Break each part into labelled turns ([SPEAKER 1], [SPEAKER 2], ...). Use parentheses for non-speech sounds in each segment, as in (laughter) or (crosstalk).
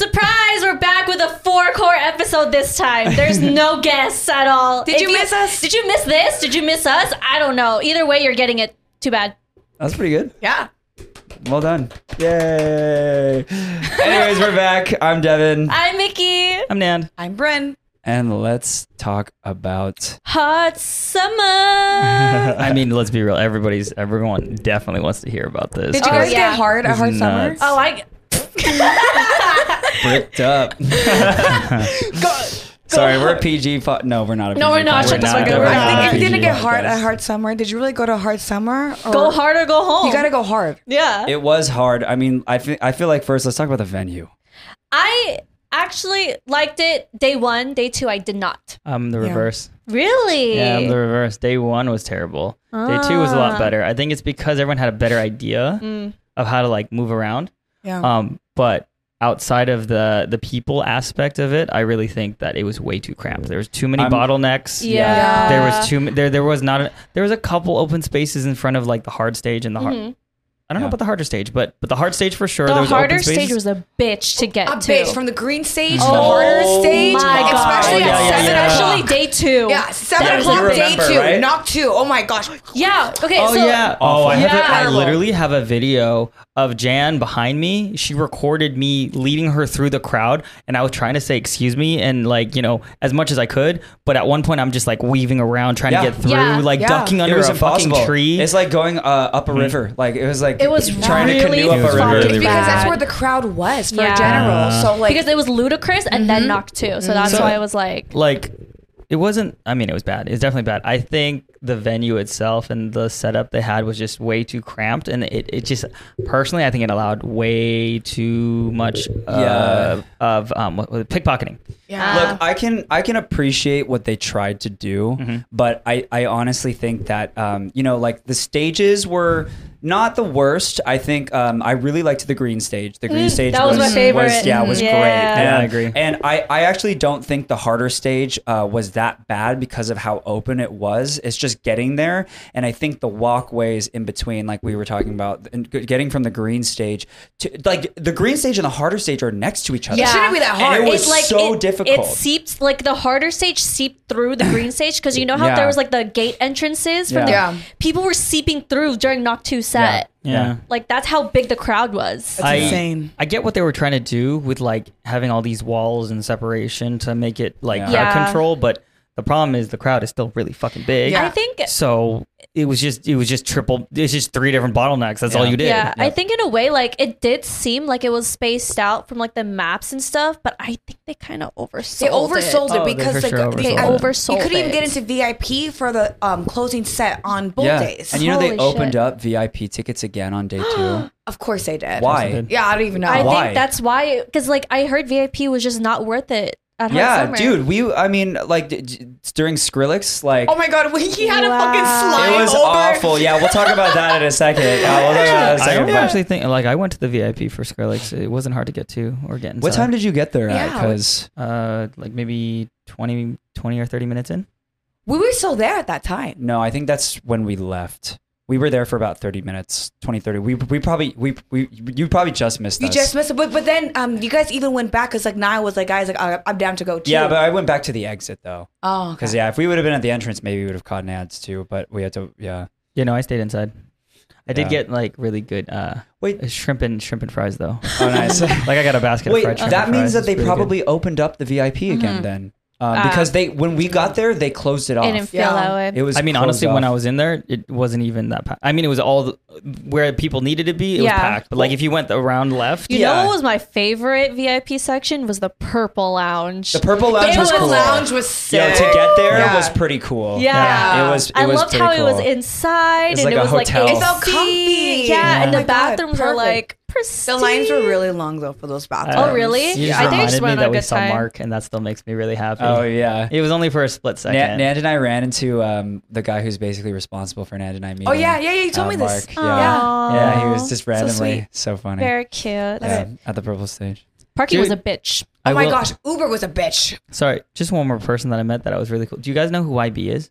[SPEAKER 1] Surprise! We're back with a four-core episode this time. There's
[SPEAKER 2] (laughs)
[SPEAKER 1] no guests at all.
[SPEAKER 2] Did you miss us?
[SPEAKER 1] Did you miss this? Did you miss us? I don't know. Either way, you're getting it. Too bad.
[SPEAKER 3] That's pretty good.
[SPEAKER 2] Yeah.
[SPEAKER 3] Well done. Yay. Anyways, we're back. I'm Devin.
[SPEAKER 1] I'm Mickey.
[SPEAKER 2] I'm Nan. I'm Bryn.
[SPEAKER 3] And let's talk about.
[SPEAKER 1] Hot
[SPEAKER 2] (laughs)
[SPEAKER 1] summer.
[SPEAKER 3] I mean, let's be real. Everybody's, everyone definitely wants to hear about this.
[SPEAKER 2] Did you
[SPEAKER 1] Oh,
[SPEAKER 2] guys
[SPEAKER 1] yeah.
[SPEAKER 2] get hard a
[SPEAKER 3] It's
[SPEAKER 2] hard summer?
[SPEAKER 3] nuts.
[SPEAKER 1] oh, I.
[SPEAKER 3] bricked up. (laughs) Sorry, we're a PG. Po- no, we're not.
[SPEAKER 1] (laughs)
[SPEAKER 3] A
[SPEAKER 1] No,
[SPEAKER 3] PG
[SPEAKER 1] we're not.
[SPEAKER 3] pod.
[SPEAKER 1] Shut the fuck up.
[SPEAKER 3] definitely
[SPEAKER 1] We're
[SPEAKER 2] I
[SPEAKER 3] not
[SPEAKER 1] not.
[SPEAKER 3] a
[SPEAKER 2] think if you
[SPEAKER 3] PG
[SPEAKER 2] didn't get hard
[SPEAKER 3] podcast.
[SPEAKER 2] a hard summer. Did you really go to hard summer? Or
[SPEAKER 1] Go hard or go home.
[SPEAKER 2] You gotta go hard.
[SPEAKER 1] Yeah.
[SPEAKER 3] It was hard. I mean, I feel, I feel like first let's talk about the venue.
[SPEAKER 1] I actually liked it day one. Day two, I did not.
[SPEAKER 4] I'm Uh, um, the
[SPEAKER 2] Yeah.
[SPEAKER 4] reverse.
[SPEAKER 1] Really?
[SPEAKER 4] Yeah, I'm the reverse. Day one was terrible. Day two was a
[SPEAKER 1] Ah.
[SPEAKER 4] lot better. I think it's because everyone had a better idea
[SPEAKER 1] Mm.
[SPEAKER 4] of how to like move around.
[SPEAKER 2] Yeah.
[SPEAKER 4] Um, but outside of the the people aspect of it, I really think that it was way too cramped. There was too many
[SPEAKER 3] I'm-
[SPEAKER 4] bottlenecks.
[SPEAKER 1] yeah.
[SPEAKER 2] Yeah.
[SPEAKER 4] There was too ma- there there was not a, there was a couple open spaces in front of like the hard stage and the hard.
[SPEAKER 1] Mhm.
[SPEAKER 4] I don't know
[SPEAKER 3] Yeah.
[SPEAKER 4] about the harder stage, but but the hard stage for sure. there
[SPEAKER 1] The
[SPEAKER 4] was
[SPEAKER 1] harder
[SPEAKER 4] open spaces.
[SPEAKER 1] stage was a bitch to get
[SPEAKER 2] a
[SPEAKER 1] to.
[SPEAKER 2] bitch from the green stage to the
[SPEAKER 1] Oh
[SPEAKER 2] harder stage.
[SPEAKER 1] my god!
[SPEAKER 2] Especially
[SPEAKER 3] Yeah,
[SPEAKER 2] at
[SPEAKER 3] yeah,
[SPEAKER 2] seven
[SPEAKER 3] yeah.
[SPEAKER 1] especially
[SPEAKER 2] o'clock.
[SPEAKER 1] day two.
[SPEAKER 2] Yeah,
[SPEAKER 1] That
[SPEAKER 2] seven
[SPEAKER 1] was a
[SPEAKER 2] o'clock day
[SPEAKER 3] remember,
[SPEAKER 2] two,
[SPEAKER 3] right?
[SPEAKER 2] not two. Oh my gosh.
[SPEAKER 1] Yeah. Okay.
[SPEAKER 4] Oh
[SPEAKER 1] so
[SPEAKER 4] yeah. Oh, I, have
[SPEAKER 1] Yeah.
[SPEAKER 4] a, I literally have a video of Jan behind me. She recorded me leading her through the crowd, and I was trying to say excuse me and like you know as much as I could, but at one point I'm just like weaving around trying
[SPEAKER 3] Yeah.
[SPEAKER 4] to get through,
[SPEAKER 1] Yeah.
[SPEAKER 4] like
[SPEAKER 2] Yeah.
[SPEAKER 4] ducking under
[SPEAKER 3] it was
[SPEAKER 4] a
[SPEAKER 3] impossible.
[SPEAKER 4] fucking tree.
[SPEAKER 3] It's like going uh, up a river. Like it was like
[SPEAKER 1] It was
[SPEAKER 3] trying to
[SPEAKER 1] really
[SPEAKER 3] canoe up a river.
[SPEAKER 1] fucking
[SPEAKER 2] It's because
[SPEAKER 1] bad.
[SPEAKER 2] that's where the crowd was for
[SPEAKER 1] Yeah.
[SPEAKER 2] general. So like
[SPEAKER 1] because it was ludicrous and
[SPEAKER 2] Mm-hmm.
[SPEAKER 1] then knocked two. So that's
[SPEAKER 4] So-
[SPEAKER 1] why I was like,
[SPEAKER 4] like it wasn't i mean it was bad it's definitely bad i think the venue itself and the setup they had was just way too cramped and it, it just personally i think it allowed way too much uh, of um what, what- pickpocketing
[SPEAKER 2] yeah.
[SPEAKER 3] Look, I can I can appreciate what they tried to do, but I I honestly think that um you know like the stages were not the worst. I think um I really liked the green stage. The green stage
[SPEAKER 1] that was my favorite.
[SPEAKER 3] was- yeah, was
[SPEAKER 1] Mhm.
[SPEAKER 3] great.
[SPEAKER 1] Yeah.
[SPEAKER 3] And,
[SPEAKER 4] Yeah, I agree.
[SPEAKER 3] And I I actually don't think the harder stage uh, was that bad because of how open it was. It's just getting there, and I think the walkways in between, like we were talking about, and g- getting from the green stage to like the green stage and the harder stage are next to each other.
[SPEAKER 1] yeah,
[SPEAKER 2] shouldn't be that hard.
[SPEAKER 3] And it was
[SPEAKER 1] It's like
[SPEAKER 3] so
[SPEAKER 1] it,
[SPEAKER 3] difficult.
[SPEAKER 1] It seeped like the harder stage seeped through the green stage because you know how
[SPEAKER 3] Yeah.
[SPEAKER 1] there was like the gate entrances from
[SPEAKER 3] Yeah.
[SPEAKER 1] the
[SPEAKER 2] Yeah.
[SPEAKER 1] people were seeping through during knock two set.
[SPEAKER 3] Yeah.
[SPEAKER 1] Like that's how big the crowd was.
[SPEAKER 4] I,
[SPEAKER 2] insane.
[SPEAKER 4] I get what they were trying to do with like having all these walls and separation to make it like
[SPEAKER 3] Yeah.
[SPEAKER 4] crowd
[SPEAKER 1] Yeah.
[SPEAKER 4] control but the problem is the crowd is still really fucking big
[SPEAKER 2] Yeah.
[SPEAKER 1] I think
[SPEAKER 4] so it was just it was just triple it's just three different bottlenecks that's all
[SPEAKER 3] Yeah.
[SPEAKER 4] you did
[SPEAKER 1] Yeah, I think in a way, like it did seem like it was spaced out from like the maps and stuff, but I think they kind of oversold.
[SPEAKER 2] They oversold it
[SPEAKER 4] Oh, they
[SPEAKER 2] because
[SPEAKER 4] for
[SPEAKER 2] like
[SPEAKER 4] sure
[SPEAKER 2] they
[SPEAKER 4] oversold
[SPEAKER 1] it. Oversold
[SPEAKER 2] You couldn't even get
[SPEAKER 1] it.
[SPEAKER 2] into VIP for the um, closing set on both days.
[SPEAKER 3] And you know they
[SPEAKER 1] Holy
[SPEAKER 3] opened
[SPEAKER 1] shit.
[SPEAKER 3] up VIP tickets again on day
[SPEAKER 2] (gasps)
[SPEAKER 3] two.
[SPEAKER 2] of course they did.
[SPEAKER 3] Why?
[SPEAKER 2] Yeah, I don't even know.
[SPEAKER 1] I
[SPEAKER 3] Why?
[SPEAKER 1] think that's why, because like I heard VIP was just not worth it. At Hot
[SPEAKER 3] Yeah,
[SPEAKER 1] Summer.
[SPEAKER 3] dude. We, I mean, like d- d- during Skrillex, like
[SPEAKER 2] oh my god, (laughs) when he had a fucking
[SPEAKER 1] Wow.
[SPEAKER 2] slide
[SPEAKER 3] it was
[SPEAKER 2] over.
[SPEAKER 3] awful. Yeah, we'll talk about that in a
[SPEAKER 2] (laughs)
[SPEAKER 3] second. Yeah, we'll talk about that in a
[SPEAKER 4] I
[SPEAKER 3] second.
[SPEAKER 4] don't
[SPEAKER 3] but-
[SPEAKER 4] actually think like I went to the VIP for Skrillex. It wasn't hard to get to or get inside.
[SPEAKER 3] what time did you get there at?
[SPEAKER 2] Yeah.
[SPEAKER 3] Because
[SPEAKER 4] uh like maybe 20, 20 or thirty minutes in?
[SPEAKER 2] We were still there at that time.
[SPEAKER 3] no, I think that's when we left. We were there for about thirty minutes, 20, 30. We we probably we, we you probably just missed
[SPEAKER 2] You
[SPEAKER 3] us.
[SPEAKER 2] just missed it, but but then um, you guys even went back because like Nia was like, guys, like I- I'm down to go too.
[SPEAKER 3] yeah, but I went back to the exit though,
[SPEAKER 2] oh,
[SPEAKER 3] because
[SPEAKER 2] okay.
[SPEAKER 3] yeah, if we would have been at the entrance, maybe we would have caught an ads too. But we had to, yeah.
[SPEAKER 4] Yeah, no, I stayed inside. I
[SPEAKER 3] Yeah.
[SPEAKER 4] did get like really good uh
[SPEAKER 3] Wait.
[SPEAKER 4] shrimp and shrimp and fries though.
[SPEAKER 3] Oh,
[SPEAKER 2] (laughs)
[SPEAKER 3] (laughs) nice.
[SPEAKER 4] like I got a basket
[SPEAKER 3] Wait,
[SPEAKER 4] of fried shrimp.
[SPEAKER 3] that
[SPEAKER 4] and
[SPEAKER 3] means
[SPEAKER 4] fries.
[SPEAKER 3] that
[SPEAKER 4] It's
[SPEAKER 3] they
[SPEAKER 4] really good.
[SPEAKER 3] probably opened up the VIP again then, um, because they when we got there they closed it off.
[SPEAKER 1] it didn't feel
[SPEAKER 2] Yeah.
[SPEAKER 1] that way.
[SPEAKER 3] It was.
[SPEAKER 4] I mean,
[SPEAKER 3] closed
[SPEAKER 4] honestly, when
[SPEAKER 3] off.
[SPEAKER 4] I was in there, it wasn't even that packed. I mean, it was all the, where people needed to be. It
[SPEAKER 1] Yeah.
[SPEAKER 4] was packed. But like, if you went around left,
[SPEAKER 1] you
[SPEAKER 3] yeah.
[SPEAKER 1] know what was my favorite VIP section was the purple lounge.
[SPEAKER 3] the purple lounge
[SPEAKER 1] It
[SPEAKER 3] was
[SPEAKER 1] was
[SPEAKER 3] cool.
[SPEAKER 2] lounge was sick.
[SPEAKER 3] Yo, to get there
[SPEAKER 2] Yeah.
[SPEAKER 3] was pretty cool.
[SPEAKER 1] Yeah.
[SPEAKER 3] it was. It
[SPEAKER 1] I
[SPEAKER 3] was
[SPEAKER 1] loved
[SPEAKER 3] pretty
[SPEAKER 1] how
[SPEAKER 3] cool.
[SPEAKER 1] it was inside
[SPEAKER 3] It's
[SPEAKER 1] and
[SPEAKER 3] like
[SPEAKER 1] it
[SPEAKER 3] a
[SPEAKER 1] was like
[SPEAKER 3] hotel. It
[SPEAKER 2] felt comfy.
[SPEAKER 1] Yeah, and
[SPEAKER 2] Yeah.
[SPEAKER 1] the
[SPEAKER 2] Oh my God,
[SPEAKER 1] bathrooms were
[SPEAKER 2] perfect.
[SPEAKER 1] like pristine.
[SPEAKER 2] the lines were really long though for those bathrooms.
[SPEAKER 1] Oh, really?
[SPEAKER 4] You just
[SPEAKER 1] I think I
[SPEAKER 4] reminded
[SPEAKER 1] just
[SPEAKER 4] me
[SPEAKER 1] went on a
[SPEAKER 4] that we
[SPEAKER 1] good
[SPEAKER 4] saw
[SPEAKER 1] time.
[SPEAKER 4] Mark, and that still makes me really happy.
[SPEAKER 3] Oh yeah.
[SPEAKER 4] It was only for a split second.
[SPEAKER 3] Nan,
[SPEAKER 1] Oh
[SPEAKER 3] Nan and I ran into um, the guy who's basically responsible for Nan and I meeting.
[SPEAKER 2] Oh yeah, yeah, yeah. You told
[SPEAKER 3] uh,
[SPEAKER 2] me
[SPEAKER 3] Mark.
[SPEAKER 2] this. Oh.
[SPEAKER 3] Yeah.
[SPEAKER 1] Aw.
[SPEAKER 3] yeah, he was just
[SPEAKER 2] sweet.
[SPEAKER 3] randomly so, funny.
[SPEAKER 1] very cute.
[SPEAKER 3] yeah, at the purple stage.
[SPEAKER 1] Parky
[SPEAKER 4] Dude.
[SPEAKER 1] was a bitch.
[SPEAKER 2] Oh
[SPEAKER 4] I
[SPEAKER 2] my
[SPEAKER 4] will-
[SPEAKER 2] gosh, Uber was a bitch.
[SPEAKER 4] Sorry, just one more person that I met that I was really cool. Do you guys know who YB is?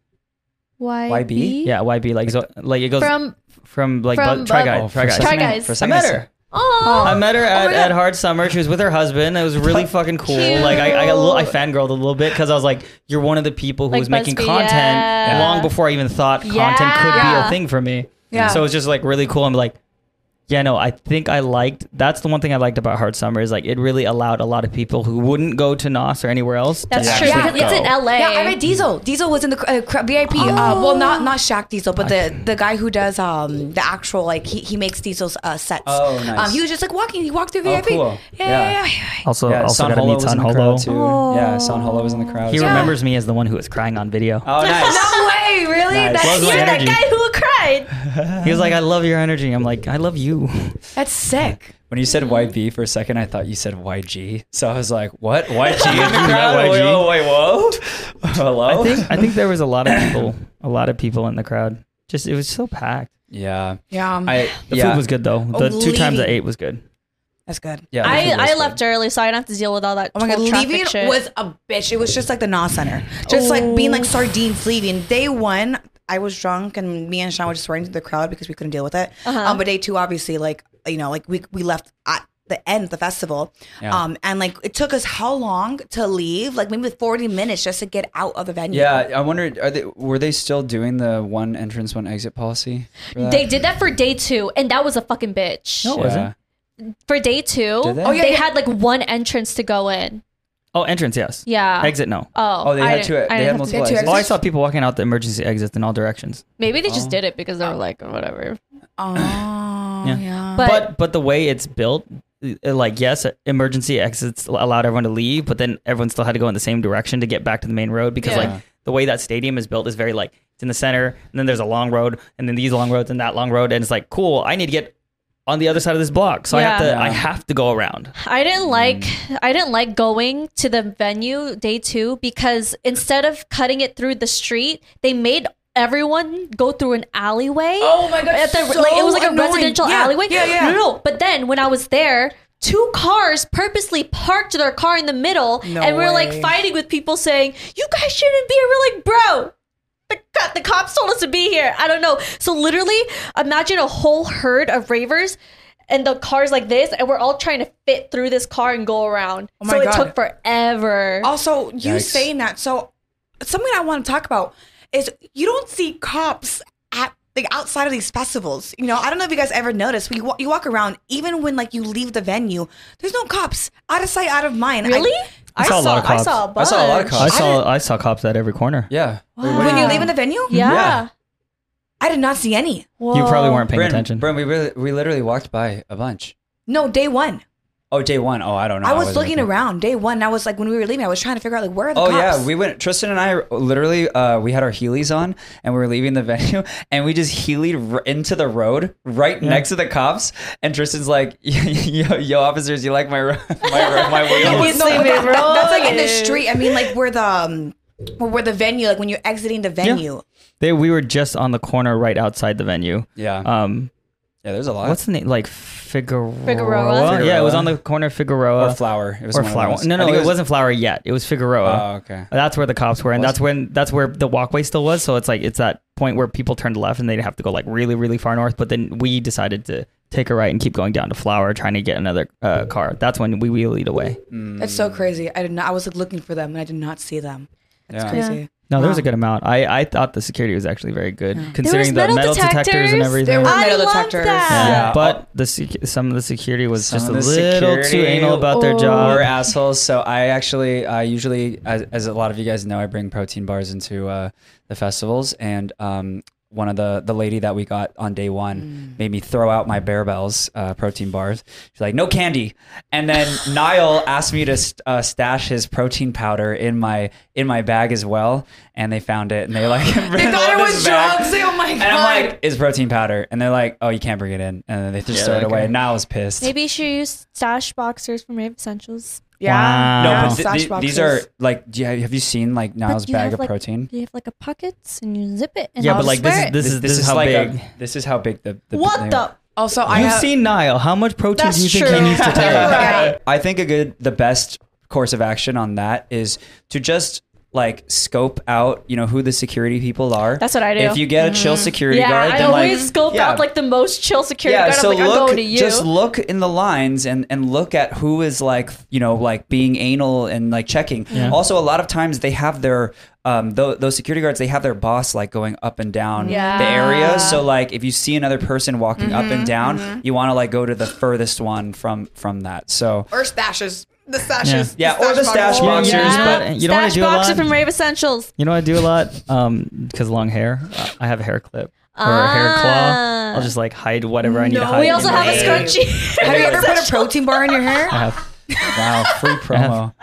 [SPEAKER 1] Why?
[SPEAKER 3] YB?
[SPEAKER 4] Yeah, YB like zo- like it goes from
[SPEAKER 1] From
[SPEAKER 4] from like
[SPEAKER 1] from
[SPEAKER 4] bu- try
[SPEAKER 1] Bubble.
[SPEAKER 4] guy, try guy.
[SPEAKER 1] Try Guys.
[SPEAKER 3] Oh, For a
[SPEAKER 4] I
[SPEAKER 3] second,
[SPEAKER 4] met her.
[SPEAKER 1] Oh,
[SPEAKER 4] I met her at,
[SPEAKER 1] my
[SPEAKER 4] at
[SPEAKER 1] God.
[SPEAKER 4] Hard Summer. She was with her husband. It was really fucking cool. Like I, I, got a little, I fangirled a little bit because I was like, "You're one of the people who
[SPEAKER 1] Like
[SPEAKER 4] was making
[SPEAKER 1] BuzzFeed,
[SPEAKER 4] content
[SPEAKER 1] yeah.
[SPEAKER 4] long before I even thought content could be
[SPEAKER 1] Yeah.
[SPEAKER 4] a thing for me."
[SPEAKER 2] Yeah.
[SPEAKER 4] So it was just like really cool. I'm like, yeah, no, I think I liked. That's the one thing I liked about Hard Summer is like it really allowed a lot of people who wouldn't go to NOS or anywhere else.
[SPEAKER 1] That's
[SPEAKER 4] to
[SPEAKER 1] true.
[SPEAKER 4] actually
[SPEAKER 1] because it's
[SPEAKER 4] go.
[SPEAKER 1] in LA.
[SPEAKER 2] Yeah, I read Diesel. Diesel was in the uh, cr- VIP. Uh,
[SPEAKER 1] Oh.
[SPEAKER 2] well, not not Shaq Diesel, but the the guy who does um the actual like he, he makes Diesel's uh, sets.
[SPEAKER 3] Oh, nice. Oh,
[SPEAKER 2] Um, he was just like walking. He walked through VIP.
[SPEAKER 3] cool.
[SPEAKER 2] Yeah, yeah,
[SPEAKER 3] Yeah.
[SPEAKER 2] yeah.
[SPEAKER 4] Also,
[SPEAKER 3] yeah,
[SPEAKER 4] also
[SPEAKER 3] Son
[SPEAKER 4] gotta
[SPEAKER 3] Holo
[SPEAKER 4] meet
[SPEAKER 3] was
[SPEAKER 4] San
[SPEAKER 3] in the crowd
[SPEAKER 4] Holo.
[SPEAKER 3] too. Yeah, Son Holo was in the crowd.
[SPEAKER 4] He
[SPEAKER 3] too.
[SPEAKER 4] remembers me as the one who was crying on video.
[SPEAKER 3] Oh, nice.
[SPEAKER 2] No way, really?
[SPEAKER 3] Nice.
[SPEAKER 2] That's
[SPEAKER 4] Loves my
[SPEAKER 1] You're that
[SPEAKER 4] energy.
[SPEAKER 1] guy who cried.
[SPEAKER 4] He was like, "I love your energy." I'm like, "I love you."
[SPEAKER 2] that's sick.
[SPEAKER 3] When you said YB for a second, I thought you said YG. So I was like, what?
[SPEAKER 4] (laughs)
[SPEAKER 3] YG in the
[SPEAKER 4] Not
[SPEAKER 3] crowd?
[SPEAKER 4] YG.
[SPEAKER 3] Oh, wait, whoa. Hello?
[SPEAKER 4] I think I think there was a lot
[SPEAKER 1] (coughs)
[SPEAKER 4] of people, a lot of people in the crowd. Just it was so packed.
[SPEAKER 3] yeah.
[SPEAKER 2] Yeah, um,
[SPEAKER 3] I,
[SPEAKER 4] The
[SPEAKER 3] yeah.
[SPEAKER 4] food was good though. The
[SPEAKER 2] Oh,
[SPEAKER 4] two times I
[SPEAKER 2] leaving.
[SPEAKER 4] ate was good.
[SPEAKER 2] that's good.
[SPEAKER 3] yeah, the
[SPEAKER 1] I,
[SPEAKER 3] food was
[SPEAKER 1] I
[SPEAKER 3] good.
[SPEAKER 1] left early, so I don't have to deal with all that.
[SPEAKER 2] Oh my god,
[SPEAKER 1] whole traffic
[SPEAKER 2] leaving
[SPEAKER 1] shit. Oh.
[SPEAKER 2] was a bitch. It was just like the Nas Center, just like being like sardines leaving. Day one, I was drunk, and me and Sean were just running through the crowd because we couldn't deal with it.
[SPEAKER 1] Uh-huh.
[SPEAKER 2] Um, but day two, obviously, like you know, like we we left at the end of the festival,
[SPEAKER 3] Yeah.
[SPEAKER 2] um, and like it took us how long to leave? Like maybe forty minutes just to get out of the venue.
[SPEAKER 3] Yeah, I wondered, are they, were they still doing the one entrance, one exit policy? for that?
[SPEAKER 1] They did that for day two, and that was a fucking bitch.
[SPEAKER 4] No. wasn't.
[SPEAKER 1] For day two,
[SPEAKER 3] Did they?
[SPEAKER 1] they,
[SPEAKER 3] Oh,
[SPEAKER 2] yeah, yeah.
[SPEAKER 1] had like one entrance to go in.
[SPEAKER 4] Oh, entrance, yes.
[SPEAKER 1] Yeah.
[SPEAKER 4] Exit, no.
[SPEAKER 1] Oh,
[SPEAKER 3] Oh, they
[SPEAKER 1] I
[SPEAKER 3] had
[SPEAKER 1] didn't-
[SPEAKER 3] two-
[SPEAKER 1] I
[SPEAKER 3] they
[SPEAKER 1] didn't
[SPEAKER 3] had
[SPEAKER 1] have to-
[SPEAKER 3] multiple
[SPEAKER 2] They had two
[SPEAKER 4] Oh, I
[SPEAKER 3] exits.
[SPEAKER 4] saw people walking out the emergency exits in all directions.
[SPEAKER 1] Maybe they
[SPEAKER 3] Oh.
[SPEAKER 1] just did it because they were like, whatever.
[SPEAKER 3] Mm.
[SPEAKER 2] Oh,
[SPEAKER 4] Yeah.
[SPEAKER 2] yeah.
[SPEAKER 1] But,
[SPEAKER 4] But but the way it's built, it- like yes, emergency exits allowed everyone to leave, but then everyone still had to go in the same direction to get back to the main road because
[SPEAKER 1] Yeah.
[SPEAKER 4] like the way that stadium is built is very like it's in the center, and then there's a long road, and then these long roads, and that long road, and it's like cool. I need to get on the other side of this block, so I have to
[SPEAKER 1] Yeah.
[SPEAKER 4] I have to go around.
[SPEAKER 1] I didn't like
[SPEAKER 3] Mm.
[SPEAKER 1] I didn't like going to the venue day two because instead of cutting it through the street, they made everyone go through an alleyway.
[SPEAKER 2] Oh my God,
[SPEAKER 1] At the-
[SPEAKER 2] so
[SPEAKER 1] like it was like a
[SPEAKER 2] annoying.
[SPEAKER 1] residential
[SPEAKER 2] Yeah,
[SPEAKER 1] alleyway.
[SPEAKER 2] yeah, yeah.
[SPEAKER 1] No, no, no. But then when I was there. Two cars purposely parked their car in the middle,
[SPEAKER 2] No
[SPEAKER 1] and we are
[SPEAKER 2] way.
[SPEAKER 1] like fighting with people saying, "You guys shouldn't be." here." We're like, "Bro, the, co- the cops told us to be here. I don't know. So literally, imagine a whole herd of ravers and the car's like this, and we're all trying to fit through this car and go around.
[SPEAKER 2] Oh my
[SPEAKER 1] so
[SPEAKER 2] God.
[SPEAKER 1] it took forever.
[SPEAKER 2] Also, you
[SPEAKER 3] Yikes.
[SPEAKER 2] saying that. So, something I want to talk about is you don't see cops at like outside of these festivals. You know, I don't know if you guys ever noticed, but you, wa- you walk around, even when like you leave the venue, there's no cops out of sight, out of mind. I-
[SPEAKER 1] really?
[SPEAKER 4] I saw a lot of cops.
[SPEAKER 1] I saw a
[SPEAKER 3] I
[SPEAKER 1] bunch.
[SPEAKER 3] saw a lot of cops.
[SPEAKER 4] I
[SPEAKER 3] I
[SPEAKER 4] saw I, saw cops at every corner.
[SPEAKER 3] Yeah. Wait, what
[SPEAKER 2] when
[SPEAKER 3] do
[SPEAKER 2] you
[SPEAKER 3] you-
[SPEAKER 1] Wow.
[SPEAKER 2] leave in the venue,
[SPEAKER 1] Yeah.
[SPEAKER 3] Yeah.
[SPEAKER 2] I did not see any.
[SPEAKER 4] You probably
[SPEAKER 1] Whoa.
[SPEAKER 4] weren't paying
[SPEAKER 3] Bryn,
[SPEAKER 4] attention.
[SPEAKER 3] Bryn, we, really, we literally walked by a bunch.
[SPEAKER 2] No, day one.
[SPEAKER 3] Oh, day one. Oh, I don't know.
[SPEAKER 2] I was
[SPEAKER 3] wasn't
[SPEAKER 2] looking
[SPEAKER 3] there.
[SPEAKER 2] around day one. And I was like, when we were leaving, I was trying to figure out like where are the
[SPEAKER 3] Oh
[SPEAKER 2] cops?
[SPEAKER 3] yeah, we went. Tristan and I literally uh, we had our heelys on, and we were leaving the (laughs) venue, and we just heelied r- into the road right next to the cops. And Tristan's like, (laughs) "Yo, yo officers, you like my ro- (laughs) my ro-
[SPEAKER 4] (laughs)
[SPEAKER 3] my
[SPEAKER 2] No,
[SPEAKER 3] wheels?"
[SPEAKER 2] no,
[SPEAKER 1] leaving
[SPEAKER 2] that- that- that's like in the
[SPEAKER 1] rolling.
[SPEAKER 2] street. I mean, like where the um, where the venue, like when you're exiting the venue.
[SPEAKER 4] They we were just on the corner right outside the venue.
[SPEAKER 3] yeah,
[SPEAKER 4] Um,
[SPEAKER 3] yeah. There's a lot.
[SPEAKER 4] what's the name? Like Figueroa.
[SPEAKER 1] Figueroa.
[SPEAKER 4] Yeah, it was on the corner of Figueroa
[SPEAKER 3] or flower? It was
[SPEAKER 4] or
[SPEAKER 3] one of
[SPEAKER 4] Flower.
[SPEAKER 3] those.
[SPEAKER 4] No,
[SPEAKER 3] I
[SPEAKER 4] no,
[SPEAKER 3] think
[SPEAKER 4] it, wasn't Flower yet. It was Figueroa.
[SPEAKER 3] Oh, okay.
[SPEAKER 4] That's where the cops were, and that's when that's where the walkway still was. So it's like it's that point where people turned left and they'd have to go like really, really far north. But then we decided to take a right and keep going down to Flower, trying to get another uh, car. That's when we wheelied away.
[SPEAKER 2] That's
[SPEAKER 4] Hmm.
[SPEAKER 2] so crazy. I did not. I was like looking for them, and I did not see them. That's
[SPEAKER 3] Yeah.
[SPEAKER 2] crazy.
[SPEAKER 4] No, there was a good amount. I, I thought the security was actually very good, considering the
[SPEAKER 1] metal
[SPEAKER 4] metal detectors, and
[SPEAKER 1] detectors.
[SPEAKER 4] everything.
[SPEAKER 2] were
[SPEAKER 1] I
[SPEAKER 2] metal
[SPEAKER 1] love
[SPEAKER 2] detectors.
[SPEAKER 1] that.
[SPEAKER 3] Yeah.
[SPEAKER 4] but the sec- some of the security was
[SPEAKER 3] Some
[SPEAKER 4] just a
[SPEAKER 3] of the
[SPEAKER 4] little too
[SPEAKER 3] security
[SPEAKER 4] anal about their
[SPEAKER 3] We're
[SPEAKER 4] job.
[SPEAKER 3] assholes. So I actually, I usually, as, as a lot of you guys know, I bring protein bars into uh, the festivals, and um, one of the the lady that we got on day one made me throw out my Bear Bells uh, protein bars. She's like, "No candy," and then Niall asked me to st- uh, stash his protein powder in my in my bag as well, and they found it, and they like (laughs)
[SPEAKER 2] They thought it was drugs. Oh my
[SPEAKER 3] And I'm
[SPEAKER 2] god.
[SPEAKER 3] like, it's protein powder. And they're like, oh, you can't bring it in. And then they just
[SPEAKER 4] Yeah,
[SPEAKER 3] throw it
[SPEAKER 4] okay.
[SPEAKER 3] away. And now I was pissed.
[SPEAKER 1] Maybe she used stash boxers from Rave Essentials.
[SPEAKER 4] Wow.
[SPEAKER 3] No,
[SPEAKER 4] Yeah,
[SPEAKER 3] but th-
[SPEAKER 2] stash
[SPEAKER 3] th- these are
[SPEAKER 2] boxes.
[SPEAKER 3] like. Do you, have you seen like Niall's
[SPEAKER 1] you
[SPEAKER 3] bag
[SPEAKER 1] have,
[SPEAKER 3] of
[SPEAKER 1] like-
[SPEAKER 3] protein?
[SPEAKER 1] You have like a pockets and you zip it. And
[SPEAKER 4] Yeah,
[SPEAKER 1] I'll
[SPEAKER 4] but like
[SPEAKER 1] just wear
[SPEAKER 4] this is
[SPEAKER 1] it.
[SPEAKER 4] this is this is how
[SPEAKER 3] like
[SPEAKER 4] big.
[SPEAKER 3] A, this is how big the. the
[SPEAKER 1] what the?
[SPEAKER 2] Also, I
[SPEAKER 4] You've
[SPEAKER 2] have,
[SPEAKER 4] seen Niall. How much protein
[SPEAKER 1] That's
[SPEAKER 4] do you think
[SPEAKER 1] true.
[SPEAKER 4] he needs
[SPEAKER 1] (laughs)
[SPEAKER 4] to take?
[SPEAKER 1] Right.
[SPEAKER 3] I think a good, the best course of action on that is to just like scope out, you know, who the security people are.
[SPEAKER 1] That's what I do. Mm-hmm.
[SPEAKER 3] If you get a chill security
[SPEAKER 1] yeah,
[SPEAKER 3] guard,
[SPEAKER 1] I
[SPEAKER 3] then
[SPEAKER 1] always
[SPEAKER 3] like,
[SPEAKER 1] scope
[SPEAKER 3] yeah.
[SPEAKER 1] out like the most chill security guard. I'm like,
[SPEAKER 3] look,
[SPEAKER 1] I'm going to you.
[SPEAKER 3] Just look in the lines and and look at who is like you know like being anal and like checking. Also, a lot of times they have their um tho- those security guards they have their boss like going up and down the area. So like if you see another person walking up
[SPEAKER 1] Mm-hmm,
[SPEAKER 3] and down, you want to like go to the furthest one from from that. So
[SPEAKER 2] or stashes. The stashes.
[SPEAKER 3] Yeah. Yeah, or the stash
[SPEAKER 2] box.
[SPEAKER 3] boxers, box.
[SPEAKER 1] yeah.
[SPEAKER 4] but you don't wanna
[SPEAKER 1] Stash
[SPEAKER 4] do a
[SPEAKER 1] boxer
[SPEAKER 4] lot.
[SPEAKER 1] from Rave Essentials.
[SPEAKER 4] You know what I do a lot? Um, because long hair, uh, I have a hair clip or a hair
[SPEAKER 1] Ah.
[SPEAKER 4] claw. I'll just like hide whatever I need to
[SPEAKER 2] No.
[SPEAKER 4] hide.
[SPEAKER 1] We
[SPEAKER 4] in
[SPEAKER 1] also
[SPEAKER 4] the
[SPEAKER 1] have a
[SPEAKER 4] hair.
[SPEAKER 1] scrunchie.
[SPEAKER 2] Have you
[SPEAKER 4] (laughs)
[SPEAKER 2] ever
[SPEAKER 1] (laughs)
[SPEAKER 2] put a protein bar in your hair?
[SPEAKER 4] I have.
[SPEAKER 3] wow, free promo.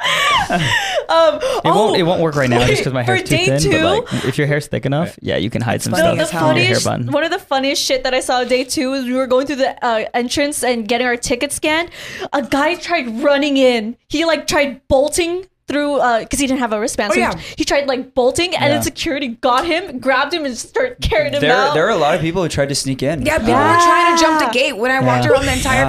[SPEAKER 1] Um,
[SPEAKER 4] It won't. It
[SPEAKER 1] oh.
[SPEAKER 4] won't work right now just because my
[SPEAKER 1] for
[SPEAKER 4] hair's too
[SPEAKER 1] day
[SPEAKER 4] thin.
[SPEAKER 1] two-
[SPEAKER 4] But like, if your hair's thick enough, yeah, you can hide some
[SPEAKER 2] funny
[SPEAKER 4] stuff
[SPEAKER 2] as
[SPEAKER 1] the
[SPEAKER 2] That's how
[SPEAKER 4] from your hair
[SPEAKER 1] funniest,
[SPEAKER 4] bun.
[SPEAKER 1] one of the funniest shit that I saw day two is we were going through the uh, entrance and getting our ticket scanned. A guy tried running in. He like tried bolting through because he didn't have a wristband.
[SPEAKER 2] Oh,
[SPEAKER 1] so
[SPEAKER 2] yeah.
[SPEAKER 1] he, he tried like bolting, and
[SPEAKER 3] Yeah.
[SPEAKER 1] then security got him, grabbed him, and just started carrying him
[SPEAKER 3] There
[SPEAKER 1] out.
[SPEAKER 3] there are a lot of people who tried to sneak in. Uh,
[SPEAKER 2] Yeah, people
[SPEAKER 1] Yeah.
[SPEAKER 2] were trying to jump the gate when I walked
[SPEAKER 4] Yeah.
[SPEAKER 2] around the entire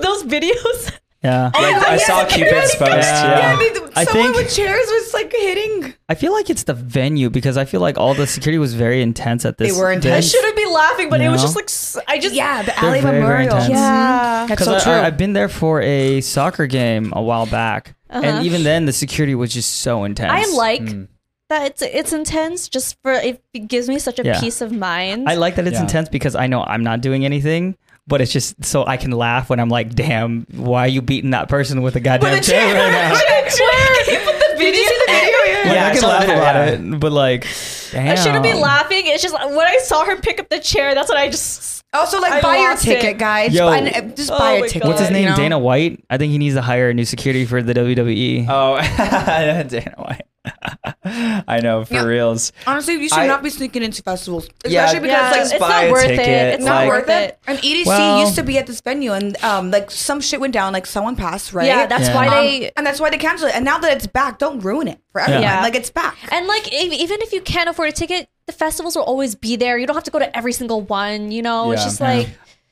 [SPEAKER 1] (laughs) those those videos.
[SPEAKER 4] Yeah.
[SPEAKER 1] Oh,
[SPEAKER 3] Like, I saw Cupid's post.
[SPEAKER 4] Yeah.
[SPEAKER 3] yeah.
[SPEAKER 2] Yeah, they, someone
[SPEAKER 4] I think-
[SPEAKER 2] with chairs was like hitting.
[SPEAKER 4] I feel like it's the venue because I feel like all the security was very intense at this.
[SPEAKER 2] They were
[SPEAKER 1] I
[SPEAKER 2] intense.
[SPEAKER 1] shouldn't be laughing, but it was
[SPEAKER 4] No.
[SPEAKER 1] just like s- I just
[SPEAKER 2] Yeah, the
[SPEAKER 4] They're
[SPEAKER 2] Alley
[SPEAKER 4] very, very
[SPEAKER 2] Memorial.
[SPEAKER 4] intense.
[SPEAKER 1] Yeah.
[SPEAKER 2] That's so
[SPEAKER 4] Because
[SPEAKER 2] true.
[SPEAKER 4] I, have been there for a soccer game a while back, and even then the security was just so intense.
[SPEAKER 1] I like
[SPEAKER 2] Hmm.
[SPEAKER 1] that it's it's intense just for it gives me such a
[SPEAKER 4] Yeah.
[SPEAKER 1] peace of mind.
[SPEAKER 4] I like that it's
[SPEAKER 3] Yeah.
[SPEAKER 4] intense because I know I'm not doing anything, but it's just so I can laugh when I'm like, "Damn, why are you beating that person with a goddamn chair
[SPEAKER 1] (laughs)
[SPEAKER 4] right now?"
[SPEAKER 1] Did you see the video?
[SPEAKER 4] Like,
[SPEAKER 3] Yeah, I
[SPEAKER 4] I can
[SPEAKER 3] saw
[SPEAKER 4] laugh
[SPEAKER 3] that,
[SPEAKER 4] about
[SPEAKER 3] yeah.
[SPEAKER 4] it, but like,
[SPEAKER 1] I shouldn't be
[SPEAKER 4] damn.
[SPEAKER 1] laughing. It's just when I saw her pick up the chair, that's when I just.
[SPEAKER 2] Also, like,
[SPEAKER 1] I
[SPEAKER 2] buy your
[SPEAKER 1] lost it.
[SPEAKER 2] ticket, guys.
[SPEAKER 4] Yo.
[SPEAKER 2] Buy an- just
[SPEAKER 1] Oh my
[SPEAKER 2] buy a ticket.
[SPEAKER 1] God.
[SPEAKER 4] What's his
[SPEAKER 2] you
[SPEAKER 4] name?
[SPEAKER 2] know?
[SPEAKER 4] Dana White. I think he needs to hire a new security for the E. WWE.
[SPEAKER 3] Oh, (laughs) Dana White. I know for
[SPEAKER 2] Yeah.
[SPEAKER 3] reals.
[SPEAKER 2] Honestly, you should
[SPEAKER 3] I-
[SPEAKER 2] not be sneaking into festivals, especially
[SPEAKER 3] Yeah,
[SPEAKER 2] because
[SPEAKER 1] Yeah,
[SPEAKER 2] like
[SPEAKER 1] it's
[SPEAKER 3] just buy
[SPEAKER 1] not
[SPEAKER 3] a
[SPEAKER 1] worth
[SPEAKER 3] ticket,
[SPEAKER 1] it. It's
[SPEAKER 2] not
[SPEAKER 3] like-
[SPEAKER 2] worth it. And EDC
[SPEAKER 4] Well-
[SPEAKER 2] used to be at this venue, and um, like some shit went down. Like someone passed, right?
[SPEAKER 1] Yeah, that's
[SPEAKER 4] Yeah.
[SPEAKER 1] why
[SPEAKER 2] Um,
[SPEAKER 1] they.
[SPEAKER 2] and that's why they canceled it. And now that it's back, don't ruin it for everyone.
[SPEAKER 1] Yeah.
[SPEAKER 2] Like it's back.
[SPEAKER 1] And like, e- even if you can't afford a ticket, the festivals will always be there. You don't have to go to every single one. You know, it's
[SPEAKER 3] Yeah.
[SPEAKER 1] just like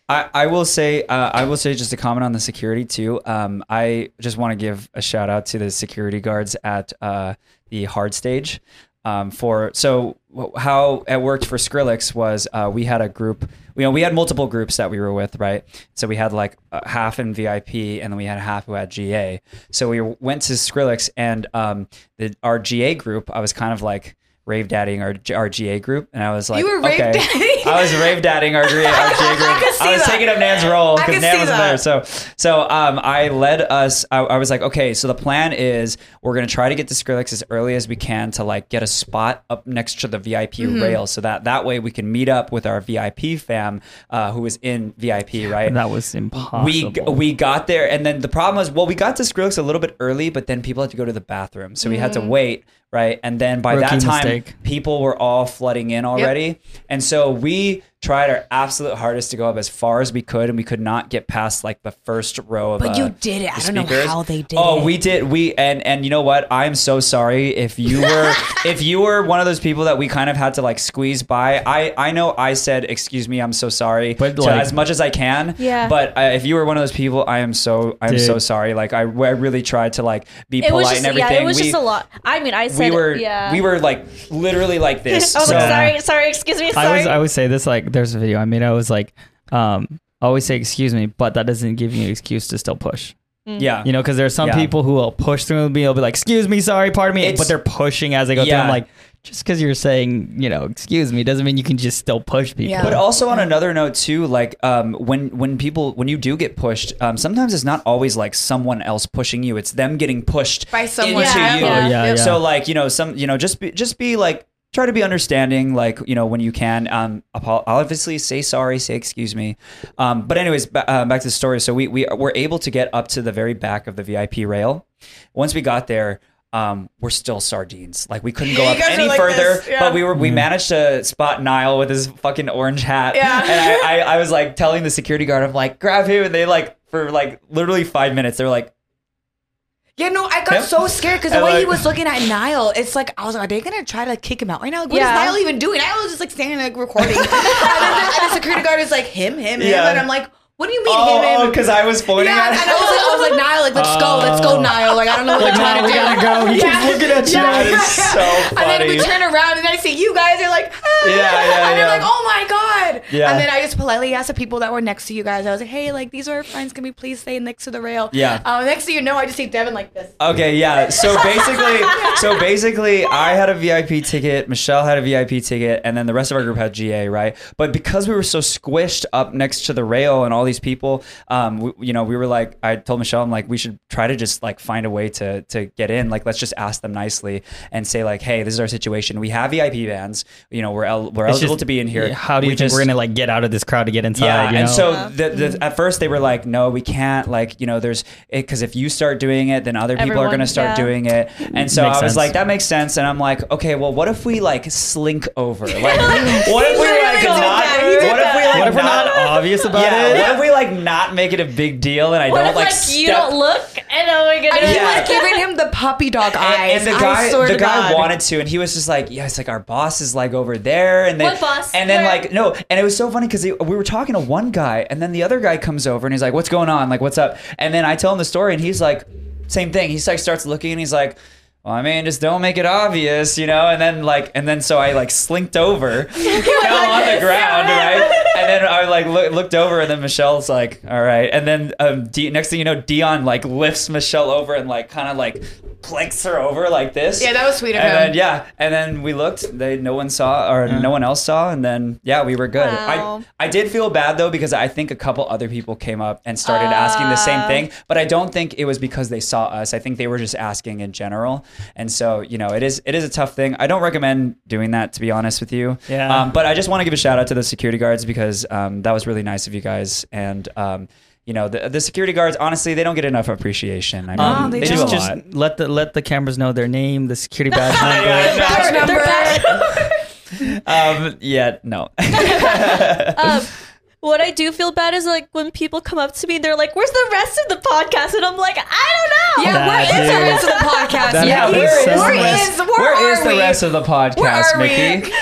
[SPEAKER 3] I, I will say uh, I will say just a comment on the security too. Um, I just want to give a shout out to the security guards at uh, the hard stage um, for so wh- how it worked for Skrillex was uh, we had a group you know we had multiple groups that we were with right so we had like uh, half in VIP and then we had half who had GA so we went to Skrillex and um, the, our GA group I was kind of like rave daddying our, our GA group and I was like
[SPEAKER 2] were rave
[SPEAKER 3] okay
[SPEAKER 2] daddying? (laughs)
[SPEAKER 3] I was rave daddying our, gre- our GA group
[SPEAKER 2] could see
[SPEAKER 3] I was
[SPEAKER 2] that.
[SPEAKER 3] taking up Nan's role
[SPEAKER 2] I
[SPEAKER 3] because
[SPEAKER 2] could
[SPEAKER 3] Nan
[SPEAKER 2] see
[SPEAKER 3] wasn't
[SPEAKER 2] that.
[SPEAKER 3] there. So, so um, I led us. I, I was like, okay, so the plan is we're gonna try to get to Skrillex as early as we can to like get a spot up next to the VIP
[SPEAKER 2] Mm-hmm.
[SPEAKER 3] rail, so that that way we can meet up with our VIP fam uh, who is in VIP, right?
[SPEAKER 4] That was impossible.
[SPEAKER 3] We we got there, and then the problem was, well, we got to Skrillex a little bit early, but then people had to go to the bathroom, so we had
[SPEAKER 2] Mm.
[SPEAKER 3] to wait, right? And then by that
[SPEAKER 4] Rookie
[SPEAKER 3] time,
[SPEAKER 4] mistake.
[SPEAKER 3] people were all flooding in already, and so we tried our absolute hardest to go up as far as we could, and we could not get past like the first row of.
[SPEAKER 2] But
[SPEAKER 3] uh,
[SPEAKER 2] you did it.
[SPEAKER 3] the
[SPEAKER 2] I don't know
[SPEAKER 3] speakers.
[SPEAKER 2] how they did
[SPEAKER 3] Oh,
[SPEAKER 2] it.
[SPEAKER 3] we did. We and and you know what? I'm so sorry if
[SPEAKER 2] (laughs)
[SPEAKER 3] you were if you were one of those people that we kind of had to like squeeze by. I I know I said excuse me. I'm so sorry.
[SPEAKER 4] But,
[SPEAKER 3] to
[SPEAKER 4] like-
[SPEAKER 3] as much as I can.
[SPEAKER 1] Yeah.
[SPEAKER 3] But I, if you were one of those people, I am so I'm
[SPEAKER 4] Dude.
[SPEAKER 3] so sorry. Like I, I really tried to like be
[SPEAKER 1] it
[SPEAKER 3] polite
[SPEAKER 1] was just
[SPEAKER 3] and everything.
[SPEAKER 1] yeah, it was
[SPEAKER 3] we,
[SPEAKER 1] just a lot. I mean, I
[SPEAKER 3] we
[SPEAKER 1] said
[SPEAKER 3] were
[SPEAKER 1] yeah.
[SPEAKER 3] we were like literally like
[SPEAKER 1] (laughs)
[SPEAKER 3] this.
[SPEAKER 1] Oh,
[SPEAKER 3] so,
[SPEAKER 1] sorry, sorry. Excuse me. Sorry.
[SPEAKER 4] I always, I always say this like there's a video I made. I was like, um, I always say excuse me, but that doesn't give you an excuse to still push.
[SPEAKER 3] yeah.
[SPEAKER 4] You know, because there's some
[SPEAKER 3] Yeah.
[SPEAKER 4] people who will push through and be, they'll be like, excuse me, sorry, pardon me,
[SPEAKER 3] It's-
[SPEAKER 4] but they're pushing as they go
[SPEAKER 3] Yeah.
[SPEAKER 4] through. I'm like, just because you're saying, you know, excuse me, doesn't mean you can just still push people. Oh,
[SPEAKER 2] Yeah.
[SPEAKER 3] But also on another note too, like um, when when people when you do get pushed, um, sometimes it's not always like someone else pushing you; it's them getting pushed
[SPEAKER 2] By someone.
[SPEAKER 3] into
[SPEAKER 1] Yeah,
[SPEAKER 3] you.
[SPEAKER 1] yeah.
[SPEAKER 4] Yeah, yeah.
[SPEAKER 3] So like you know some you know just be just be like try to be understanding like you know when you can um apo- obviously say sorry say excuse me um but anyways ba- uh, back to the story so we we were able to get up to the very back of the vip rail once we got there um, we're still sardines. Like we
[SPEAKER 2] (laughs)
[SPEAKER 3] couldn't go up
[SPEAKER 2] guys are
[SPEAKER 3] any
[SPEAKER 2] like
[SPEAKER 3] further,
[SPEAKER 2] this, yeah.
[SPEAKER 3] but we were we managed to spot Niall with his fucking orange hat. Yeah. And I, I, I was like telling the security guard, I'm like, grab him, and they like for like literally five minutes, they're like,
[SPEAKER 2] Yeah, no, I got
[SPEAKER 3] Yep.
[SPEAKER 2] so scared because
[SPEAKER 3] And,
[SPEAKER 2] the way
[SPEAKER 3] like-
[SPEAKER 2] he was looking at Niall, it's like I was like, are they gonna try to kick him out right now? Like, what is
[SPEAKER 1] Yeah.
[SPEAKER 2] Niall (laughs) even doing? Niall was just like standing there, like recording, and, then the, and the security guard is like him, him, him,
[SPEAKER 3] Yeah.
[SPEAKER 2] and I'm like, What do you mean, him
[SPEAKER 3] Oh,
[SPEAKER 2] and-
[SPEAKER 3] because I was pointing
[SPEAKER 2] Yeah,
[SPEAKER 3] at
[SPEAKER 2] and I was like, I was like, Niall, like, let's go, let's go, Niall. Like, I don't know what
[SPEAKER 3] Like,
[SPEAKER 2] they're trying
[SPEAKER 3] now
[SPEAKER 2] to
[SPEAKER 3] we
[SPEAKER 2] do.
[SPEAKER 3] gotta go. He
[SPEAKER 2] Yeah.
[SPEAKER 3] keeps looking at you.
[SPEAKER 2] Yeah.
[SPEAKER 3] That
[SPEAKER 2] (laughs)
[SPEAKER 3] is so
[SPEAKER 2] And then we
[SPEAKER 3] funny.
[SPEAKER 2] turn around and I see you guys. You're like, ah.
[SPEAKER 3] Yeah, yeah,
[SPEAKER 2] and
[SPEAKER 3] yeah.
[SPEAKER 2] you're like, oh my god.
[SPEAKER 3] Yeah.
[SPEAKER 2] And then I just politely asked the people that were next to you guys. I was like, hey, like these are our friends. Can we please stay next to the rail?
[SPEAKER 3] Yeah.
[SPEAKER 2] Uh, next thing you know, I just see Devin like this.
[SPEAKER 3] Okay, yeah. So basically, so basically, I had a VIP ticket. Michelle had a VIP ticket, and then the rest of our group had GA, right? But because we were so squished up next to the rail and all these people, um, we, you know, we were like, I told Michelle, I'm like, we should try to just like find a way to to get in. Like, let's just ask them nicely and say like, hey, this is our situation. We have VIP vans. You know, we're el- we're eligible to be in here.
[SPEAKER 4] How do you
[SPEAKER 3] We
[SPEAKER 4] think we're gonna like get out of this crowd to get inside?
[SPEAKER 3] yeah,
[SPEAKER 4] you
[SPEAKER 3] and
[SPEAKER 4] know?
[SPEAKER 3] so the,
[SPEAKER 1] Mm-hmm.
[SPEAKER 3] the, at first they were like, "No, we can't." Like, you know, there's because if you start doing it, then other people are
[SPEAKER 1] Everyone,
[SPEAKER 3] going to start
[SPEAKER 1] yeah.
[SPEAKER 3] doing it. And so
[SPEAKER 4] Makes
[SPEAKER 3] I was
[SPEAKER 4] sense.
[SPEAKER 3] like, "That makes sense." And I'm like, "Okay, well, what if we like slink
[SPEAKER 1] (laughs)
[SPEAKER 3] over? Like, what if we
[SPEAKER 1] literally
[SPEAKER 3] like
[SPEAKER 1] did
[SPEAKER 3] not?
[SPEAKER 1] that. He did
[SPEAKER 3] What if we
[SPEAKER 1] that.
[SPEAKER 3] like
[SPEAKER 4] what if we're not obvious
[SPEAKER 3] (laughs)
[SPEAKER 4] about
[SPEAKER 3] yeah,
[SPEAKER 4] it?
[SPEAKER 3] What if we like not make it a big deal? And I
[SPEAKER 1] What
[SPEAKER 3] don't
[SPEAKER 1] if like, you
[SPEAKER 3] step-
[SPEAKER 1] don't look and oh my goodness,
[SPEAKER 2] He's
[SPEAKER 3] Yeah.
[SPEAKER 2] like giving him the puppy dog eyes.
[SPEAKER 3] And, and the
[SPEAKER 2] I
[SPEAKER 3] guy,
[SPEAKER 2] swear
[SPEAKER 3] the
[SPEAKER 2] to
[SPEAKER 3] guy
[SPEAKER 2] God.
[SPEAKER 3] wanted to, and he was just like, "Yeah, it's like our boss is like over there." And then,
[SPEAKER 1] What boss?
[SPEAKER 3] And then
[SPEAKER 1] Where?
[SPEAKER 3] like no, and it was so funny because we were talking to one guy, and then the other guy comes over and he's like, "What's going on? Like, what's up?" And then I tell him the story, and he's like, "Same thing." He's like starts looking, and he's like. Well, I mean, just don't make it obvious, you know. And then, like, and then so I like slinked
[SPEAKER 1] (laughs)
[SPEAKER 2] (laughs)
[SPEAKER 3] over, fell on the ground, right? And then I like look, looked over, and then Michelle's like, "All right." And then um, D- next thing you know, Dion like lifts Michelle over and like kind of like planks her over like this.
[SPEAKER 2] Yeah, that was sweet of
[SPEAKER 3] and
[SPEAKER 2] him.
[SPEAKER 3] Then, yeah, and then we looked. They no one saw or no one else saw, and then yeah, we were good.
[SPEAKER 1] Wow.
[SPEAKER 3] I I did feel bad though because I think a couple other people came up and started asking the
[SPEAKER 2] Uh.
[SPEAKER 3] same thing, but I don't think it was because they saw us. I think they were just asking in general, and so you know it is it is a tough thing. I don't recommend doing that to be honest with you.
[SPEAKER 4] Yeah.
[SPEAKER 3] Um, but I just want to give a shout out to the security guards because um, that was really nice of you guys and. Um, you know the, the security guards. Honestly, they don't get enough appreciation. I mean,
[SPEAKER 4] Um,
[SPEAKER 2] No, they
[SPEAKER 3] do
[SPEAKER 4] just,
[SPEAKER 3] a
[SPEAKER 2] don't.
[SPEAKER 3] lot.
[SPEAKER 4] just let the let the cameras know their name, the
[SPEAKER 3] (laughs)
[SPEAKER 4] security badge number.
[SPEAKER 1] They're-
[SPEAKER 2] Number.
[SPEAKER 1] they're back.
[SPEAKER 3] Um, yeah, no.
[SPEAKER 1] um, what I do feel bad is like when people come up to me, they're like, "Where's the rest of the podcast?" And I'm like, "I don't know."
[SPEAKER 2] Yeah, (laughs)
[SPEAKER 4] That
[SPEAKER 2] where is the
[SPEAKER 4] dude.
[SPEAKER 2] rest of the podcast?
[SPEAKER 3] That
[SPEAKER 2] yeah,
[SPEAKER 3] happens
[SPEAKER 2] where is,
[SPEAKER 3] so
[SPEAKER 2] where
[SPEAKER 3] much.
[SPEAKER 2] is, where
[SPEAKER 3] Where
[SPEAKER 2] are
[SPEAKER 3] is the
[SPEAKER 2] we?
[SPEAKER 3] rest of the podcast,
[SPEAKER 2] are we?
[SPEAKER 3] Mickey?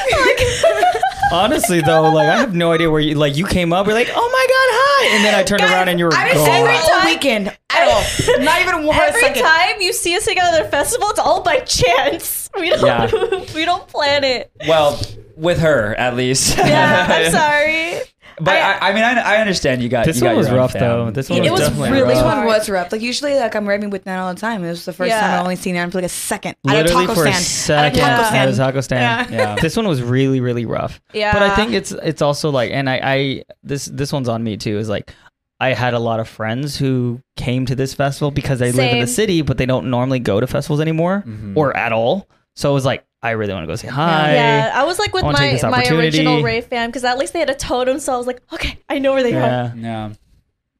[SPEAKER 4] Honestly though, like I have no idea where you like you came up. You're like, oh my god, hi, and then I turned around and you were
[SPEAKER 2] I didn't
[SPEAKER 4] gone.
[SPEAKER 2] say wait till
[SPEAKER 1] Gone.
[SPEAKER 2] weekend at all. Not even one
[SPEAKER 1] Every
[SPEAKER 2] second.
[SPEAKER 1] time you see us at another festival, it's all by chance. (laughs) We don't
[SPEAKER 3] Yeah.
[SPEAKER 1] (laughs) we don't plan
[SPEAKER 2] (laughs)
[SPEAKER 1] it.
[SPEAKER 3] Well, with her at least.
[SPEAKER 1] Yeah,
[SPEAKER 3] (laughs)
[SPEAKER 1] I'm sorry.
[SPEAKER 3] But I, I mean, I, I understand you got.
[SPEAKER 4] This
[SPEAKER 3] you got
[SPEAKER 4] one was
[SPEAKER 3] your own
[SPEAKER 4] rough,
[SPEAKER 3] fam.
[SPEAKER 4] though. This one
[SPEAKER 1] It was was definitely really
[SPEAKER 3] uh,
[SPEAKER 2] This
[SPEAKER 1] rough.
[SPEAKER 2] one was rough. Like usually, like I'm ramming with Nan all the time. It was the first
[SPEAKER 1] Yeah.
[SPEAKER 2] time I only seen Nan for like a second
[SPEAKER 4] literally
[SPEAKER 2] at a taco
[SPEAKER 4] for
[SPEAKER 2] stand.
[SPEAKER 4] a second
[SPEAKER 2] At a taco
[SPEAKER 4] at
[SPEAKER 2] stand.
[SPEAKER 4] a taco stand.
[SPEAKER 3] Yeah. Yeah.
[SPEAKER 4] this one was really really rough.
[SPEAKER 1] Yeah.
[SPEAKER 4] but I think it's it's also like, and I, I this this one's on me too. Is like. I had a lot of friends who came to this festival because they live in the
[SPEAKER 1] Same.
[SPEAKER 4] city, but they don't normally go to festivals anymore or at all. So it was like, I really want to go say hi.
[SPEAKER 1] yeah, I was like with
[SPEAKER 4] I wanna take
[SPEAKER 1] my
[SPEAKER 4] this
[SPEAKER 1] my original
[SPEAKER 4] opportunity.
[SPEAKER 1] Ray fan because at least they had a totem, so I was like, okay, I know where they are.
[SPEAKER 4] yeah.
[SPEAKER 3] Yeah,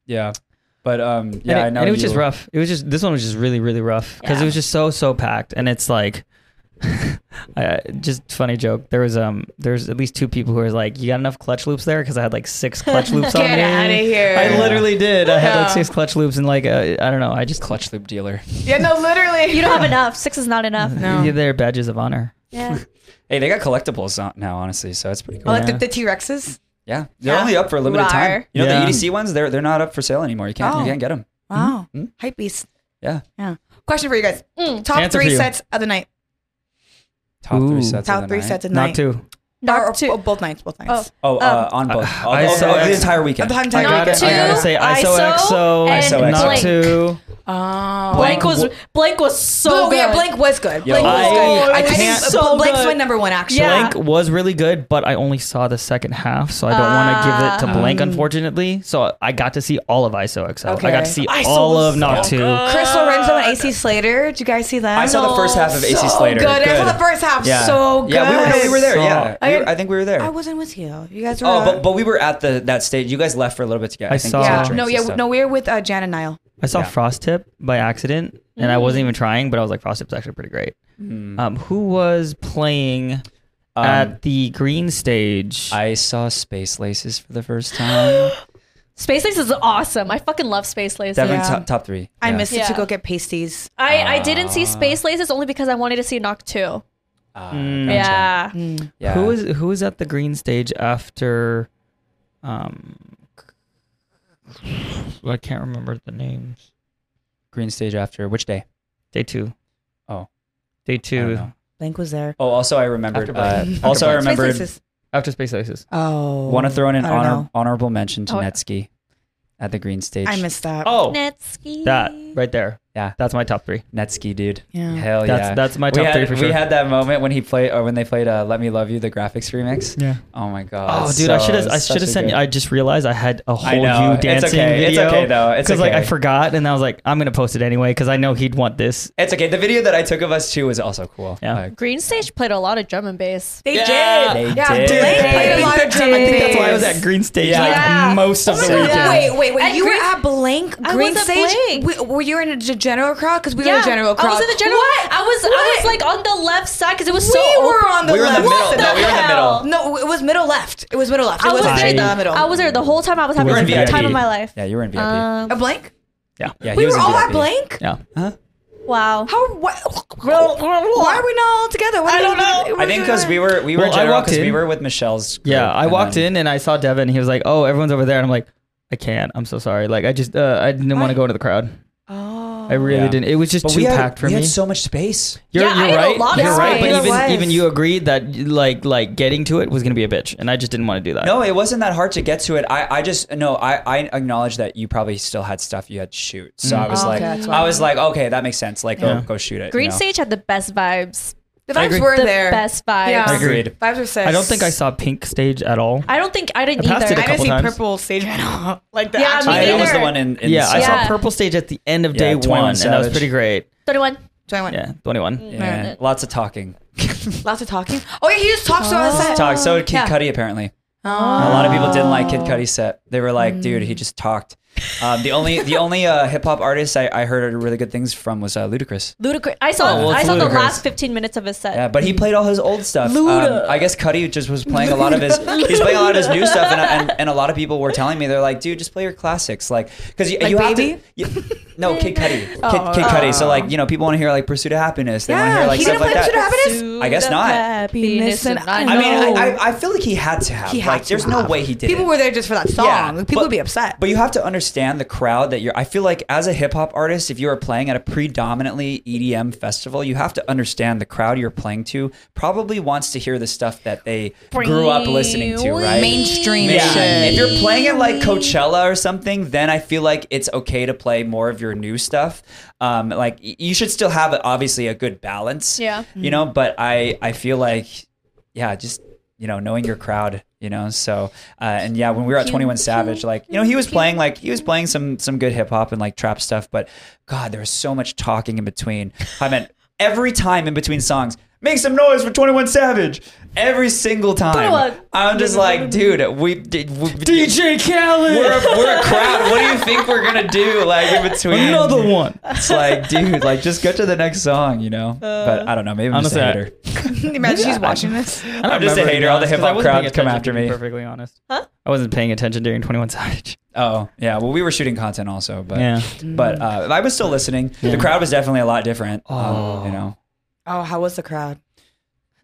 [SPEAKER 3] yeah. But um, yeah,
[SPEAKER 4] and it,
[SPEAKER 3] I know.
[SPEAKER 4] and it was
[SPEAKER 3] you
[SPEAKER 4] just
[SPEAKER 3] were-
[SPEAKER 4] rough. It was just this one was just really really rough because
[SPEAKER 1] Yeah.
[SPEAKER 4] it was just so so packed, and it's like, (laughs) I, just funny joke. There was um there's at least two people who were like, you got enough clutch loops there because I had like six clutch loops on
[SPEAKER 2] Get
[SPEAKER 4] me.
[SPEAKER 2] outta here.
[SPEAKER 4] I literally did. I had like
[SPEAKER 2] Yeah.
[SPEAKER 4] six clutch loops and like uh, I don't know. I just
[SPEAKER 3] clutch loop dealer.
[SPEAKER 2] Yeah, no, literally.
[SPEAKER 1] You don't
[SPEAKER 3] (laughs)
[SPEAKER 1] have enough. Six is not enough.
[SPEAKER 2] No.
[SPEAKER 4] Yeah, they're badges of honor.
[SPEAKER 2] (laughs)
[SPEAKER 1] Yeah.
[SPEAKER 3] Hey, they got collectibles on- now, honestly. So it's pretty
[SPEAKER 2] Oh,
[SPEAKER 3] cool.
[SPEAKER 2] like the, the T Rexes.
[SPEAKER 3] Yeah, they're
[SPEAKER 2] Yeah.
[SPEAKER 3] only up for a limited time.
[SPEAKER 2] Rawr.
[SPEAKER 3] You know
[SPEAKER 4] Yeah.
[SPEAKER 3] the EDC ones? They're they're not up for sale anymore. You can't
[SPEAKER 2] Oh.
[SPEAKER 3] you can't get them.
[SPEAKER 2] Wow,
[SPEAKER 3] Mhm.
[SPEAKER 2] hype beast.
[SPEAKER 3] Yeah,
[SPEAKER 2] Yeah. Question for you guys:
[SPEAKER 1] Mm.
[SPEAKER 2] Top
[SPEAKER 4] Answer
[SPEAKER 2] three
[SPEAKER 4] for you.
[SPEAKER 2] sets of the night.
[SPEAKER 3] top
[SPEAKER 4] Ooh.
[SPEAKER 3] three sets. of
[SPEAKER 2] Top
[SPEAKER 3] the
[SPEAKER 2] three
[SPEAKER 3] night.
[SPEAKER 2] sets of the
[SPEAKER 4] Not
[SPEAKER 2] night.
[SPEAKER 4] two.
[SPEAKER 2] Or,
[SPEAKER 1] Knock
[SPEAKER 2] or,
[SPEAKER 1] two.
[SPEAKER 2] or both nights. Both
[SPEAKER 1] Oh.
[SPEAKER 2] nights.
[SPEAKER 3] Oh, uh,
[SPEAKER 2] Um,
[SPEAKER 3] on both.
[SPEAKER 4] I-
[SPEAKER 3] Oh,
[SPEAKER 4] I
[SPEAKER 3] oh,
[SPEAKER 4] saw
[SPEAKER 3] oh,
[SPEAKER 4] X-
[SPEAKER 3] the entire weekend.
[SPEAKER 2] The entire
[SPEAKER 4] I
[SPEAKER 2] night.
[SPEAKER 4] gotta, I gotta
[SPEAKER 1] two,
[SPEAKER 4] say,
[SPEAKER 1] ISO,
[SPEAKER 4] ISO,
[SPEAKER 1] and
[SPEAKER 3] ISO,
[SPEAKER 4] not
[SPEAKER 1] blank.
[SPEAKER 4] two.
[SPEAKER 2] Oh.
[SPEAKER 1] Blank was
[SPEAKER 3] Blank-
[SPEAKER 1] Blank was so
[SPEAKER 2] Oh,
[SPEAKER 1] good.
[SPEAKER 2] yeah, Blank was good.
[SPEAKER 3] Yo.
[SPEAKER 2] Blank was
[SPEAKER 4] I-
[SPEAKER 2] good.
[SPEAKER 4] I
[SPEAKER 2] I, think
[SPEAKER 4] can't-
[SPEAKER 1] so
[SPEAKER 2] Blank's
[SPEAKER 1] good.
[SPEAKER 2] my number one actually.
[SPEAKER 1] Yeah.
[SPEAKER 4] Blank was really good, but I only saw the second half, so I don't want to give it to
[SPEAKER 2] Ah.
[SPEAKER 4] Blank, unfortunately. So I got to see all of ISOXO. I got
[SPEAKER 2] Okay.
[SPEAKER 4] to see
[SPEAKER 2] ISO
[SPEAKER 4] all
[SPEAKER 2] was
[SPEAKER 4] of Knock
[SPEAKER 3] so
[SPEAKER 4] 2.
[SPEAKER 2] Chris Lorenzo and AC Slater. Did you guys see that?
[SPEAKER 3] I saw the first half of AC
[SPEAKER 2] so
[SPEAKER 3] Slater.
[SPEAKER 2] Good. I saw
[SPEAKER 3] Good.
[SPEAKER 2] the first half.
[SPEAKER 3] Yeah.
[SPEAKER 2] So good.
[SPEAKER 3] Yeah, we were, no, we were there.
[SPEAKER 4] So-
[SPEAKER 3] Yeah, We were-
[SPEAKER 2] I-
[SPEAKER 3] I think we were there.
[SPEAKER 2] I wasn't with you. You guys were.
[SPEAKER 3] Oh, but but we were at the that stage. You guys left for a little bit together.
[SPEAKER 4] I saw-
[SPEAKER 2] yeah.
[SPEAKER 4] Drinks
[SPEAKER 2] No, yeah, no, we were with uh, Jan and Niall.
[SPEAKER 4] I saw
[SPEAKER 3] Yeah.
[SPEAKER 4] Frost Tip by accident, and I wasn't
[SPEAKER 2] Mm.
[SPEAKER 4] even trying, but I was like, Frost Tip's actually pretty great.
[SPEAKER 3] Hmm.
[SPEAKER 4] Um, who was playing at the green stage?
[SPEAKER 3] Um, I saw Space Laces for the first
[SPEAKER 2] (gasps)
[SPEAKER 3] time.
[SPEAKER 1] Space Lace is awesome. I fucking love Space Lace.
[SPEAKER 3] Devin's
[SPEAKER 2] Yeah.
[SPEAKER 3] top, top three.
[SPEAKER 2] I
[SPEAKER 3] Yeah.
[SPEAKER 2] missed it
[SPEAKER 1] Yeah.
[SPEAKER 2] to go get pasties.
[SPEAKER 1] I, I didn't see Space Laces only because I wanted to see Knock 2.
[SPEAKER 3] Ah,
[SPEAKER 4] Mm.
[SPEAKER 1] Yeah.
[SPEAKER 2] Mm.
[SPEAKER 3] yeah.
[SPEAKER 4] Who was who was at the green stage after um (sighs) I can't remember the names.
[SPEAKER 3] Green stage after which day?
[SPEAKER 4] Day two.
[SPEAKER 3] Oh.
[SPEAKER 4] Day
[SPEAKER 3] I don't
[SPEAKER 4] two.
[SPEAKER 3] know.
[SPEAKER 2] Blank was there.
[SPEAKER 3] Oh, also I remembered.
[SPEAKER 4] After
[SPEAKER 3] Uh,
[SPEAKER 4] Biden.
[SPEAKER 3] also I
[SPEAKER 4] After Biden.
[SPEAKER 3] remembered.
[SPEAKER 4] After Space Isis.
[SPEAKER 2] Oh,
[SPEAKER 3] Want to throw in an
[SPEAKER 2] I don't
[SPEAKER 3] honor,
[SPEAKER 2] know.
[SPEAKER 3] honorable mention to
[SPEAKER 1] Oh, yeah.
[SPEAKER 3] Netsky at the green stage.
[SPEAKER 2] I missed that.
[SPEAKER 4] Oh,
[SPEAKER 1] Netsky.
[SPEAKER 4] that right there.
[SPEAKER 3] Yeah.
[SPEAKER 4] That's my top three.
[SPEAKER 3] Netsky, dude.
[SPEAKER 2] Yeah.
[SPEAKER 3] Hell
[SPEAKER 4] that's
[SPEAKER 3] yeah.
[SPEAKER 4] that's my
[SPEAKER 3] we
[SPEAKER 4] top
[SPEAKER 3] had,
[SPEAKER 4] three for sure.
[SPEAKER 3] We had that moment when he played, or when they played uh, "Let Me Love You," the graphics remix.
[SPEAKER 4] yeah.
[SPEAKER 3] Oh my god!
[SPEAKER 4] Oh, dude, I
[SPEAKER 3] so-
[SPEAKER 4] should have. I
[SPEAKER 3] it's such
[SPEAKER 4] should have
[SPEAKER 3] a
[SPEAKER 4] sent.
[SPEAKER 3] good-
[SPEAKER 4] I just realized I had a
[SPEAKER 3] I
[SPEAKER 4] whole
[SPEAKER 3] know.
[SPEAKER 4] you dancing
[SPEAKER 3] it's okay.
[SPEAKER 4] video.
[SPEAKER 3] It's okay though. It's
[SPEAKER 4] Because
[SPEAKER 3] okay.
[SPEAKER 4] like I forgot, and I was like, I'm gonna post it anyway because I know he'd want this.
[SPEAKER 3] It's okay. The video that I took of us too was also cool.
[SPEAKER 4] Yeah.
[SPEAKER 3] Like,
[SPEAKER 1] Green Stage played a lot of drum and bass.
[SPEAKER 2] They
[SPEAKER 4] Yeah.
[SPEAKER 2] did.
[SPEAKER 3] They
[SPEAKER 2] yeah,
[SPEAKER 3] did.
[SPEAKER 2] Blake played a lot of drum. I think that's why I was at.
[SPEAKER 1] Yes.
[SPEAKER 4] Green Stage
[SPEAKER 3] Yeah.
[SPEAKER 1] Yeah.
[SPEAKER 4] most
[SPEAKER 2] Oh
[SPEAKER 4] of
[SPEAKER 2] my
[SPEAKER 4] the
[SPEAKER 2] God,
[SPEAKER 4] weekend.
[SPEAKER 2] Wait, wait, wait.
[SPEAKER 1] At
[SPEAKER 2] you
[SPEAKER 1] Green-
[SPEAKER 2] were at blank
[SPEAKER 1] I
[SPEAKER 2] green
[SPEAKER 1] was at
[SPEAKER 2] stage.
[SPEAKER 1] Blank.
[SPEAKER 2] Wait, were you in a g- general crowd? Because we were in a general crowd.
[SPEAKER 1] I was in the general.
[SPEAKER 2] What?
[SPEAKER 1] I was I was
[SPEAKER 2] What?
[SPEAKER 1] like on the left side because it was
[SPEAKER 2] we
[SPEAKER 1] so.
[SPEAKER 2] were
[SPEAKER 1] open.
[SPEAKER 2] on the
[SPEAKER 3] We were in
[SPEAKER 2] left.
[SPEAKER 3] the middle.
[SPEAKER 1] the
[SPEAKER 3] No, we were in the
[SPEAKER 1] hell?
[SPEAKER 3] middle.
[SPEAKER 2] No, it was middle left. It was middle left. It
[SPEAKER 1] I was
[SPEAKER 2] wasn't
[SPEAKER 1] there.
[SPEAKER 2] in
[SPEAKER 1] The,
[SPEAKER 2] the middle.
[SPEAKER 1] I was there the whole time. I was
[SPEAKER 3] were
[SPEAKER 1] having
[SPEAKER 3] in
[SPEAKER 1] the best
[SPEAKER 3] VIP.
[SPEAKER 1] time of my life.
[SPEAKER 3] Yeah, you were in VIP.
[SPEAKER 2] a
[SPEAKER 1] Um,
[SPEAKER 2] blank.
[SPEAKER 3] yeah, yeah.
[SPEAKER 2] We
[SPEAKER 3] he was
[SPEAKER 2] were
[SPEAKER 3] in
[SPEAKER 2] all at
[SPEAKER 3] VIP.
[SPEAKER 2] blank.
[SPEAKER 4] Yeah.
[SPEAKER 1] wow.
[SPEAKER 2] How? What? Why are we not all together? What
[SPEAKER 1] I
[SPEAKER 2] are
[SPEAKER 1] don't
[SPEAKER 2] we-
[SPEAKER 1] know.
[SPEAKER 2] what
[SPEAKER 3] I
[SPEAKER 2] are
[SPEAKER 3] think
[SPEAKER 2] we
[SPEAKER 3] because we
[SPEAKER 2] doing?
[SPEAKER 3] were we were
[SPEAKER 4] Well, I
[SPEAKER 3] general
[SPEAKER 4] walked
[SPEAKER 3] because we
[SPEAKER 4] in.
[SPEAKER 3] were with Michelle's. Group,
[SPEAKER 4] Yeah, I
[SPEAKER 3] and
[SPEAKER 4] walked
[SPEAKER 3] then-
[SPEAKER 4] in and I saw Devin. He was like, "Oh, everyone's over there," and I'm like, "I can't. I'm so sorry. Like, I just uh, I didn't want
[SPEAKER 2] Why?
[SPEAKER 4] to go into the crowd. I
[SPEAKER 2] Oh.
[SPEAKER 4] really
[SPEAKER 3] Yeah.
[SPEAKER 4] didn't. It was just
[SPEAKER 3] But
[SPEAKER 4] too
[SPEAKER 3] we had,
[SPEAKER 4] packed for
[SPEAKER 3] we
[SPEAKER 4] me.
[SPEAKER 3] had so much space.
[SPEAKER 4] you're
[SPEAKER 1] Yeah, I
[SPEAKER 4] you're
[SPEAKER 1] had a
[SPEAKER 4] right.
[SPEAKER 1] lot of
[SPEAKER 4] you're right. But
[SPEAKER 2] space.
[SPEAKER 4] even
[SPEAKER 2] Otherwise-
[SPEAKER 4] even you agreed that like like getting to it was gonna be a bitch, and I just didn't want to do that.
[SPEAKER 3] No, it wasn't that hard to get to it. I, I just no, I, I acknowledge that you probably still had stuff you had to shoot. So
[SPEAKER 4] Mm.
[SPEAKER 3] I was
[SPEAKER 2] Oh,
[SPEAKER 3] like,
[SPEAKER 2] okay, that's
[SPEAKER 3] I
[SPEAKER 2] why.
[SPEAKER 3] was like, okay, that makes sense. Like,
[SPEAKER 4] Yeah.
[SPEAKER 3] go go shoot it.
[SPEAKER 1] Green
[SPEAKER 3] you know?
[SPEAKER 1] Stage had the best vibes.
[SPEAKER 2] The
[SPEAKER 4] I
[SPEAKER 2] vibes
[SPEAKER 4] agree.
[SPEAKER 2] were
[SPEAKER 1] The
[SPEAKER 2] there.
[SPEAKER 1] best vibes.
[SPEAKER 2] Yeah.
[SPEAKER 3] I agreed.
[SPEAKER 2] Vibes were sick.
[SPEAKER 4] I don't think I saw Pink Stage at all.
[SPEAKER 1] I don't think I didn't
[SPEAKER 4] I passed
[SPEAKER 1] either.
[SPEAKER 4] it a
[SPEAKER 2] I didn't
[SPEAKER 4] couple
[SPEAKER 2] see
[SPEAKER 4] times.
[SPEAKER 2] purple stage at all. (laughs) Like the
[SPEAKER 1] Yeah,
[SPEAKER 2] actual
[SPEAKER 1] me
[SPEAKER 3] I, that was
[SPEAKER 1] neither.
[SPEAKER 3] the one in. in
[SPEAKER 4] yeah, I
[SPEAKER 1] Yeah.
[SPEAKER 4] saw Purple Stage at the end of
[SPEAKER 3] Yeah,
[SPEAKER 4] day
[SPEAKER 3] 21
[SPEAKER 4] one, and that was
[SPEAKER 3] Savage.
[SPEAKER 4] pretty great.
[SPEAKER 1] 21.
[SPEAKER 2] So I went.
[SPEAKER 4] Yeah, 21.
[SPEAKER 2] Mm.
[SPEAKER 3] Yeah. Lots of talking. (laughs)
[SPEAKER 2] Lots of talking. Oh yeah, he just talks on the set.
[SPEAKER 3] Talk. So did Kid
[SPEAKER 2] Yeah.
[SPEAKER 3] Cudi apparently. A lot of people didn't like
[SPEAKER 4] Oh.
[SPEAKER 3] Kid Cudi's set. They were like, dude, he just talked. Um, the only the only uh, hip hop artist I, I heard really good things from was uh, Ludacris.
[SPEAKER 1] Ludicrous. I saw.
[SPEAKER 3] Oh, well,
[SPEAKER 1] I
[SPEAKER 3] it's
[SPEAKER 1] saw the
[SPEAKER 3] Ludacris.
[SPEAKER 1] last 15 minutes of his set.
[SPEAKER 3] Yeah, but he played all his old stuff. Um,
[SPEAKER 1] Luda.
[SPEAKER 3] I guess Cuddy just was playing a lot
[SPEAKER 2] (laughs)
[SPEAKER 3] of his. He's playing a lot of his new stuff, and, and, and a lot of people were telling me they're like, "Dude, just play your classics," like because you,
[SPEAKER 2] Like
[SPEAKER 3] you
[SPEAKER 2] Baby?
[SPEAKER 3] have to. You,
[SPEAKER 2] (laughs)
[SPEAKER 3] no, Kid Cudi, Kid,
[SPEAKER 2] Oh.
[SPEAKER 3] Kid Cudi. So like you know, people want to hear like "Pursuit of Happiness." They want to
[SPEAKER 2] Yeah,
[SPEAKER 3] hear like
[SPEAKER 2] he
[SPEAKER 3] stuff
[SPEAKER 2] didn't
[SPEAKER 3] like
[SPEAKER 2] play
[SPEAKER 3] that.
[SPEAKER 2] Pursuit of Happiness?
[SPEAKER 3] I guess not.
[SPEAKER 1] Happiness
[SPEAKER 2] and
[SPEAKER 1] I
[SPEAKER 3] I mean,
[SPEAKER 1] know.
[SPEAKER 3] I, I, I feel like he had to have.
[SPEAKER 2] He
[SPEAKER 3] like,
[SPEAKER 2] had to
[SPEAKER 3] there's no
[SPEAKER 2] have.
[SPEAKER 3] way he did.
[SPEAKER 2] People were there just for that song. Like, people
[SPEAKER 3] but-
[SPEAKER 2] would be upset.
[SPEAKER 3] But you have to understand the crowd that you're. I feel like as a hip hop artist, if you are playing at a predominantly EDM festival, you have to understand the crowd you're playing to probably wants to hear the stuff that they grew up listening to, right?
[SPEAKER 2] Mainstream
[SPEAKER 3] Yeah.
[SPEAKER 2] shit.
[SPEAKER 3] If you're playing it like Coachella or something, then I feel like it's okay to play more of your new stuff. Um, like y- you should still have obviously a good balance.
[SPEAKER 1] Yeah.
[SPEAKER 3] You know, but I I feel like yeah, just you know knowing your crowd. You know, so uh, and yeah, when we were at Twenty One Savage, like you know he was playing like he was playing some some good hip hop and like trap stuff, but God, there was so much talking in between. I meant every time in between songs. Make some noise for Twenty One Savage every single time.
[SPEAKER 1] 21.
[SPEAKER 3] I'm just like, dude, we did. We,
[SPEAKER 4] Khaled,
[SPEAKER 3] we're a, we're a crowd. What do you think we're gonna do? Like in between
[SPEAKER 4] one.
[SPEAKER 3] It's like, dude, like just go to the next song, you
[SPEAKER 2] Uh,
[SPEAKER 3] know. but I don't know. Maybe I'm just a
[SPEAKER 4] honestly, I-
[SPEAKER 3] hater.
[SPEAKER 2] Imagine she's watching this.
[SPEAKER 4] I
[SPEAKER 3] I'm just a
[SPEAKER 4] remember,
[SPEAKER 3] hater.
[SPEAKER 4] to be
[SPEAKER 3] All the
[SPEAKER 4] honest, 'cause
[SPEAKER 3] hip-hop
[SPEAKER 4] I wasn't paying
[SPEAKER 3] crowd come
[SPEAKER 4] attention,
[SPEAKER 3] after
[SPEAKER 4] to be
[SPEAKER 3] me.
[SPEAKER 4] Perfectly honest.
[SPEAKER 1] Huh?
[SPEAKER 4] I wasn't paying attention during 21 Savage.
[SPEAKER 3] Oh yeah. Well, we were shooting content also, but
[SPEAKER 4] Yeah.
[SPEAKER 3] but uh, I was still listening. The crowd was definitely a lot different. Oh, you know,
[SPEAKER 2] Oh, how was the crowd?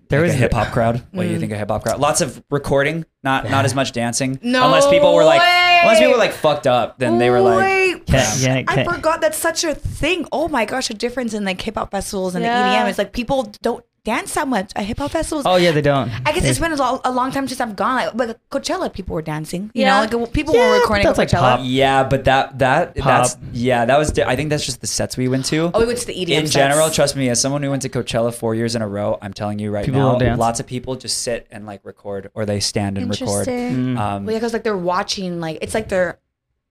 [SPEAKER 4] There
[SPEAKER 3] like
[SPEAKER 4] was
[SPEAKER 3] a hip hop crowd. What do
[SPEAKER 2] Mm.
[SPEAKER 3] you think of hip hop crowd? Lots of recording, not not as much dancing.
[SPEAKER 2] No
[SPEAKER 3] unless people were like,
[SPEAKER 2] way.
[SPEAKER 3] unless people were like fucked up, then they were like,
[SPEAKER 2] Wait.
[SPEAKER 3] yeah.
[SPEAKER 4] Yeah,
[SPEAKER 2] I
[SPEAKER 4] okay.
[SPEAKER 2] forgot that's such a thing. Oh my gosh, a difference in like hip hop festivals and
[SPEAKER 1] Yeah.
[SPEAKER 2] the EDM is like people don't dance that much at hip hop festivals.
[SPEAKER 4] Oh yeah, they don't.
[SPEAKER 2] I guess it's been a long, a long time since I've gone. Like, but Coachella, people were dancing. You
[SPEAKER 1] Yeah.
[SPEAKER 2] know, like people were
[SPEAKER 4] but
[SPEAKER 2] recording.
[SPEAKER 4] eh, that's
[SPEAKER 2] at
[SPEAKER 4] like
[SPEAKER 2] Coachella.
[SPEAKER 4] pop.
[SPEAKER 3] Yeah, but that that that's
[SPEAKER 4] Pop.
[SPEAKER 3] yeah, that was. di- I think that's just the sets we went to.
[SPEAKER 2] Oh, we went to the EDM
[SPEAKER 3] in
[SPEAKER 2] sets.
[SPEAKER 3] general. Trust me, as someone who went to Coachella four years in a row, I'm telling you right
[SPEAKER 4] People
[SPEAKER 3] now,
[SPEAKER 4] don't dance.
[SPEAKER 3] lots of people just sit and like record, or they stand and record.
[SPEAKER 1] Interesting.
[SPEAKER 3] Um,
[SPEAKER 2] Well, yeah, because like they're watching, like it's like they're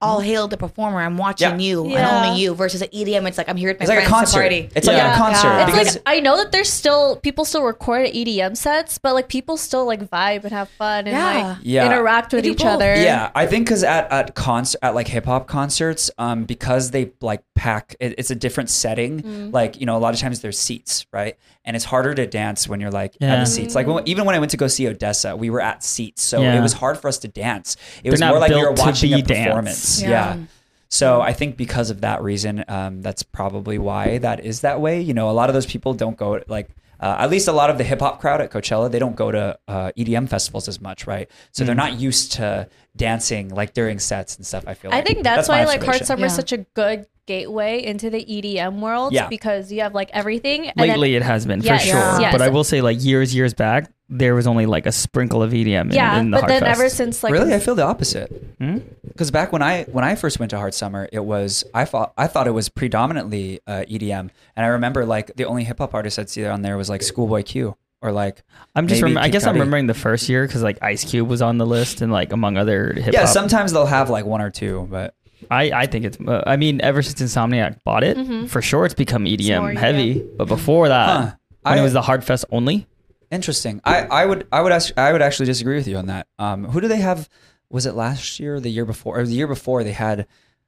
[SPEAKER 2] all hail the performer. I'm watching
[SPEAKER 3] Yeah.
[SPEAKER 2] you
[SPEAKER 1] Mm-hmm. Yeah.
[SPEAKER 2] and only you. Versus at EDM, it's like I'm here at my
[SPEAKER 3] it's like a
[SPEAKER 2] friends to
[SPEAKER 3] concert.
[SPEAKER 2] party.
[SPEAKER 3] It's
[SPEAKER 4] Yeah.
[SPEAKER 3] like a concert
[SPEAKER 1] It's
[SPEAKER 3] because
[SPEAKER 1] like I know that there's still people still record at EDM sets, but like people still like vibe and have fun and
[SPEAKER 2] Yeah.
[SPEAKER 1] like
[SPEAKER 3] Yeah.
[SPEAKER 1] interact with
[SPEAKER 2] They do
[SPEAKER 1] each
[SPEAKER 2] both.
[SPEAKER 1] other.
[SPEAKER 3] Yeah, I think because at at concert at like hip hop concerts, um, because they like pack, it, it's a different setting. Like you know, a lot of times there's seats, right? And it's harder to dance when you're like at
[SPEAKER 4] Yeah.
[SPEAKER 3] the seats. Like when, even when I went to go see Odessa, we were at seats, so
[SPEAKER 4] Yeah.
[SPEAKER 3] it was hard for us to dance. It was
[SPEAKER 4] not
[SPEAKER 3] more like we
[SPEAKER 4] built
[SPEAKER 3] were
[SPEAKER 4] to
[SPEAKER 3] watching
[SPEAKER 4] be
[SPEAKER 3] a
[SPEAKER 4] dance.
[SPEAKER 3] performance.
[SPEAKER 2] Yeah.
[SPEAKER 3] Yeah. So I think because of that reason, um, that's probably why that is that way. You know, a lot of those people don't go like. Uh, at least a lot of the hip hop crowd at Coachella, they don't go to uh, EDM festivals as much, right? So they're not used to dancing like during sets and stuff. I feel.
[SPEAKER 1] I
[SPEAKER 3] like.
[SPEAKER 1] think that's,
[SPEAKER 3] my
[SPEAKER 1] why like Hard
[SPEAKER 3] observation.
[SPEAKER 1] Summer is
[SPEAKER 2] Yeah.
[SPEAKER 1] such a good gateway into the EDM world
[SPEAKER 3] Yeah.
[SPEAKER 1] because you have like everything. And
[SPEAKER 4] Lately,
[SPEAKER 1] then,
[SPEAKER 4] it has been
[SPEAKER 1] Yes,
[SPEAKER 4] for sure.
[SPEAKER 2] yes.
[SPEAKER 4] But I will say, like years, years back, there was only like a sprinkle of EDM. In,
[SPEAKER 1] yeah,
[SPEAKER 4] in the
[SPEAKER 1] but then
[SPEAKER 4] Hardfest.
[SPEAKER 1] ever since like
[SPEAKER 3] really, I feel the opposite. Because back when I when I first went to Hard Summer, it was I thought I thought it was predominantly uh, EDM, and I remember like the only hip hop artist I'd see on there was like Schoolboy Q or like
[SPEAKER 4] I'm just.
[SPEAKER 3] maybe
[SPEAKER 4] Rem- I
[SPEAKER 3] Kid
[SPEAKER 4] guess I'm
[SPEAKER 3] Cudi.
[SPEAKER 4] remembering the first year because like Ice Cube was on the list and like among other hip hop.
[SPEAKER 3] Yeah, sometimes they'll have like one or two, but
[SPEAKER 4] I, I think it's. Uh, I mean, ever since Insomniac bought it, for sure, it's become EDM
[SPEAKER 1] Mm-hmm. more E
[SPEAKER 4] heavy. But before that,
[SPEAKER 3] Huh.
[SPEAKER 4] when
[SPEAKER 3] I-
[SPEAKER 4] it was the Hardfest only,
[SPEAKER 3] Interesting. I, I would I would ask I would actually disagree with you on that. Um, who do they have? Was it last year or the year before? Or the year before they had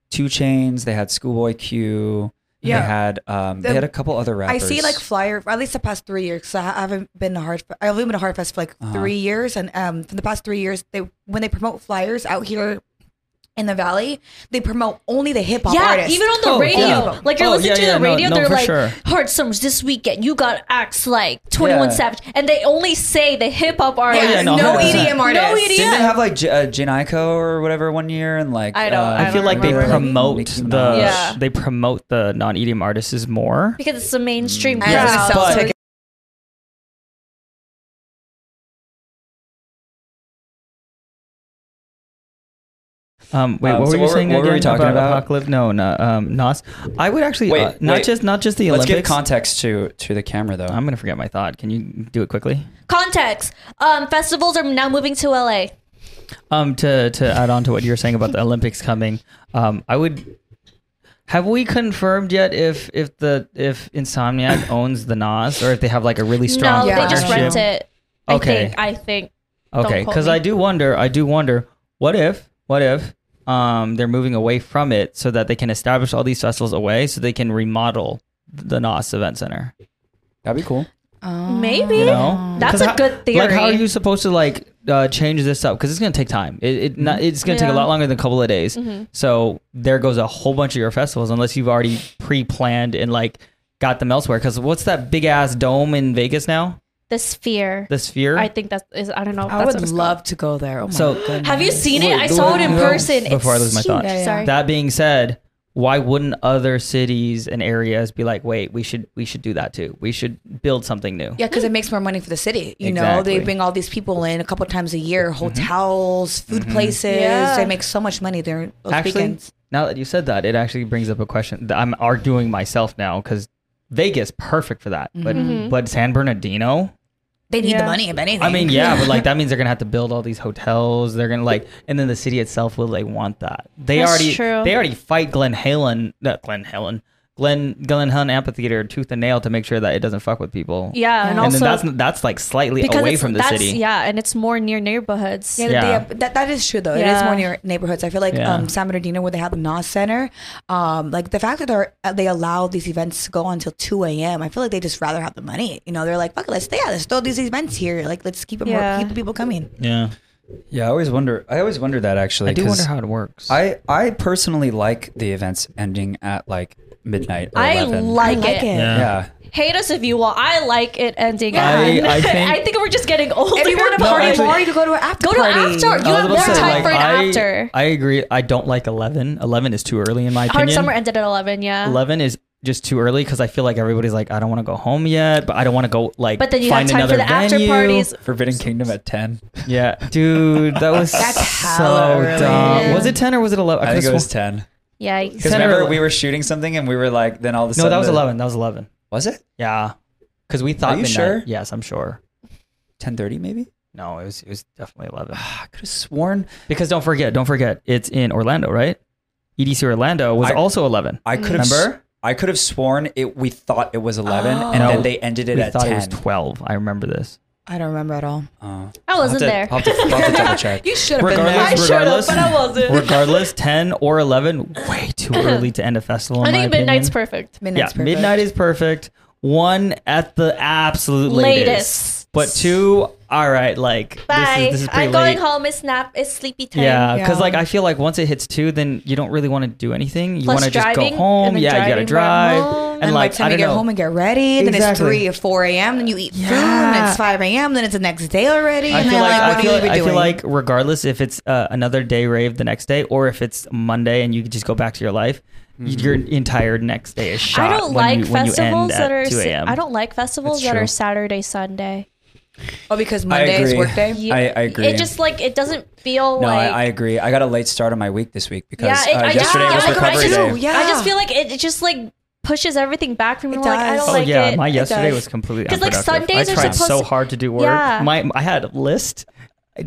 [SPEAKER 3] Two Chains, they had Schoolboy Q,
[SPEAKER 2] Yeah.
[SPEAKER 3] they had um,
[SPEAKER 2] The-
[SPEAKER 3] they had a couple other
[SPEAKER 2] I
[SPEAKER 3] rappers.
[SPEAKER 2] see like flyer at least the past three years. So I haven't been to hard. I've only been to Hardfest for like
[SPEAKER 3] Uh-huh.
[SPEAKER 2] three years, and um, for the past three years, they when they promote flyers out here in the valley, they promote only the hip hop
[SPEAKER 1] yeah,
[SPEAKER 2] artists.
[SPEAKER 1] even on the
[SPEAKER 4] Oh,
[SPEAKER 1] radio,
[SPEAKER 4] yeah.
[SPEAKER 1] like you're
[SPEAKER 4] Oh,
[SPEAKER 1] listening
[SPEAKER 4] yeah,
[SPEAKER 1] to
[SPEAKER 4] yeah,
[SPEAKER 1] the
[SPEAKER 4] no,
[SPEAKER 1] radio,
[SPEAKER 4] no,
[SPEAKER 1] they're
[SPEAKER 4] for
[SPEAKER 1] like
[SPEAKER 4] sure.
[SPEAKER 1] Hard Summers this weekend. You got acts like Twenty One
[SPEAKER 3] Yeah.
[SPEAKER 1] Savage, and they only say the hip hop
[SPEAKER 2] yeah,
[SPEAKER 1] artists.
[SPEAKER 4] Oh, yeah,
[SPEAKER 2] no,
[SPEAKER 4] no,
[SPEAKER 2] EDM
[SPEAKER 4] 100%.
[SPEAKER 2] artists.
[SPEAKER 1] No EDM.
[SPEAKER 3] Didn't
[SPEAKER 1] yeah.
[SPEAKER 3] they have like J- uh, Janaiko or whatever one year and like
[SPEAKER 1] I don't-
[SPEAKER 3] uh,
[SPEAKER 1] I
[SPEAKER 4] I,
[SPEAKER 1] don't
[SPEAKER 4] feel like they
[SPEAKER 1] remember.
[SPEAKER 4] promote
[SPEAKER 3] Nicki Minaj.
[SPEAKER 4] the
[SPEAKER 1] Yeah.
[SPEAKER 4] they promote the non EDM artists more.
[SPEAKER 1] because it's the mainstream
[SPEAKER 2] I don't
[SPEAKER 1] crowd.
[SPEAKER 2] sell
[SPEAKER 1] so
[SPEAKER 2] tickets.
[SPEAKER 4] Um, wait,
[SPEAKER 3] Um,
[SPEAKER 4] what
[SPEAKER 3] so
[SPEAKER 4] were you
[SPEAKER 3] what were-
[SPEAKER 4] saying
[SPEAKER 3] what were
[SPEAKER 4] again
[SPEAKER 3] we talking about?
[SPEAKER 4] Apocalypse? No, no, um, Nas. I would actually
[SPEAKER 3] Wait,
[SPEAKER 4] uh, not
[SPEAKER 3] wait.
[SPEAKER 4] just not just the
[SPEAKER 3] Let's give
[SPEAKER 4] Olympics.
[SPEAKER 3] context to to the camera though.
[SPEAKER 4] I'm gonna forget my thought. Can you do it quickly?
[SPEAKER 1] Context: um, Festivals are now moving to LA.
[SPEAKER 4] Um, to to add on to what you were saying about the Olympics coming, um, I would. Have we confirmed yet if if the if Insomniac owns the Nas or if they have like a really strong?
[SPEAKER 1] No,
[SPEAKER 2] Yeah.
[SPEAKER 1] they just
[SPEAKER 4] partnership?
[SPEAKER 1] rent it.
[SPEAKER 4] Okay.
[SPEAKER 1] I think. I think. Don't
[SPEAKER 4] Okay,
[SPEAKER 1] quote
[SPEAKER 4] because
[SPEAKER 1] me.
[SPEAKER 4] I do wonder. I do wonder. What if? What if? Um, they're moving away from it so that they can establish all these festivals away, so they can remodel the Nas Event Center.
[SPEAKER 3] That'd be cool.
[SPEAKER 1] Maybe
[SPEAKER 4] You know,
[SPEAKER 1] that's
[SPEAKER 4] 'Cause
[SPEAKER 1] a
[SPEAKER 4] how-
[SPEAKER 1] good theory.
[SPEAKER 4] Like, how are you supposed to like uh, change this up? Because it's gonna take time. It, it not, it's gonna
[SPEAKER 1] Mm-hmm.
[SPEAKER 4] take
[SPEAKER 1] Yeah. Mm-hmm.
[SPEAKER 4] a lot longer than a couple of days. So there goes a whole bunch of your festivals, unless you've already pre-planned and like got them elsewhere. Because what's that big ass dome in Vegas now?
[SPEAKER 1] the sphere?
[SPEAKER 4] The Sphere.
[SPEAKER 1] I think that's. Is, I don't know.
[SPEAKER 2] I
[SPEAKER 1] that's
[SPEAKER 2] would
[SPEAKER 1] what it's
[SPEAKER 2] love to go there. Oh my
[SPEAKER 4] So-
[SPEAKER 2] goodness.
[SPEAKER 1] Called. Have you seen it?
[SPEAKER 4] Wait,
[SPEAKER 1] I saw it in
[SPEAKER 4] wait,
[SPEAKER 1] person.
[SPEAKER 4] before I
[SPEAKER 1] It's
[SPEAKER 4] lose my
[SPEAKER 1] huge.
[SPEAKER 4] thought.
[SPEAKER 2] Yeah, yeah.
[SPEAKER 1] Sorry.
[SPEAKER 4] That being said, why wouldn't other cities and areas be like, wait, we should we should do that too. We should build something new.
[SPEAKER 2] Yeah, because it makes more money for the city. You know,
[SPEAKER 4] Exactly. Mm-hmm.
[SPEAKER 2] they bring all these people in a couple times a year, hotels, food places.
[SPEAKER 1] Yeah.
[SPEAKER 2] They make so much money during those
[SPEAKER 4] Actually,
[SPEAKER 2] weekends.
[SPEAKER 4] now that you said that, it actually brings up a question that I'm arguing myself now because Vegas perfect for that, but
[SPEAKER 1] Mm-hmm.
[SPEAKER 4] but San Bernardino.
[SPEAKER 2] They need
[SPEAKER 1] Yeah.
[SPEAKER 2] the money, if anything.
[SPEAKER 4] I mean, yeah, but like that means they're gonna have to build all these hotels. They're gonna like, and then the city itself will like want that. They
[SPEAKER 1] That's
[SPEAKER 4] already
[SPEAKER 1] true.
[SPEAKER 4] they already fight Glen Helen, not Glen Helen, Glen Glen Helen Amphitheater tooth and nail to make sure that it doesn't fuck with people.
[SPEAKER 1] Yeah, and
[SPEAKER 2] And
[SPEAKER 4] and
[SPEAKER 1] also
[SPEAKER 4] then that's that's like slightly
[SPEAKER 1] because
[SPEAKER 4] away
[SPEAKER 1] it's-
[SPEAKER 4] from the
[SPEAKER 1] that's,
[SPEAKER 4] city.
[SPEAKER 1] Yeah, and it's more near neighborhoods.
[SPEAKER 2] Yeah,
[SPEAKER 4] Yeah.
[SPEAKER 2] they have- that, that is true though. It
[SPEAKER 1] Yeah.
[SPEAKER 2] is more near neighborhoods. I feel like
[SPEAKER 4] Yeah.
[SPEAKER 2] um, San Bernardino, where they have the NAS Center, um, like the fact that they're, they allow these events to go on until two a.m. I feel like they just rather have the money. You know, they're like, "Fuck, it, let's stay out. Let's throw these events here. Like, let's keep it
[SPEAKER 1] Yeah.
[SPEAKER 2] more, keep the people coming."
[SPEAKER 4] Yeah,
[SPEAKER 3] Yeah, I always wonder. I always wonder that actually.
[SPEAKER 4] I do
[SPEAKER 3] 'cause
[SPEAKER 4] wonder how it works.
[SPEAKER 3] I I personally like the events ending at like midnight. Or
[SPEAKER 1] I
[SPEAKER 3] 11.
[SPEAKER 1] like,
[SPEAKER 2] I like
[SPEAKER 1] it.
[SPEAKER 2] it.
[SPEAKER 3] Yeah.
[SPEAKER 1] Hate us if you want. I like it ending.
[SPEAKER 4] I-
[SPEAKER 1] on- (laughs)
[SPEAKER 4] I think-
[SPEAKER 1] we're just getting older.
[SPEAKER 2] If you want to party
[SPEAKER 4] actually-
[SPEAKER 2] more, you can go to an after
[SPEAKER 1] Go to
[SPEAKER 2] party.
[SPEAKER 1] after. You
[SPEAKER 4] I was
[SPEAKER 1] have
[SPEAKER 4] about
[SPEAKER 1] more
[SPEAKER 4] to say,
[SPEAKER 1] time for an
[SPEAKER 4] I,
[SPEAKER 1] after.
[SPEAKER 4] I agree. I don't like 11. 11 is too early in my
[SPEAKER 1] Hard
[SPEAKER 4] opinion.
[SPEAKER 1] summer ended at eleven. Yeah.
[SPEAKER 4] 11 is just too early because I feel like everybody's like, I don't want to go home yet, but I don't want to go like
[SPEAKER 1] But then you have
[SPEAKER 4] find
[SPEAKER 1] time for
[SPEAKER 4] another
[SPEAKER 1] the after
[SPEAKER 4] venue.
[SPEAKER 1] parties.
[SPEAKER 3] Forbidden Kingdom at ten.
[SPEAKER 4] Yeah, dude,
[SPEAKER 1] (laughs)
[SPEAKER 4] that was
[SPEAKER 2] That's
[SPEAKER 4] so
[SPEAKER 2] hella early.
[SPEAKER 4] dumb.
[SPEAKER 1] Yeah.
[SPEAKER 4] Was it 10 or was it 11?
[SPEAKER 3] I think
[SPEAKER 4] could've
[SPEAKER 3] it was
[SPEAKER 4] sworn-
[SPEAKER 3] ten.
[SPEAKER 1] Yikes.
[SPEAKER 3] Because
[SPEAKER 4] 10 or
[SPEAKER 3] remember
[SPEAKER 4] 11.
[SPEAKER 3] we were shooting something and we were like, then all of a sudden
[SPEAKER 4] No, that was
[SPEAKER 3] the-
[SPEAKER 4] 11. That was 11.
[SPEAKER 3] Was it
[SPEAKER 4] Yeah, because we thought.
[SPEAKER 3] Are you
[SPEAKER 4] midnight.
[SPEAKER 3] sure?
[SPEAKER 4] Yes, I'm sure.
[SPEAKER 3] ten thirty maybe? (sighs)
[SPEAKER 4] No, it was it was definitely 11.
[SPEAKER 3] I could have sworn
[SPEAKER 4] Because don't forget, don't forget, it's in Orlando, right? EDC Orlando was
[SPEAKER 3] I-
[SPEAKER 4] also 11.
[SPEAKER 3] I could have.
[SPEAKER 4] Remember?
[SPEAKER 3] I could have sworn it. We thought it was eleven, (gasps) and
[SPEAKER 4] No,
[SPEAKER 3] then they ended it
[SPEAKER 4] we
[SPEAKER 3] at
[SPEAKER 4] thought
[SPEAKER 3] ten.
[SPEAKER 4] it was 12. I remember this.
[SPEAKER 2] I don't remember at all.
[SPEAKER 3] Oh.
[SPEAKER 1] I wasn't
[SPEAKER 3] I'll
[SPEAKER 1] there.
[SPEAKER 3] have to- I'll have to- I'll have to double
[SPEAKER 1] (laughs)
[SPEAKER 3] check.
[SPEAKER 2] You should have been there.
[SPEAKER 1] I
[SPEAKER 4] Regardless,
[SPEAKER 1] showed up,
[SPEAKER 4] regardless,
[SPEAKER 1] but I wasn't.
[SPEAKER 4] regardless, 10 or 11, way
[SPEAKER 1] (laughs)
[SPEAKER 4] too early to end a festival. in
[SPEAKER 1] I
[SPEAKER 4] my
[SPEAKER 1] think midnight's
[SPEAKER 4] opinion.
[SPEAKER 1] perfect.
[SPEAKER 2] Midnight's
[SPEAKER 4] Yeah,
[SPEAKER 2] perfect.
[SPEAKER 4] midnight is perfect. One at the absolute latest.
[SPEAKER 1] Latest.
[SPEAKER 4] But two, all right, like this
[SPEAKER 1] Bye.
[SPEAKER 4] is, this is pretty
[SPEAKER 1] I'm going
[SPEAKER 4] late.
[SPEAKER 1] home. It's nap. It's sleepy time.
[SPEAKER 4] Yeah,
[SPEAKER 2] Yeah.
[SPEAKER 4] because like I feel like once it hits two, then you don't really want to do anything. You
[SPEAKER 1] Plus
[SPEAKER 4] want to just go
[SPEAKER 1] driving, and
[SPEAKER 4] home.
[SPEAKER 1] then
[SPEAKER 4] Yeah, you gotta
[SPEAKER 1] driving back
[SPEAKER 4] drive,
[SPEAKER 1] home.
[SPEAKER 4] and,
[SPEAKER 1] And
[SPEAKER 2] And
[SPEAKER 4] like
[SPEAKER 2] by the time
[SPEAKER 4] I
[SPEAKER 2] you
[SPEAKER 4] don't
[SPEAKER 2] get
[SPEAKER 4] know.
[SPEAKER 2] home and get ready, then it's
[SPEAKER 4] Exactly.
[SPEAKER 2] three or four a.m. Then you eat food,
[SPEAKER 4] Yeah.
[SPEAKER 2] and it's five a.m. Then it's the next day already.
[SPEAKER 4] I
[SPEAKER 2] and
[SPEAKER 4] feel
[SPEAKER 2] then,
[SPEAKER 4] like,
[SPEAKER 2] what
[SPEAKER 4] I, feel
[SPEAKER 2] are you
[SPEAKER 4] like I feel
[SPEAKER 2] doing?
[SPEAKER 4] like regardless if it's uh, another day rave the next day or if it's Monday and you could just go back to your life, y- your entire next day is shot.
[SPEAKER 1] I don't
[SPEAKER 4] when
[SPEAKER 1] like
[SPEAKER 4] you, when you
[SPEAKER 1] festivals
[SPEAKER 4] end
[SPEAKER 1] that
[SPEAKER 4] at
[SPEAKER 1] are.
[SPEAKER 4] 2
[SPEAKER 1] sa-
[SPEAKER 4] a.m.
[SPEAKER 1] I don't like festivals
[SPEAKER 3] That's
[SPEAKER 1] that
[SPEAKER 3] true.
[SPEAKER 1] are Saturday Sunday.
[SPEAKER 2] oh, because
[SPEAKER 3] I
[SPEAKER 2] Monday is
[SPEAKER 3] agree.
[SPEAKER 2] work day.
[SPEAKER 1] You-
[SPEAKER 3] I- I agree.
[SPEAKER 1] It just like it doesn't feel
[SPEAKER 3] (laughs) No,
[SPEAKER 1] like.
[SPEAKER 3] I, I agree. I got a late start on my week this week because
[SPEAKER 1] Yeah, it-
[SPEAKER 3] uh,
[SPEAKER 1] I just-
[SPEAKER 3] yesterday
[SPEAKER 1] yeah,
[SPEAKER 3] was
[SPEAKER 1] I agree
[SPEAKER 3] recovery
[SPEAKER 1] too.
[SPEAKER 3] day.
[SPEAKER 2] Yeah.
[SPEAKER 1] I just feel like it, it just like pushes everything back from me.
[SPEAKER 2] It
[SPEAKER 1] Like I
[SPEAKER 2] does.
[SPEAKER 1] don't
[SPEAKER 4] Oh
[SPEAKER 1] like
[SPEAKER 4] yeah,
[SPEAKER 1] it.
[SPEAKER 4] my
[SPEAKER 1] It
[SPEAKER 4] yesterday
[SPEAKER 2] does.
[SPEAKER 4] was completely
[SPEAKER 1] 'Cause, like,
[SPEAKER 4] unproductive.
[SPEAKER 1] Sundays
[SPEAKER 4] I
[SPEAKER 1] are
[SPEAKER 4] tried so
[SPEAKER 1] supposed to-
[SPEAKER 4] hard to do work.
[SPEAKER 1] Yeah.
[SPEAKER 4] My I had a list.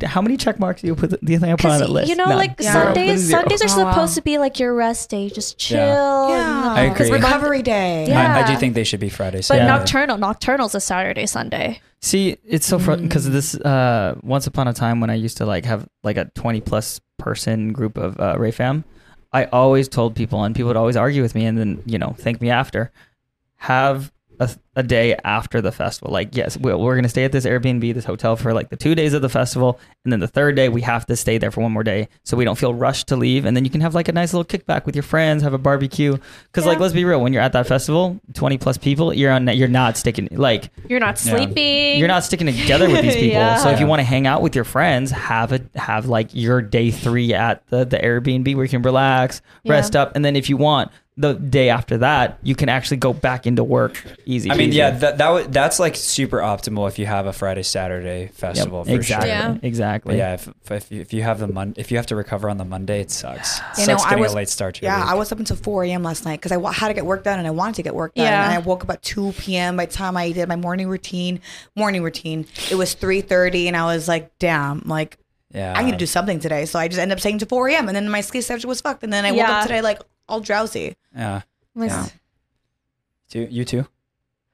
[SPEAKER 4] How many check marks do you put? Do you think I put on
[SPEAKER 1] Because
[SPEAKER 4] that list?
[SPEAKER 1] you know,
[SPEAKER 4] None.
[SPEAKER 1] like
[SPEAKER 2] Yeah.
[SPEAKER 1] Sundays,
[SPEAKER 4] Zero.
[SPEAKER 1] Sundays are
[SPEAKER 2] Oh, wow.
[SPEAKER 1] supposed to be like your rest day, just chill.
[SPEAKER 3] Yeah.
[SPEAKER 1] and-
[SPEAKER 3] I agree.
[SPEAKER 2] Because recovery day.
[SPEAKER 1] Yeah.
[SPEAKER 3] I, I do think they should be Friday.
[SPEAKER 1] But
[SPEAKER 3] Saturday.
[SPEAKER 1] nocturnal, nocturnal's a Saturday, Sunday.
[SPEAKER 4] See, it's so fun because this. Uh, once upon a time, when I used to like have like a twenty plus person group of uh, Ray fam, I always told people, and people would always argue with me, and then you know thank me after. Have a, a day after the festival. Like, yes, we're, we're gonna stay at this Airbnb, this hotel for like the two days of the festival, and then the third day we have to stay there for one more day, so we don't feel rushed to leave. And then you can have like a nice little kickback with your friends, have a barbecue. Because like,
[SPEAKER 1] Yeah.
[SPEAKER 4] let's be real, when you're at that festival, twenty plus people, you're on. You're not sticking like
[SPEAKER 1] You're not
[SPEAKER 3] Yeah.
[SPEAKER 1] sleeping.
[SPEAKER 4] you're not sticking together with these people.
[SPEAKER 1] Yeah.
[SPEAKER 4] So if you
[SPEAKER 3] Yeah.
[SPEAKER 4] want to hang out with your friends, have a have like your day three at the the Airbnb where you can relax,
[SPEAKER 1] Yeah.
[SPEAKER 4] rest up, and then if you want the day after that, you can actually go back into work easy.
[SPEAKER 3] I mean,
[SPEAKER 4] peasy.
[SPEAKER 3] yeah, that, that w- that's like super optimal if you have a Friday Saturday
[SPEAKER 4] Yep.
[SPEAKER 3] festival for
[SPEAKER 4] exactly,
[SPEAKER 3] sure.
[SPEAKER 1] Yeah.
[SPEAKER 4] exactly.
[SPEAKER 3] But yeah, if, if, you, if you have the mon- if you have to recover on the Monday, it sucks. It
[SPEAKER 2] You
[SPEAKER 3] sucks
[SPEAKER 2] know, I
[SPEAKER 3] getting
[SPEAKER 2] was-
[SPEAKER 3] a late start. To your
[SPEAKER 2] Yeah,
[SPEAKER 3] week.
[SPEAKER 2] I was up until 4 a.m. last night because I wa- had to get work done and I wanted to get work done.
[SPEAKER 1] Yeah.
[SPEAKER 2] And I woke up at 2 p.m. By the time I did my morning routine, morning routine, it was 3.30 and I was like, damn, like,
[SPEAKER 3] Yeah,
[SPEAKER 2] I need to do something today. So I just ended up staying to 4 a.m. And then my sleep schedule was fucked. And then I woke
[SPEAKER 1] Yeah.
[SPEAKER 2] up today like all drowsy.
[SPEAKER 3] Yeah,
[SPEAKER 1] My,
[SPEAKER 3] Yeah. Too- you too,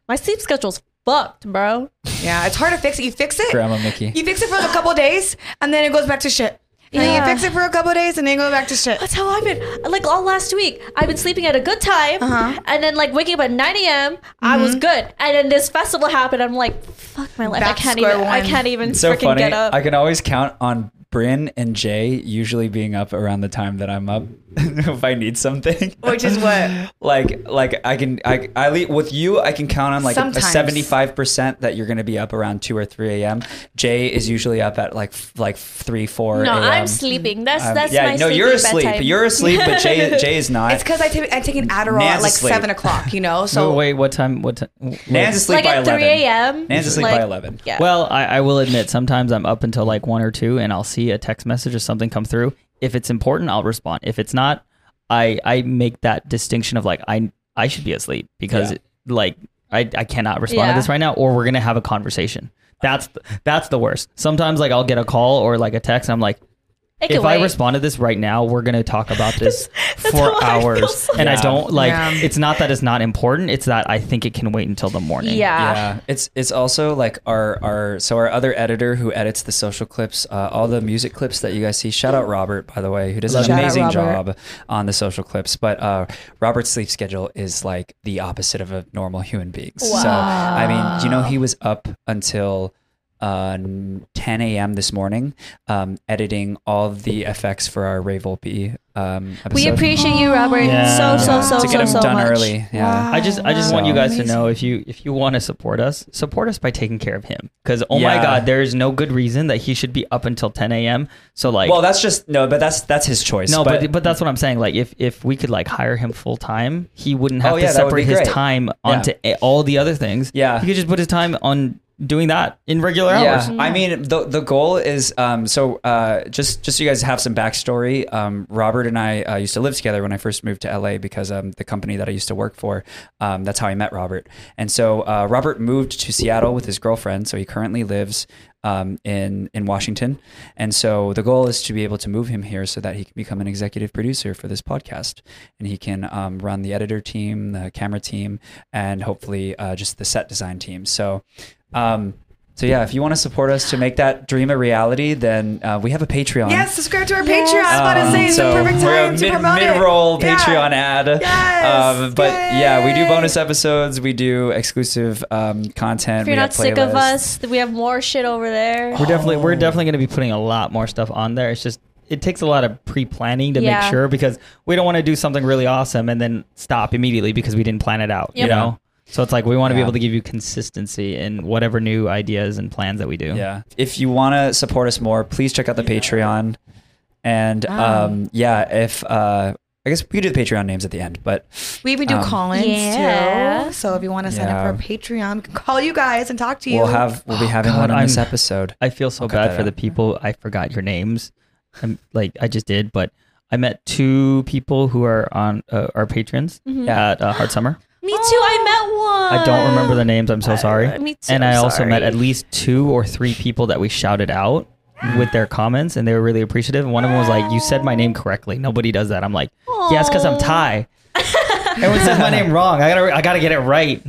[SPEAKER 1] my sleep schedule's fucked, bro.
[SPEAKER 2] Yeah, it's hard to fix it. You fix it.
[SPEAKER 3] Grandma Mickey.
[SPEAKER 2] You fix it for a couple of days and then it goes back to shit. And then
[SPEAKER 1] Yeah.
[SPEAKER 2] you fix it for a couple of days and then it goes back to shit.
[SPEAKER 1] That's how I've been. Like all last week, I've been sleeping at a good time,
[SPEAKER 2] Uh-huh. Mm-hmm.
[SPEAKER 1] and then like waking up at 9 a.m. I was good, and then this festival happened. I'm like, fuck my life.
[SPEAKER 2] Back
[SPEAKER 1] I can't
[SPEAKER 2] square
[SPEAKER 1] even. I
[SPEAKER 2] one.
[SPEAKER 1] can't even
[SPEAKER 3] It's so
[SPEAKER 1] freaking
[SPEAKER 3] funny.
[SPEAKER 1] get up.
[SPEAKER 3] I can always count on Bryn and Jay usually being up around the time that I'm up (laughs) if I need something.
[SPEAKER 2] Which is what?
[SPEAKER 3] like like I can I I leave with you I can count on like a
[SPEAKER 2] Sometimes.
[SPEAKER 3] seventy five percent that you're gonna be up around two or three a.m. Jay is usually up at like f- like three four.
[SPEAKER 1] no,
[SPEAKER 3] a.m.
[SPEAKER 1] I'm sleeping. That's
[SPEAKER 3] Um,
[SPEAKER 1] that's
[SPEAKER 3] yeah,
[SPEAKER 1] my
[SPEAKER 3] no, you're
[SPEAKER 1] sleeping
[SPEAKER 3] asleep.
[SPEAKER 1] bedtime.
[SPEAKER 3] You're asleep, but
[SPEAKER 1] (laughs)
[SPEAKER 3] Jay Jay is not.
[SPEAKER 2] It's because I take- I take an Adderall
[SPEAKER 3] Nan's
[SPEAKER 2] at like
[SPEAKER 3] asleep.
[SPEAKER 2] 7 o'clock, you
[SPEAKER 3] (laughs)
[SPEAKER 2] know?
[SPEAKER 4] So
[SPEAKER 2] So
[SPEAKER 4] wait, what time? What time?
[SPEAKER 3] Nan's
[SPEAKER 1] like
[SPEAKER 3] asleep by
[SPEAKER 1] at 3
[SPEAKER 3] eleven.
[SPEAKER 1] a.m.
[SPEAKER 3] Nan's asleep
[SPEAKER 1] Like,
[SPEAKER 3] by eleven.
[SPEAKER 1] Yeah.
[SPEAKER 4] Well, I, I will admit sometimes I'm up until like one or two, and I'll see a text message or something come through. If it's important, I'll respond. If it's not, I I make that distinction of like I I should be asleep because
[SPEAKER 3] Yeah.
[SPEAKER 4] like I I cannot respond
[SPEAKER 1] Yeah.
[SPEAKER 4] to this right now, or we're gonna have a conversation. That's th- that's the worst. Sometimes like I'll get a call or like a text, and I'm like,
[SPEAKER 1] It can
[SPEAKER 4] if I
[SPEAKER 1] wait.
[SPEAKER 4] respond to this right now, we're gonna talk about
[SPEAKER 1] (laughs)
[SPEAKER 4] this
[SPEAKER 1] how
[SPEAKER 4] for
[SPEAKER 1] I feel
[SPEAKER 4] hours,
[SPEAKER 1] sometimes.
[SPEAKER 4] and I don't like.
[SPEAKER 2] Yeah.
[SPEAKER 4] It's not that it's not important. It's that I think it can wait until the morning.
[SPEAKER 1] yeah.
[SPEAKER 3] Yeah, it's it's also like our our so our other editor who edits the social clips, uh, all the music clips that you guys see. Shout out Robert, by the way, who does an
[SPEAKER 2] Shout out
[SPEAKER 3] amazing
[SPEAKER 2] Robert.
[SPEAKER 3] job on the social clips. But uh, Robert's sleep schedule is like the opposite of a normal human being's. So I mean, you know, he was up until. Uh, 10 a.m. this morning, um, editing all the effects for our Ray Volpe um, episode.
[SPEAKER 1] We appreciate you, Robert, so
[SPEAKER 4] Yeah.
[SPEAKER 1] so
[SPEAKER 3] Yeah.
[SPEAKER 1] so
[SPEAKER 3] to get
[SPEAKER 1] so
[SPEAKER 3] them
[SPEAKER 1] so
[SPEAKER 3] done
[SPEAKER 1] much.
[SPEAKER 3] early. Yeah,
[SPEAKER 4] I just I just
[SPEAKER 3] Wow.
[SPEAKER 4] want you guys to
[SPEAKER 2] Amazing.
[SPEAKER 4] know if you if you want to support us, support us by taking care of him. Because oh my
[SPEAKER 3] Yeah.
[SPEAKER 4] God, there is no good reason that he should be up until 10 a.m. So like,
[SPEAKER 3] Well, that's just no, but that's that's his choice.
[SPEAKER 4] no, but, but that's what I'm saying. Like if if we could like hire him full time, he wouldn't have
[SPEAKER 3] Oh, yeah,
[SPEAKER 4] to
[SPEAKER 3] that would be
[SPEAKER 4] separate his
[SPEAKER 3] great.
[SPEAKER 4] time
[SPEAKER 3] Yeah.
[SPEAKER 4] onto a- all the other things.
[SPEAKER 3] Yeah.
[SPEAKER 4] he could just put his time on doing that in regular hours.
[SPEAKER 3] Yeah, I mean the the goal is um, so uh, just just so you guys have some backstory. Um, Robert and I uh, used to live together when I first moved to LA because um, the company that I used to work for, um, that's how I met Robert. And so uh, Robert moved to Seattle with his girlfriend, so he currently lives um, in in Washington. And so the goal is to be able to move him here so that he can become an executive producer for this podcast, and he can um, run the editor team, the camera team, and hopefully uh, just the set design team. So. Um, So yeah, if you want to support us to make that dream a reality, then uh, we have a Patreon.
[SPEAKER 2] Yes, subscribe to our Patreon. I was about to
[SPEAKER 3] Um,
[SPEAKER 2] say it's
[SPEAKER 3] so
[SPEAKER 2] the perfect
[SPEAKER 3] we're a
[SPEAKER 2] time to
[SPEAKER 3] mid-
[SPEAKER 2] promote it.
[SPEAKER 3] mid-roll
[SPEAKER 2] Yeah.
[SPEAKER 3] Patreon ad.
[SPEAKER 2] Yes.
[SPEAKER 3] Um, but yeah, we do
[SPEAKER 2] Yay.
[SPEAKER 3] bonus episodes. We do exclusive um, content.
[SPEAKER 1] If you're
[SPEAKER 3] we
[SPEAKER 1] not
[SPEAKER 3] have
[SPEAKER 1] sick of
[SPEAKER 3] playlists.
[SPEAKER 1] us, we have more shit over there.
[SPEAKER 4] We're definitely
[SPEAKER 1] Oh.
[SPEAKER 4] we're definitely going to be putting a lot more stuff on there. It's just it takes a lot of pre-planning to
[SPEAKER 1] Yeah.
[SPEAKER 4] make sure because we don't want to do something really awesome and then stop immediately because we didn't plan it out.
[SPEAKER 1] Yep.
[SPEAKER 4] You know, so it's like we want to
[SPEAKER 3] Yeah.
[SPEAKER 4] be able to give you consistency in whatever new ideas and plans that we do.
[SPEAKER 3] Yeah. If you want to support us more, please check out the Patreon. And
[SPEAKER 1] Ah.
[SPEAKER 3] um, yeah, if uh, I guess we could do the Patreon names at the end, but
[SPEAKER 2] We even do
[SPEAKER 3] Um,
[SPEAKER 2] call-ins
[SPEAKER 1] Yeah.
[SPEAKER 2] too. So if you want to sign
[SPEAKER 3] Yeah.
[SPEAKER 2] up for a Patreon, we can call you guys and talk to you.
[SPEAKER 3] we'll have we'll be having
[SPEAKER 4] Oh, God,
[SPEAKER 3] one on this
[SPEAKER 4] I'm-
[SPEAKER 3] episode.
[SPEAKER 4] I feel so
[SPEAKER 3] I'll cut
[SPEAKER 4] bad
[SPEAKER 3] that
[SPEAKER 4] for the
[SPEAKER 3] out.
[SPEAKER 4] people. I forgot your names. I'm like I just did, but I met two people who are on uh, our patrons
[SPEAKER 1] Mm-hmm.
[SPEAKER 4] at uh, Hard Summer.
[SPEAKER 1] Me too. I met one.
[SPEAKER 4] I don't remember the names. I'm so sorry.
[SPEAKER 1] Uh, me too,
[SPEAKER 4] And
[SPEAKER 1] I'm
[SPEAKER 4] I also met
[SPEAKER 1] sorry.
[SPEAKER 4] at least two or three people that we shouted out with their comments, and they were really appreciative. And one of them was like, "You said my name correctly. Nobody does that." I'm like, "Yeah, it's because
[SPEAKER 1] (laughs)
[SPEAKER 4] I'm Thai." Everyone says my name wrong. I gotta, I gotta get it right.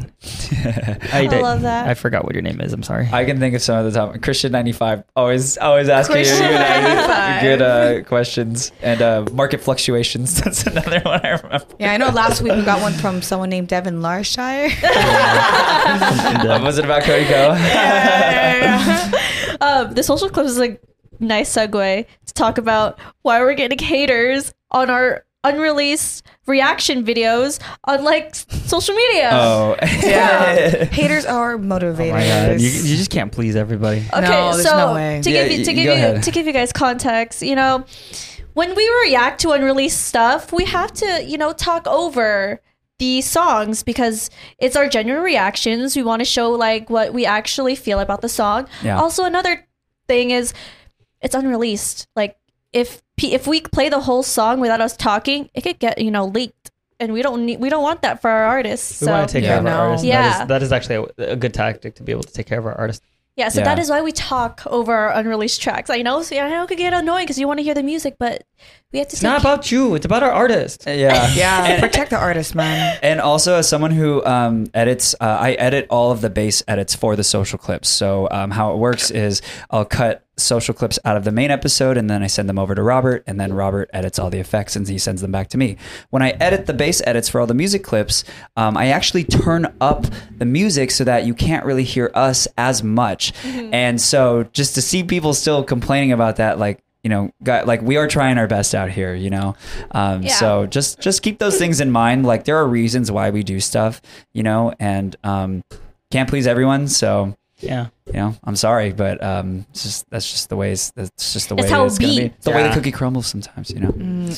[SPEAKER 4] I, did-
[SPEAKER 1] love that.
[SPEAKER 4] I forgot what your name is. I'm sorry.
[SPEAKER 3] I can think of some of the top Christian ninety five always always asking you
[SPEAKER 2] Christian
[SPEAKER 3] good,
[SPEAKER 2] 95.
[SPEAKER 3] good uh, questions and uh, market fluctuations. (laughs) That's another one I remember.
[SPEAKER 2] yeah, I know last week we got one from someone named Devin (laughs) Larshire.
[SPEAKER 4] (laughs) And,
[SPEAKER 3] Uh,
[SPEAKER 4] uh,
[SPEAKER 3] was it about Cody Go?
[SPEAKER 2] (laughs)
[SPEAKER 1] Um, the social clips is a nice segue to talk about why we're getting haters on our unreleased reaction videos on like s- social media.
[SPEAKER 3] (laughs) oh
[SPEAKER 2] Yeah. Haters are
[SPEAKER 4] oh my God.
[SPEAKER 2] motivators.
[SPEAKER 4] You, you just can't please everybody.
[SPEAKER 1] Okay,
[SPEAKER 2] No, there's
[SPEAKER 1] so
[SPEAKER 2] no way.
[SPEAKER 1] to
[SPEAKER 3] Yeah,
[SPEAKER 1] give you to
[SPEAKER 3] y-
[SPEAKER 1] give
[SPEAKER 3] go
[SPEAKER 1] you
[SPEAKER 3] ahead.
[SPEAKER 1] to give you guys context, you know, when we react to unreleased stuff, we have to you know talk over the songs because it's our genuine reactions. We want to show like what we actually feel about the song.
[SPEAKER 3] Yeah.
[SPEAKER 1] Also, another thing is it's unreleased. Like if pe- if we play the whole song without us talking, it could get you know leaked, and we don't need we don't want that for our artists.
[SPEAKER 4] We
[SPEAKER 1] so.
[SPEAKER 4] want to take
[SPEAKER 3] Yeah.
[SPEAKER 4] care of our
[SPEAKER 2] No.
[SPEAKER 4] artists.
[SPEAKER 1] Yeah.
[SPEAKER 4] That, is, that is actually a, a good tactic to be able to take care of our artists.
[SPEAKER 1] Yeah, so
[SPEAKER 3] Yeah.
[SPEAKER 1] that is why we talk over our unreleased tracks. I know, so I know it could get annoying because you want to hear the music, but we have to.
[SPEAKER 4] It's not about you. It's about our artists.
[SPEAKER 3] yeah.
[SPEAKER 2] yeah, Uh, protect the artist, man.
[SPEAKER 3] And also, as someone who um, edits, uh, I edit all of the base edits for the social clips. So um, how it works is I'll cut social clips out of the main episode, and then I send them over to Robert, and then Robert edits all the effects, and he sends them back to me. When I edit the base edits for all the music clips, um, I actually turn up the music so that you can't really hear us as much. And so, just to see people still complaining about that, like. You know, got, like we are trying our best out here. You know, um,
[SPEAKER 1] Yeah.
[SPEAKER 3] so just just keep those things in mind like there are reasons why we do stuff you know and um can't please everyone so
[SPEAKER 4] (laughs) Yeah.
[SPEAKER 3] you know i'm sorry but um it's just that's just the ways that's just the way
[SPEAKER 1] It's how
[SPEAKER 3] it's gonna
[SPEAKER 1] we-
[SPEAKER 3] be It's the way the
[SPEAKER 4] Yeah.
[SPEAKER 3] cookie crumbles sometimes you know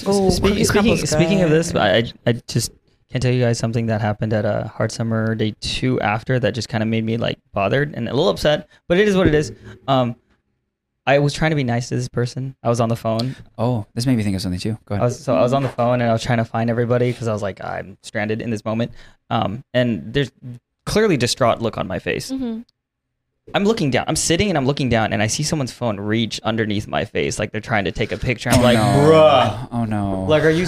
[SPEAKER 2] Oh,
[SPEAKER 4] Speaking, speaking, speaking of this, I, I- I just can tell you guys something that happened at a hard summer day two after that just kind of made me like bothered and a little upset, but it is what it is. Um, I was trying to be nice to this person. I was on the phone.
[SPEAKER 3] oh this made me think of something too go
[SPEAKER 4] I
[SPEAKER 3] ahead
[SPEAKER 4] was, so I was on the phone and I was trying to find everybody because I was like, I'm stranded in this moment. Um, and there's clearly distraught look on my face.
[SPEAKER 1] Mhm.
[SPEAKER 4] I'm looking down. I'm sitting and I'm looking down and I see someone's phone reach underneath my face like they're trying to take a picture. I'm like, bruh
[SPEAKER 3] oh no
[SPEAKER 4] like are you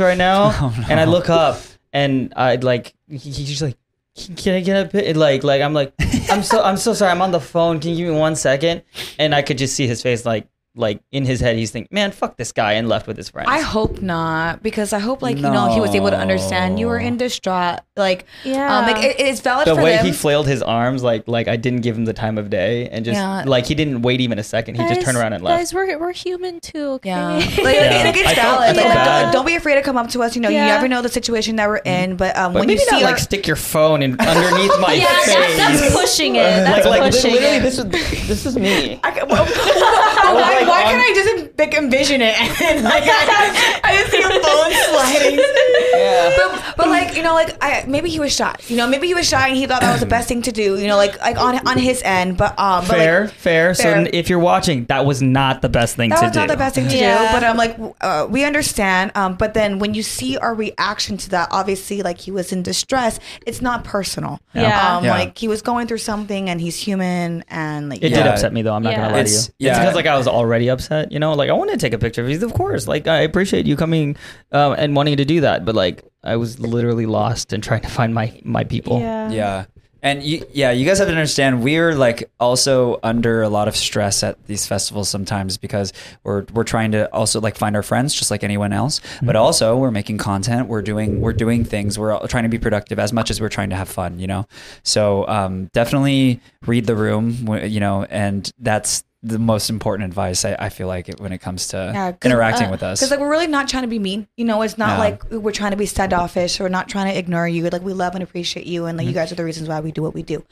[SPEAKER 3] (laughs)
[SPEAKER 4] right now
[SPEAKER 3] Oh, no.
[SPEAKER 4] and i look up and i'd like he- he's just like "Can- can i get a bit like like i'm like i'm so i'm so sorry i'm on the phone can you give me one second and i could just see his face like like in his head he's thinking man fuck this guy and left with his friends
[SPEAKER 2] I hope not, because I hope like you know he was able to understand you were in distraught. Like,
[SPEAKER 1] Yeah.
[SPEAKER 2] um, like it, it's valid
[SPEAKER 4] the
[SPEAKER 2] for
[SPEAKER 4] way
[SPEAKER 2] them.
[SPEAKER 4] he flailed his arms like like i didn't give him the time of day and just
[SPEAKER 2] Yeah.
[SPEAKER 4] like he didn't wait even a second he just
[SPEAKER 1] Guys-
[SPEAKER 4] turned around and left
[SPEAKER 1] Guys, we're we're human too. Okay?
[SPEAKER 2] yeah, (laughs)
[SPEAKER 1] (laughs)
[SPEAKER 2] like, like,
[SPEAKER 4] Yeah.
[SPEAKER 2] like, it's
[SPEAKER 4] I felt- I
[SPEAKER 2] valid.
[SPEAKER 4] felt
[SPEAKER 2] Like,
[SPEAKER 4] bad.
[SPEAKER 2] don't, don't be afraid to come up to us. You know,
[SPEAKER 1] Yeah.
[SPEAKER 2] you never know the situation that we're in. But um,
[SPEAKER 4] but
[SPEAKER 2] when you
[SPEAKER 4] maybe
[SPEAKER 2] see
[SPEAKER 4] not
[SPEAKER 2] our,
[SPEAKER 4] like stick your phone in underneath my
[SPEAKER 1] yeah,
[SPEAKER 4] face
[SPEAKER 1] that's,
[SPEAKER 4] (laughs)
[SPEAKER 1] that's pushing it. That's
[SPEAKER 4] like, like
[SPEAKER 1] pushing
[SPEAKER 4] literally
[SPEAKER 1] it.
[SPEAKER 4] this is this is me
[SPEAKER 2] I can- well, well, why,
[SPEAKER 4] like,
[SPEAKER 2] why
[SPEAKER 4] on-
[SPEAKER 2] can't I just en- like, envision it? (laughs) And like, I, I just see a (laughs) phone sliding. But, but like you know, like I maybe he was shy. You know, maybe he was shy and he thought that was the best thing to do. You know, like like on on his end. But um, but, like,
[SPEAKER 4] fair, fair. So
[SPEAKER 2] fair.
[SPEAKER 4] n- if you're watching, that was not the best thing
[SPEAKER 2] that
[SPEAKER 4] to
[SPEAKER 2] was
[SPEAKER 4] do.
[SPEAKER 2] not the best thing to
[SPEAKER 1] Yeah.
[SPEAKER 2] do. But I'm like, w- uh, we understand. Um, but then when you see our reaction to that, obviously, like he was in distress. It's not personal.
[SPEAKER 1] Yeah.
[SPEAKER 2] Um,
[SPEAKER 3] Yeah.
[SPEAKER 2] like he was going through something, and he's human, and like
[SPEAKER 4] It
[SPEAKER 3] Yeah.
[SPEAKER 4] did upset me though. I'm not
[SPEAKER 1] Yeah.
[SPEAKER 4] gonna lie to you.
[SPEAKER 3] It's-
[SPEAKER 4] It's
[SPEAKER 3] yeah.
[SPEAKER 4] because like I was already upset. You know, like I wanted to take a picture of you. Of course, like I appreciate you coming um, and wanting to do that. But like I was literally lost and trying to find my my people.
[SPEAKER 1] Yeah.
[SPEAKER 3] yeah And you, yeah, you guys have to understand we're like also under a lot of stress at these festivals sometimes because we're we're trying to also like find our friends just like anyone else,
[SPEAKER 2] Mm-hmm.
[SPEAKER 3] but also we're making content, we're doing we're doing things, we're all trying to be productive as much as we're trying to have fun, you know. So um, definitely read the room, wh- you know, and that's the most important advice I, I feel like when it comes to
[SPEAKER 2] Yeah, 'cause,
[SPEAKER 3] interacting
[SPEAKER 2] uh,
[SPEAKER 3] with us.
[SPEAKER 2] Because like we're really not trying to be mean. You know, it's not
[SPEAKER 3] No.
[SPEAKER 2] like we're trying to be standoffish. We're not trying to ignore you. Like we love and appreciate you, and like you
[SPEAKER 3] Mm-hmm.
[SPEAKER 2] guys are the reasons why we do what we do.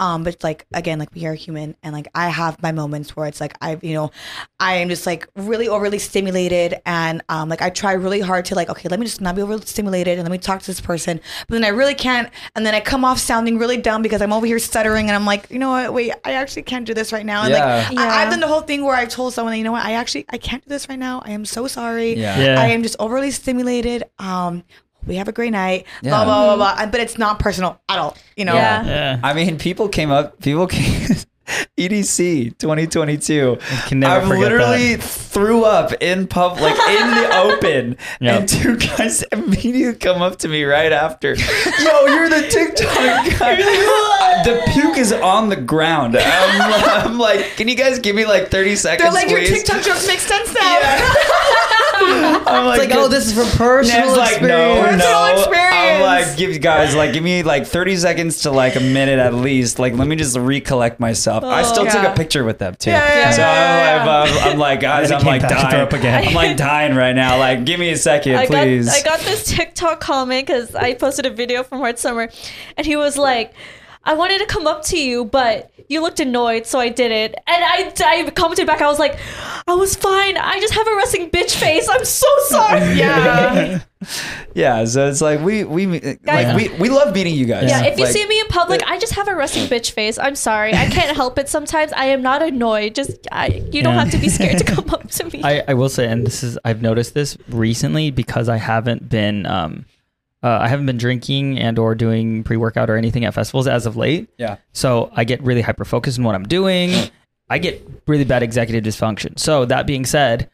[SPEAKER 2] Um, but like again, like we are human, and like I have my moments where it's like I, you know, I am just like really overly stimulated, and um, like I try really hard to like okay, let me just not be overly stimulated, and let me talk to this person, but then I really can't, and then I come off sounding really dumb because I'm over here stuttering, and I'm like, you know what, wait, I actually can't do this right now, and
[SPEAKER 3] Yeah.
[SPEAKER 2] like I, I've
[SPEAKER 1] Yeah.
[SPEAKER 2] done the whole thing where I've told someone, you know what, I actually I can't do this right now. I am so sorry.
[SPEAKER 3] Yeah.
[SPEAKER 4] Yeah.
[SPEAKER 2] I am just overly stimulated. Um, we have a great night.
[SPEAKER 3] Yeah.
[SPEAKER 2] Blah blah blah blah. But it's not personal at all. You know.
[SPEAKER 1] Yeah.
[SPEAKER 4] Yeah.
[SPEAKER 3] I mean, people came up, people came. (laughs) E EDC 2022. I
[SPEAKER 4] can never forget
[SPEAKER 3] literally threw up in pub, like in the open,
[SPEAKER 4] Yeah.
[SPEAKER 3] and two guys (laughs) immediately come up to me right after. Yo, you're the TikTok guy. the puke is on the ground. I'm, (laughs) I'm like, can you guys give me like 30 seconds?
[SPEAKER 2] They're like your
[SPEAKER 3] please?" (laughs)
[SPEAKER 2] TikTok jokes make sense now.
[SPEAKER 3] I'm like,
[SPEAKER 5] Like, oh, this is from personal
[SPEAKER 3] Ned's like,
[SPEAKER 5] experience.
[SPEAKER 3] no,
[SPEAKER 2] Personal
[SPEAKER 3] no. I'm
[SPEAKER 2] experience.
[SPEAKER 3] like, give guys, like, give me like 30 seconds to like a minute at least. Like, let me just recollect myself. I still
[SPEAKER 2] Oh.
[SPEAKER 3] took
[SPEAKER 2] Yeah.
[SPEAKER 3] a picture with them too.
[SPEAKER 2] Yeah, yeah,
[SPEAKER 3] so
[SPEAKER 2] yeah,
[SPEAKER 3] I'm, like, I'm, I'm like, guys,
[SPEAKER 4] then
[SPEAKER 3] I'm
[SPEAKER 4] came
[SPEAKER 3] like
[SPEAKER 4] back and threw
[SPEAKER 3] dying
[SPEAKER 4] up again.
[SPEAKER 3] I'm like dying right now. Like, give me a second,
[SPEAKER 1] I got,
[SPEAKER 3] please.
[SPEAKER 1] I got this TikTok comment because I posted a video from Hard Summer, and he was like, I wanted to come up to you, but you looked annoyed, so I didn't. And I, I commented back, I was like, I was fine. I just have a resting bitch face. I'm so sorry. (laughs)
[SPEAKER 2] Yeah.
[SPEAKER 3] yeah. So it's like we we like
[SPEAKER 1] Guys-
[SPEAKER 3] we, we love meeting you guys.
[SPEAKER 1] Yeah, if you
[SPEAKER 3] Like,
[SPEAKER 1] see me in public, I just have a resting bitch face. I'm sorry. I can't help it sometimes. I am not annoyed. Just I, you don't
[SPEAKER 4] Yeah.
[SPEAKER 1] have to be scared to come up to me.
[SPEAKER 4] I, I will say, and this is I've noticed this recently because I haven't been um, uh, I haven't been drinking and or doing pre workout or anything at festivals as of late.
[SPEAKER 3] Yeah.
[SPEAKER 4] So I get really hyper focused on what I'm
[SPEAKER 3] (laughs)
[SPEAKER 4] doing. I get really bad executive dysfunction. So that being said,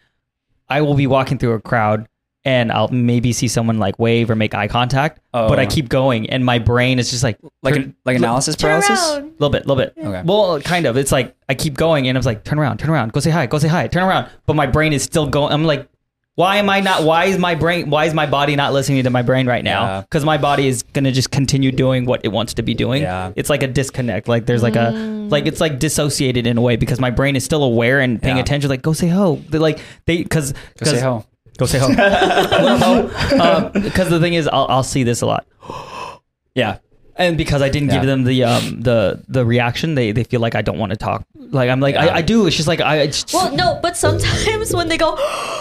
[SPEAKER 4] I will be walking through a crowd and I'll maybe see someone like wave or make eye contact,
[SPEAKER 3] Oh.
[SPEAKER 4] but I keep going and my brain is just like
[SPEAKER 3] Like
[SPEAKER 4] turn-
[SPEAKER 3] an, like analysis
[SPEAKER 1] Turn
[SPEAKER 3] paralysis.
[SPEAKER 1] around.
[SPEAKER 4] little bit, little bit.
[SPEAKER 3] Okay.
[SPEAKER 4] Well, kind of. It's like I keep going, and I was like, turn around, turn around, go say hi, go say hi, turn around. But my brain is still going. I'm like, why am I not? Why is my brain? Why is my body not listening to my brain right
[SPEAKER 3] Yeah.
[SPEAKER 4] now? Because my body is gonna just continue doing what it wants to be doing.
[SPEAKER 3] Yeah.
[SPEAKER 4] It's like a disconnect. Like there's like a like it's like dissociated in a way because my brain is still aware and paying
[SPEAKER 3] Yeah.
[SPEAKER 4] attention. Like go say ho. They're like they because
[SPEAKER 3] Go say ho.
[SPEAKER 4] Go (laughs) say ho. Because um, the thing is, I'll, I'll see this a lot
[SPEAKER 3] Yeah.
[SPEAKER 4] and because I didn't give
[SPEAKER 3] Yeah.
[SPEAKER 4] them the um the the reaction, they they feel like I don't want to talk. Like I'm like
[SPEAKER 3] Yeah.
[SPEAKER 4] I, I do. It's just like I. It's just,
[SPEAKER 1] Well, no, but sometimes when they go,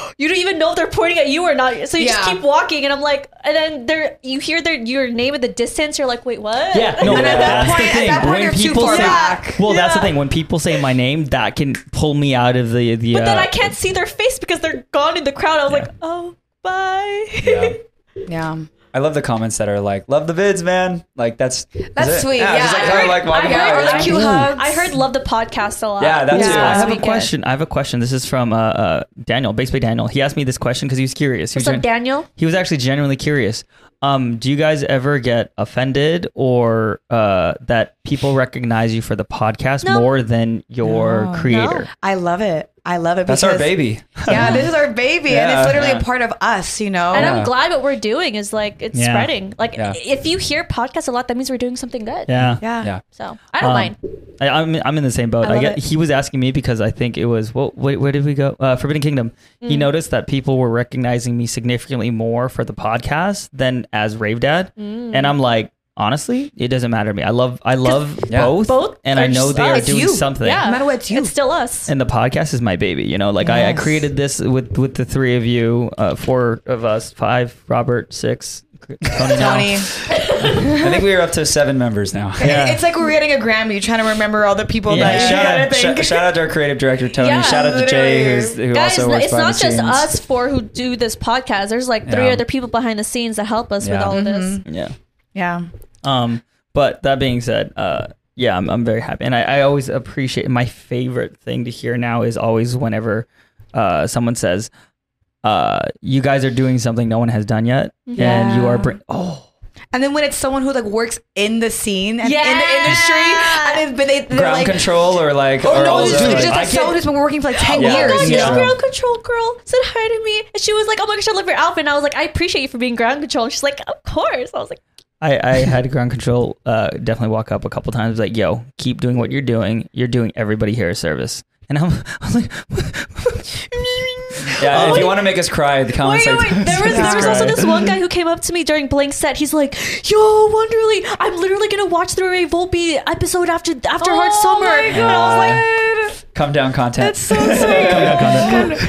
[SPEAKER 1] (gasps) you don't even know if they're pointing at you or not. So you just
[SPEAKER 2] Yeah.
[SPEAKER 1] keep walking, and I'm like, and then they're you hear their your name at the distance. You're like, wait, what?
[SPEAKER 4] yeah, no,
[SPEAKER 2] And at that
[SPEAKER 4] that's
[SPEAKER 2] point,
[SPEAKER 4] the thing.
[SPEAKER 2] at that point,
[SPEAKER 4] when
[SPEAKER 2] you're too
[SPEAKER 4] people
[SPEAKER 2] far
[SPEAKER 4] say,
[SPEAKER 2] back.
[SPEAKER 4] well, that's the
[SPEAKER 1] Yeah.
[SPEAKER 4] thing. When people say my name, that can pull me out of the
[SPEAKER 1] (laughs)
[SPEAKER 4] the.
[SPEAKER 1] But then
[SPEAKER 4] uh,
[SPEAKER 1] I can't see their face because they're gone in the crowd. I was like, oh, bye.
[SPEAKER 3] Yeah.
[SPEAKER 2] Yeah.
[SPEAKER 3] I love the comments that are like, "Love the vids, man." Like that's
[SPEAKER 2] That's
[SPEAKER 3] it.
[SPEAKER 2] sweet,
[SPEAKER 3] Yeah, just
[SPEAKER 2] yeah.
[SPEAKER 3] like, kinda
[SPEAKER 2] I heard-
[SPEAKER 1] (laughs)
[SPEAKER 3] like
[SPEAKER 1] I
[SPEAKER 3] walking by.
[SPEAKER 1] heard,
[SPEAKER 2] Really
[SPEAKER 1] I,
[SPEAKER 2] cute hugs.
[SPEAKER 1] I heard love the podcast a lot.
[SPEAKER 3] Yeah, that
[SPEAKER 1] this
[SPEAKER 3] too.
[SPEAKER 4] I
[SPEAKER 1] past
[SPEAKER 4] have a
[SPEAKER 1] weekend.
[SPEAKER 4] question. I have a question. This is from uh, uh Daniel, Baseball Daniel. He asked me this question because he was curious. He was
[SPEAKER 1] What's up,
[SPEAKER 4] gen-
[SPEAKER 1] Daniel?
[SPEAKER 4] He was actually genuinely curious. Um, do you guys ever get offended or uh, that people recognize you for the podcast
[SPEAKER 1] No.
[SPEAKER 4] more than your
[SPEAKER 2] No.
[SPEAKER 4] creator?
[SPEAKER 2] I love it. I love it.
[SPEAKER 3] That's our
[SPEAKER 2] because-
[SPEAKER 3] baby.
[SPEAKER 2] Yeah, this is our baby, and
[SPEAKER 3] Yeah.
[SPEAKER 2] it's literally
[SPEAKER 3] Yeah.
[SPEAKER 2] a part of us. You know.
[SPEAKER 1] And
[SPEAKER 3] Yeah.
[SPEAKER 1] I'm glad what we're doing is like it's
[SPEAKER 4] Yeah.
[SPEAKER 1] spreading. Like
[SPEAKER 3] Yeah.
[SPEAKER 1] if you hear podcasts a lot, that means we're doing something good.
[SPEAKER 4] Yeah.
[SPEAKER 2] (laughs) yeah.
[SPEAKER 3] Yeah.
[SPEAKER 1] So I don't
[SPEAKER 4] Um,
[SPEAKER 1] mind.
[SPEAKER 4] I, I'm I'm in the same boat.
[SPEAKER 2] I
[SPEAKER 4] I,
[SPEAKER 2] love
[SPEAKER 4] get,
[SPEAKER 2] it.
[SPEAKER 4] he was asking me because I think it was what wait where did we go? Uh, Forbidden Kingdom.
[SPEAKER 2] Mm.
[SPEAKER 4] He noticed that people were recognizing me significantly more for the podcast than as Rave Dad,
[SPEAKER 2] Mm.
[SPEAKER 4] and I'm like. Honestly, it doesn't matter to me. I love I love
[SPEAKER 3] Yeah.
[SPEAKER 4] both,
[SPEAKER 1] Both
[SPEAKER 4] and I
[SPEAKER 1] are
[SPEAKER 4] know
[SPEAKER 1] just
[SPEAKER 4] they are
[SPEAKER 1] us.
[SPEAKER 4] doing
[SPEAKER 2] You.
[SPEAKER 4] something.
[SPEAKER 1] Yeah.
[SPEAKER 2] No matter what, it's you.
[SPEAKER 1] It's still us.
[SPEAKER 4] And the podcast is my baby. You know, like I, I
[SPEAKER 2] Yes.
[SPEAKER 4] created this with with the three of you, uh, four of us, five, Robert, six, Tony.
[SPEAKER 2] (laughs)
[SPEAKER 4] now.
[SPEAKER 2] Tony,
[SPEAKER 3] I think we are up to seven members now.
[SPEAKER 4] Yeah.
[SPEAKER 2] it's like we're getting a Grammy, trying to remember all the people
[SPEAKER 4] Yeah.
[SPEAKER 2] that
[SPEAKER 3] Shout,
[SPEAKER 2] gotta
[SPEAKER 3] out,
[SPEAKER 2] thank.
[SPEAKER 3] sh- shout out to our creative director Tony.
[SPEAKER 1] Yeah,
[SPEAKER 3] shout out to Jay,
[SPEAKER 2] literally.
[SPEAKER 3] who's, who
[SPEAKER 1] Guys,
[SPEAKER 3] also works
[SPEAKER 1] it's
[SPEAKER 3] behind
[SPEAKER 1] not
[SPEAKER 3] the
[SPEAKER 1] just
[SPEAKER 3] scenes.
[SPEAKER 1] us four who do this podcast. There's like three
[SPEAKER 3] Yeah.
[SPEAKER 1] other people behind the scenes that help us with
[SPEAKER 3] Yeah.
[SPEAKER 1] all of this.
[SPEAKER 2] Mm-hmm.
[SPEAKER 4] Yeah.
[SPEAKER 2] Yeah.
[SPEAKER 4] Um, but that being said, uh, yeah, I'm, I'm very happy, and I, I always appreciate. My favorite thing to hear now is always whenever uh, someone says, uh, "You guys are doing something no one has done yet, and you are."
[SPEAKER 2] Yeah.
[SPEAKER 4] Bring- oh,
[SPEAKER 2] And then when it's someone who like works in the scene and in the
[SPEAKER 1] Yeah.
[SPEAKER 2] industry, and then but they they're
[SPEAKER 3] ground
[SPEAKER 2] like,
[SPEAKER 3] control or like
[SPEAKER 2] Oh
[SPEAKER 3] or
[SPEAKER 2] no,
[SPEAKER 3] all
[SPEAKER 2] it's
[SPEAKER 3] those
[SPEAKER 2] just,
[SPEAKER 3] other-
[SPEAKER 2] it's just
[SPEAKER 3] I
[SPEAKER 2] like
[SPEAKER 3] get-
[SPEAKER 2] someone who's been working for like ten
[SPEAKER 3] Oh my
[SPEAKER 1] Oh my
[SPEAKER 2] years.
[SPEAKER 1] god,
[SPEAKER 3] Yeah.
[SPEAKER 1] this ground control girl said hi to me. And she was like, Oh my gosh, I love your outfit. And I was like, I appreciate you for being ground control. And she's like, Of course. I was like,
[SPEAKER 4] I, I had (laughs) ground control uh, definitely walk up a couple times like, yo, keep doing what you're doing. You're doing everybody here a service. And I'm, (laughs) I'm like,
[SPEAKER 3] yeah,
[SPEAKER 4] Oh
[SPEAKER 3] if
[SPEAKER 4] my-
[SPEAKER 3] you want to make us cry, the comments
[SPEAKER 1] Wait, wait,
[SPEAKER 3] like
[SPEAKER 1] wait. There was, there was also this one guy who came up to me during Blank set. He's like, "Yo, Wonderly, I'm literally gonna watch the Ray Volpe episode after after Hard
[SPEAKER 2] Oh
[SPEAKER 1] Summer."
[SPEAKER 2] my
[SPEAKER 1] And I was like,
[SPEAKER 3] come down content.
[SPEAKER 2] That's
[SPEAKER 3] (laughs)
[SPEAKER 2] so sweet.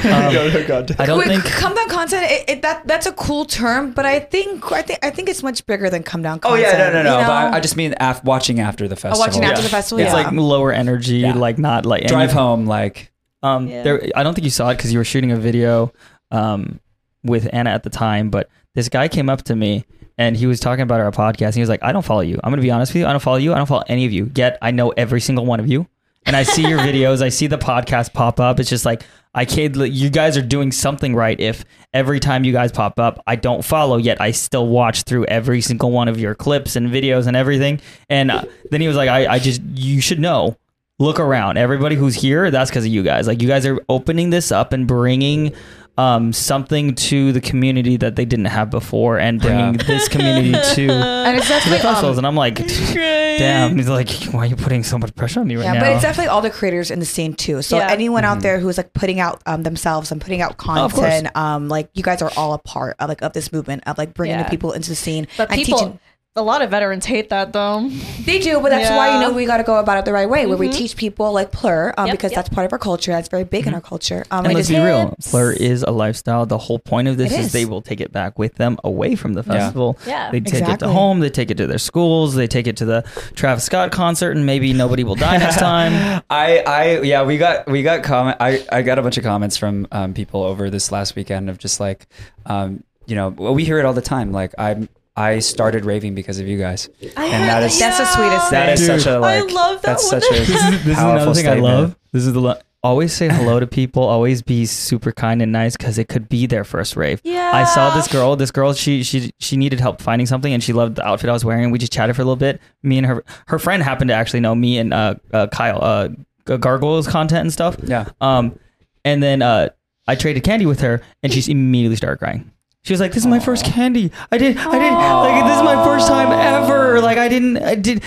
[SPEAKER 4] um, I don't
[SPEAKER 2] Wait,
[SPEAKER 4] think
[SPEAKER 2] come down content. It, it, that that's a cool term, but I think I think I think it's much bigger than come down.
[SPEAKER 3] oh
[SPEAKER 2] content.
[SPEAKER 3] yeah, no, no, no.
[SPEAKER 2] you
[SPEAKER 3] But I,
[SPEAKER 2] know?
[SPEAKER 3] I just mean af- watching after the
[SPEAKER 2] Oh,
[SPEAKER 3] festival.
[SPEAKER 2] watching after
[SPEAKER 3] Yeah.
[SPEAKER 2] the festival.
[SPEAKER 4] it's
[SPEAKER 2] yeah.
[SPEAKER 4] like lower energy,
[SPEAKER 3] Yeah.
[SPEAKER 4] like not like any-
[SPEAKER 3] drive home like
[SPEAKER 4] Um,
[SPEAKER 1] Yeah.
[SPEAKER 4] there, I don't think you saw it because you were shooting a video um, with Anna at the time, but this guy came up to me and he was talking about our podcast. And he was like, I don't follow you. I'm going to be honest with you. I don't follow you. I don't follow any of you. Yet I know every single one of you. And I see your videos. I see the podcast pop up. It's just like, I can't, like, you guys are doing something right if every time you guys pop up, I don't follow, yet I still watch through every single one of your clips and videos and everything. And uh, then he was like, I, I just, you should know look around everybody who's here that's because of you guys like you guys are opening this up and bringing um, something to the community that they didn't have before and bringing
[SPEAKER 3] Yeah.
[SPEAKER 4] this community to the
[SPEAKER 2] and it's definitely um,
[SPEAKER 4] festivals and i'm like damn he's like why are you putting so much pressure on me right
[SPEAKER 2] Yeah,
[SPEAKER 4] now
[SPEAKER 2] but it's definitely all the creators in the scene too. So
[SPEAKER 1] Yeah.
[SPEAKER 2] anyone
[SPEAKER 3] Mm-hmm.
[SPEAKER 2] out there who's like putting out um, themselves and putting out
[SPEAKER 3] Oh,
[SPEAKER 4] of course.
[SPEAKER 2] content, um, like you guys are all a part of like of this movement of like bringing the
[SPEAKER 1] Yeah.
[SPEAKER 2] people into the scene
[SPEAKER 1] but
[SPEAKER 2] and
[SPEAKER 1] people,
[SPEAKER 2] teaching.
[SPEAKER 1] a lot of veterans hate that though.
[SPEAKER 2] They do, but that's why you know
[SPEAKER 1] Yeah. Mm-hmm.
[SPEAKER 2] we got to go about it the right way, where we teach people like plur, um,
[SPEAKER 1] Yep,
[SPEAKER 2] because
[SPEAKER 1] yep. Mm-hmm.
[SPEAKER 2] that's part of our culture. That's very big in our culture. Um,
[SPEAKER 4] and
[SPEAKER 2] I
[SPEAKER 4] let's
[SPEAKER 2] just-
[SPEAKER 4] be real, Fleur is a lifestyle. The whole point of this
[SPEAKER 2] It
[SPEAKER 4] is
[SPEAKER 2] is.
[SPEAKER 4] they will take it back with them away from the festival.
[SPEAKER 1] Yeah.
[SPEAKER 4] They take it to
[SPEAKER 2] Exactly.
[SPEAKER 4] home, they take it to their schools, they take it to the Travis Scott concert, and maybe nobody will die next time.
[SPEAKER 3] I, I, yeah, we got, we got comment. I, I got a bunch of comments from um, people over this last weekend of just like, um, you know, well, we hear it all the time. Like I'm, I started raving because of you guys,
[SPEAKER 1] I
[SPEAKER 3] and that
[SPEAKER 1] heard
[SPEAKER 3] is
[SPEAKER 1] that,
[SPEAKER 2] that's the sweetest thing.
[SPEAKER 3] that is
[SPEAKER 4] Dude.
[SPEAKER 3] such a
[SPEAKER 1] I
[SPEAKER 3] like.
[SPEAKER 1] love that
[SPEAKER 3] that's
[SPEAKER 1] one.
[SPEAKER 3] such a
[SPEAKER 1] (laughs) This is-
[SPEAKER 4] (laughs) this is
[SPEAKER 3] powerful
[SPEAKER 4] another thing
[SPEAKER 3] statement.
[SPEAKER 4] I love. This is the lo- always say hello to people. Always be super kind and nice because it could be their first rave.
[SPEAKER 1] Yeah.
[SPEAKER 4] I saw this girl. This girl, she she she needed help finding something, and she loved the outfit I was wearing. We just chatted for a little bit. Me and her her friend happened to actually know me and uh, uh Kyle uh G- gargoyles content and stuff.
[SPEAKER 3] Yeah.
[SPEAKER 4] Um, and then uh I traded candy with her, and she immediately started crying. She was like, "This is my first candy. I did. I did. Like this is my first time ever. Like I didn't. I did."